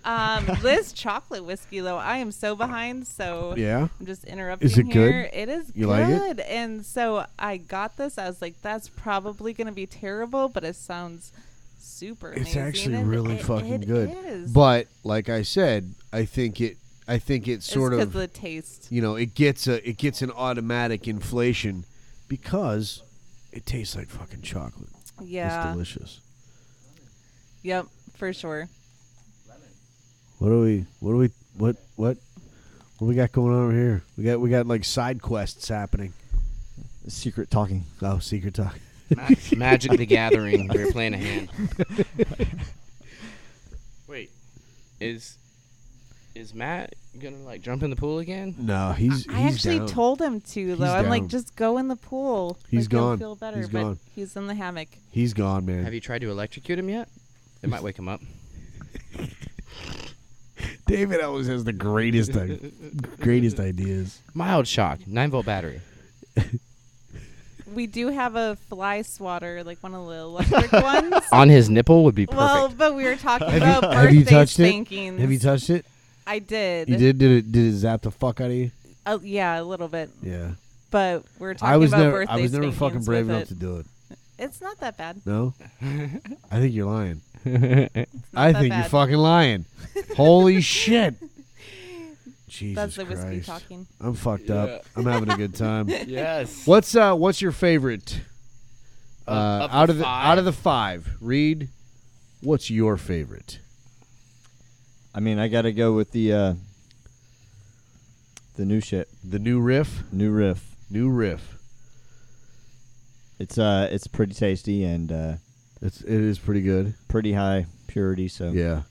*laughs* um, this chocolate whiskey though, I am so behind. So yeah. I'm just interrupting. it good? here. It is You like it? good. And so I got this. I was like, that's probably going to be terrible, but it sounds super. It's amazing, actually and really it- fucking it good. is. But like I said, I think it. I think it It's sort 'cause of. the taste. you know, it gets a it gets an automatic inflation because it tastes like fucking chocolate. It's Yeah. delicious. Yep. For sure. What do we? What do we? What what? What we got going on over here? We got we got like side quests happening. Secret talking. Oh, secret talk. *laughs* Magic the Gathering. We were playing a hand. Wait, is is Matt gonna like jump in the pool again? *laughs* No, he's. I he's actually down. told him to though. He's I'm like, down. just go in the pool. He's like, you'll gone. Feel better, He's but gone. he's in the hammock. He's gone, man. Have you tried to electrocute him yet? It might wake him up. David always has the greatest, *laughs* greatest ideas. *laughs* Mild shock, nine volt battery. We do have a fly swatter, like one of *laughs* the electric ones. On his nipple would be perfect. Well, but we were talking about birthday have you touched it? spankings. Have you touched it? I did. You did? Did it? Did it zap the fuck out of you? Oh, yeah, a little bit. Yeah. But we we're talking I was about never. birthday I was never fucking spankings brave with enough to it. do it. It's not that *laughs* bad. No. I think you're lying. *laughs* It's not I that think bad. you're fucking lying. *laughs* Holy shit. Jesus That's the whiskey Christ. talking. I'm fucked up. I'm having a *laughs* good time. yes. What's uh what's your favorite? Uh, Of- of out the of the five. out of the 5, Reed, what's your favorite? I mean, I gotta go with the uh, the new shit, The new riff, new riff. new riff. It's uh, it's pretty tasty and uh, It's it is pretty good. pretty high purity. So Yeah.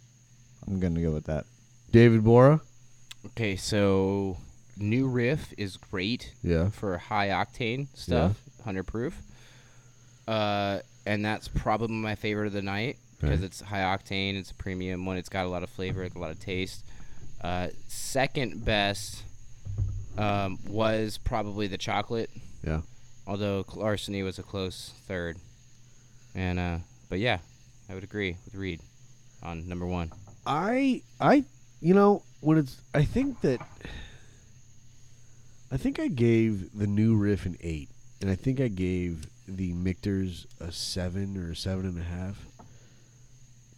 I'm gonna go with that. David Bora? Okay, so new riff is great. Yeah. for high octane stuff, hundred proof. Uh, and that's probably my favorite of the night because Right. it's high octane. It's a premium one. It's got a lot of flavor, like a lot of taste. Uh, second best um, was probably the chocolate, Yeah. although Larceny was a close third. And uh, but yeah, I would agree with Reed on number one. I I you know when it's I think that I think I gave the new riff an eight, and I think I gave the Mictors a seven or a seven and a half.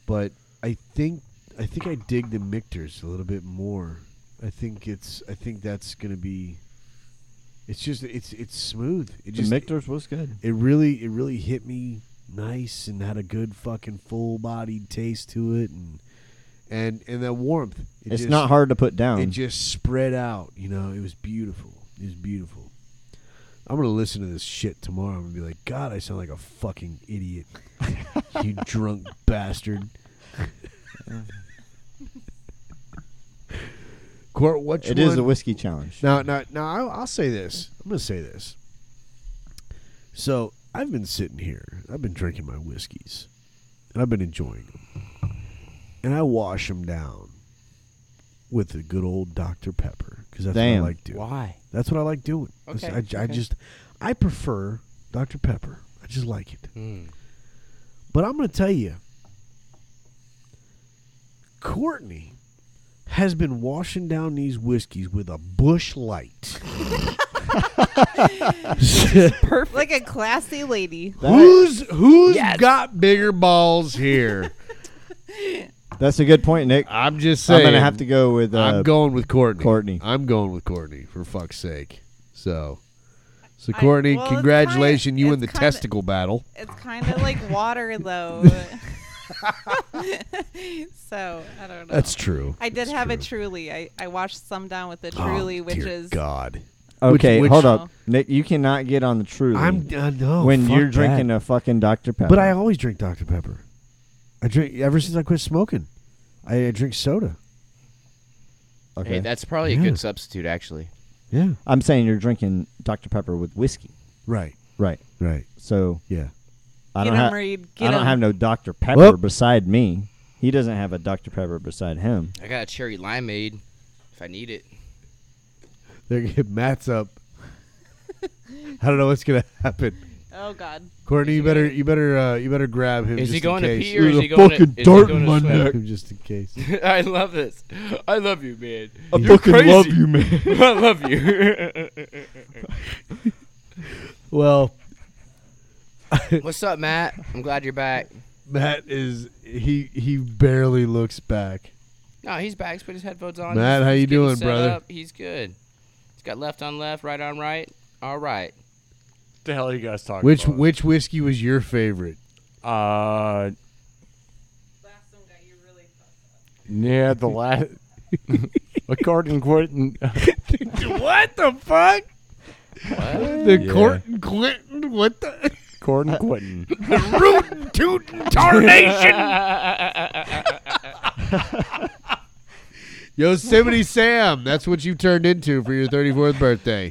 But I think I think I dig the Mictors a little bit more. I think it's I think that's gonna be. It's just it's it's smooth. It just the Mictors was good. it really it really hit me nice and had a good fucking full bodied taste to it and and and that warmth. It it's just- not hard um, to put down. It just spread out. You know, it was beautiful. It was beautiful. I'm gonna listen to this shit tomorrow. I'm gonna be like, God, I sound like a fucking idiot. *laughs* you drunk bastard. Court, which it is one- a whiskey challenge. *laughs* now, now, now, I'll, I'll say this. I'm going to say this. So I've been sitting here. I've been drinking my whiskeys, and I've been enjoying them. And I wash them down with the good old Dr Pepper because that's Damn. what I like doing. Why? That's what I like doing. That's- Okay, I, I okay. just, I prefer Dr Pepper. I just like it. Hmm. But I'm going to tell you, Courtney has been washing down these whiskeys with a bush light. *laughs* Perfect. Like a classy lady. who's who's got bigger balls here? That's a good point, Nick. I'm just I'm saying. gonna have to go with. Uh, I'm going with Courtney. Courtney. I'm going with Courtney for fuck's sake. So, so I- Courtney, well, it's congratulations, kinda- you win the it's kinda- testicle battle. It's kind of like *laughs* water, though. *laughs* so I don't know. That's true. I did That's have a true. truly. I, I washed some down with a Oh, truly, which dear is God. Okay, which- hold up, Nick. You cannot get on the truly I'm I know when fuck you're that. drinking uh, a fucking Dr Pepper. But I always drink Dr Pepper. I drink ever since I quit smoking. I, I drink soda. okay. Hey, that's probably a Yeah. good substitute, actually. Yeah. I'm saying you're drinking Dr Pepper with whiskey, Right. right? Right. So Yeah. I Get don't 'em, have Reed. I Get don't 'em. have no Dr Pepper Whoop. beside me. He doesn't have a Dr Pepper beside him. I got a cherry limeade if I need it. *laughs* There, Matt's up. *laughs* I don't know what's gonna happen. Oh God. Courtney, you better, you better, uh, you better grab him. Is just he going in to case. pee or There's is a he going to- fucking is he dart going in to my swim? neck, just in *laughs* case. I love this. I love you, man. I You're fucking crazy. *laughs* love you, man. I love you. Well, *laughs* What's up, Matt? I'm glad you're back. Matt is he he barely looks back. No, he's back. He's put his headphones on. Matt, He's- how he's you getting doing, set brother? up. He's good. He's got left on left, right on right. All right. the hell are you guys talking Which about? which whiskey was your favorite? Uh, Last one got you really fucked yeah, the *laughs* last. According Quentin. what the fuck? The Yeah. Corton Clinton. What the? Gordon Quentin. Rootin' *laughs* tootin' *laughs* tarnation. Yosemite Sam. That's what you turned into for your 34th *laughs* birthday.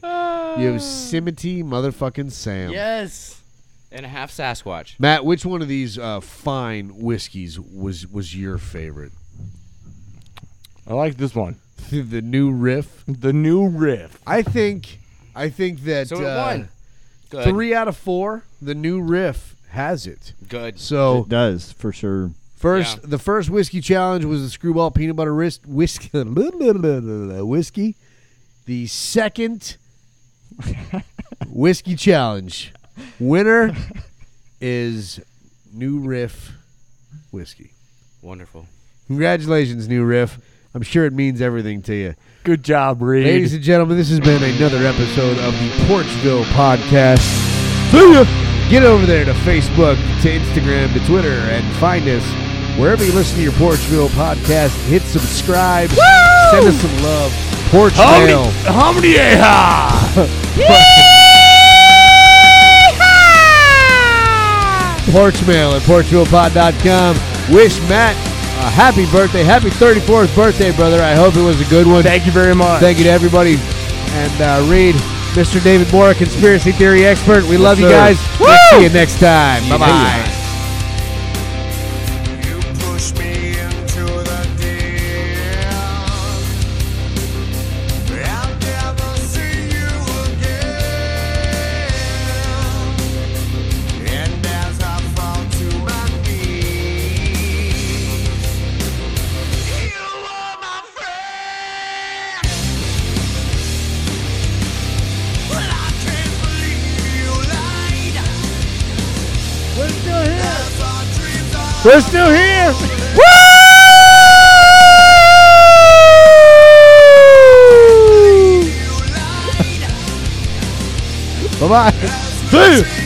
Yosemite motherfucking Sam. Yes. And a half Sasquatch. Matt, which one of these uh, fine whiskeys was was your favorite? *laughs* I like this one. The new riff. The new riff. I think. I think that So it uh, won. Good. three out of four. The new riff has it. Good. So It does for sure. First, Yeah. the first whiskey challenge was the screwball peanut butter wrist whiskey. *laughs* whiskey. The second whiskey challenge winner is New Riff whiskey. Wonderful. Congratulations, New Riff. I'm sure it means everything to you. Good job, Reed. Ladies and gentlemen, this has been another episode of the Porchville Podcast. See ya! Get over there to Facebook, to Instagram, to Twitter, and find us. Wherever you listen to your Porchville podcast, hit subscribe. Send us some love. Porchville. Porchmail at porchvillePod.com. Wish Matt a happy birthday. Happy 34th birthday, brother. I hope it was a good one. Thank you very much. Thank you to everybody. And uh, Reed, Mr. David Moore, conspiracy theory expert. We love you sir. guys. We'll see you next time. Bye bye. You push me into the deep. I'll never see you again. And as I fall to my knees, you are my friend. Well, I can't believe you lied. As our dreams are. We're still here. Woo! Bye bye. See you.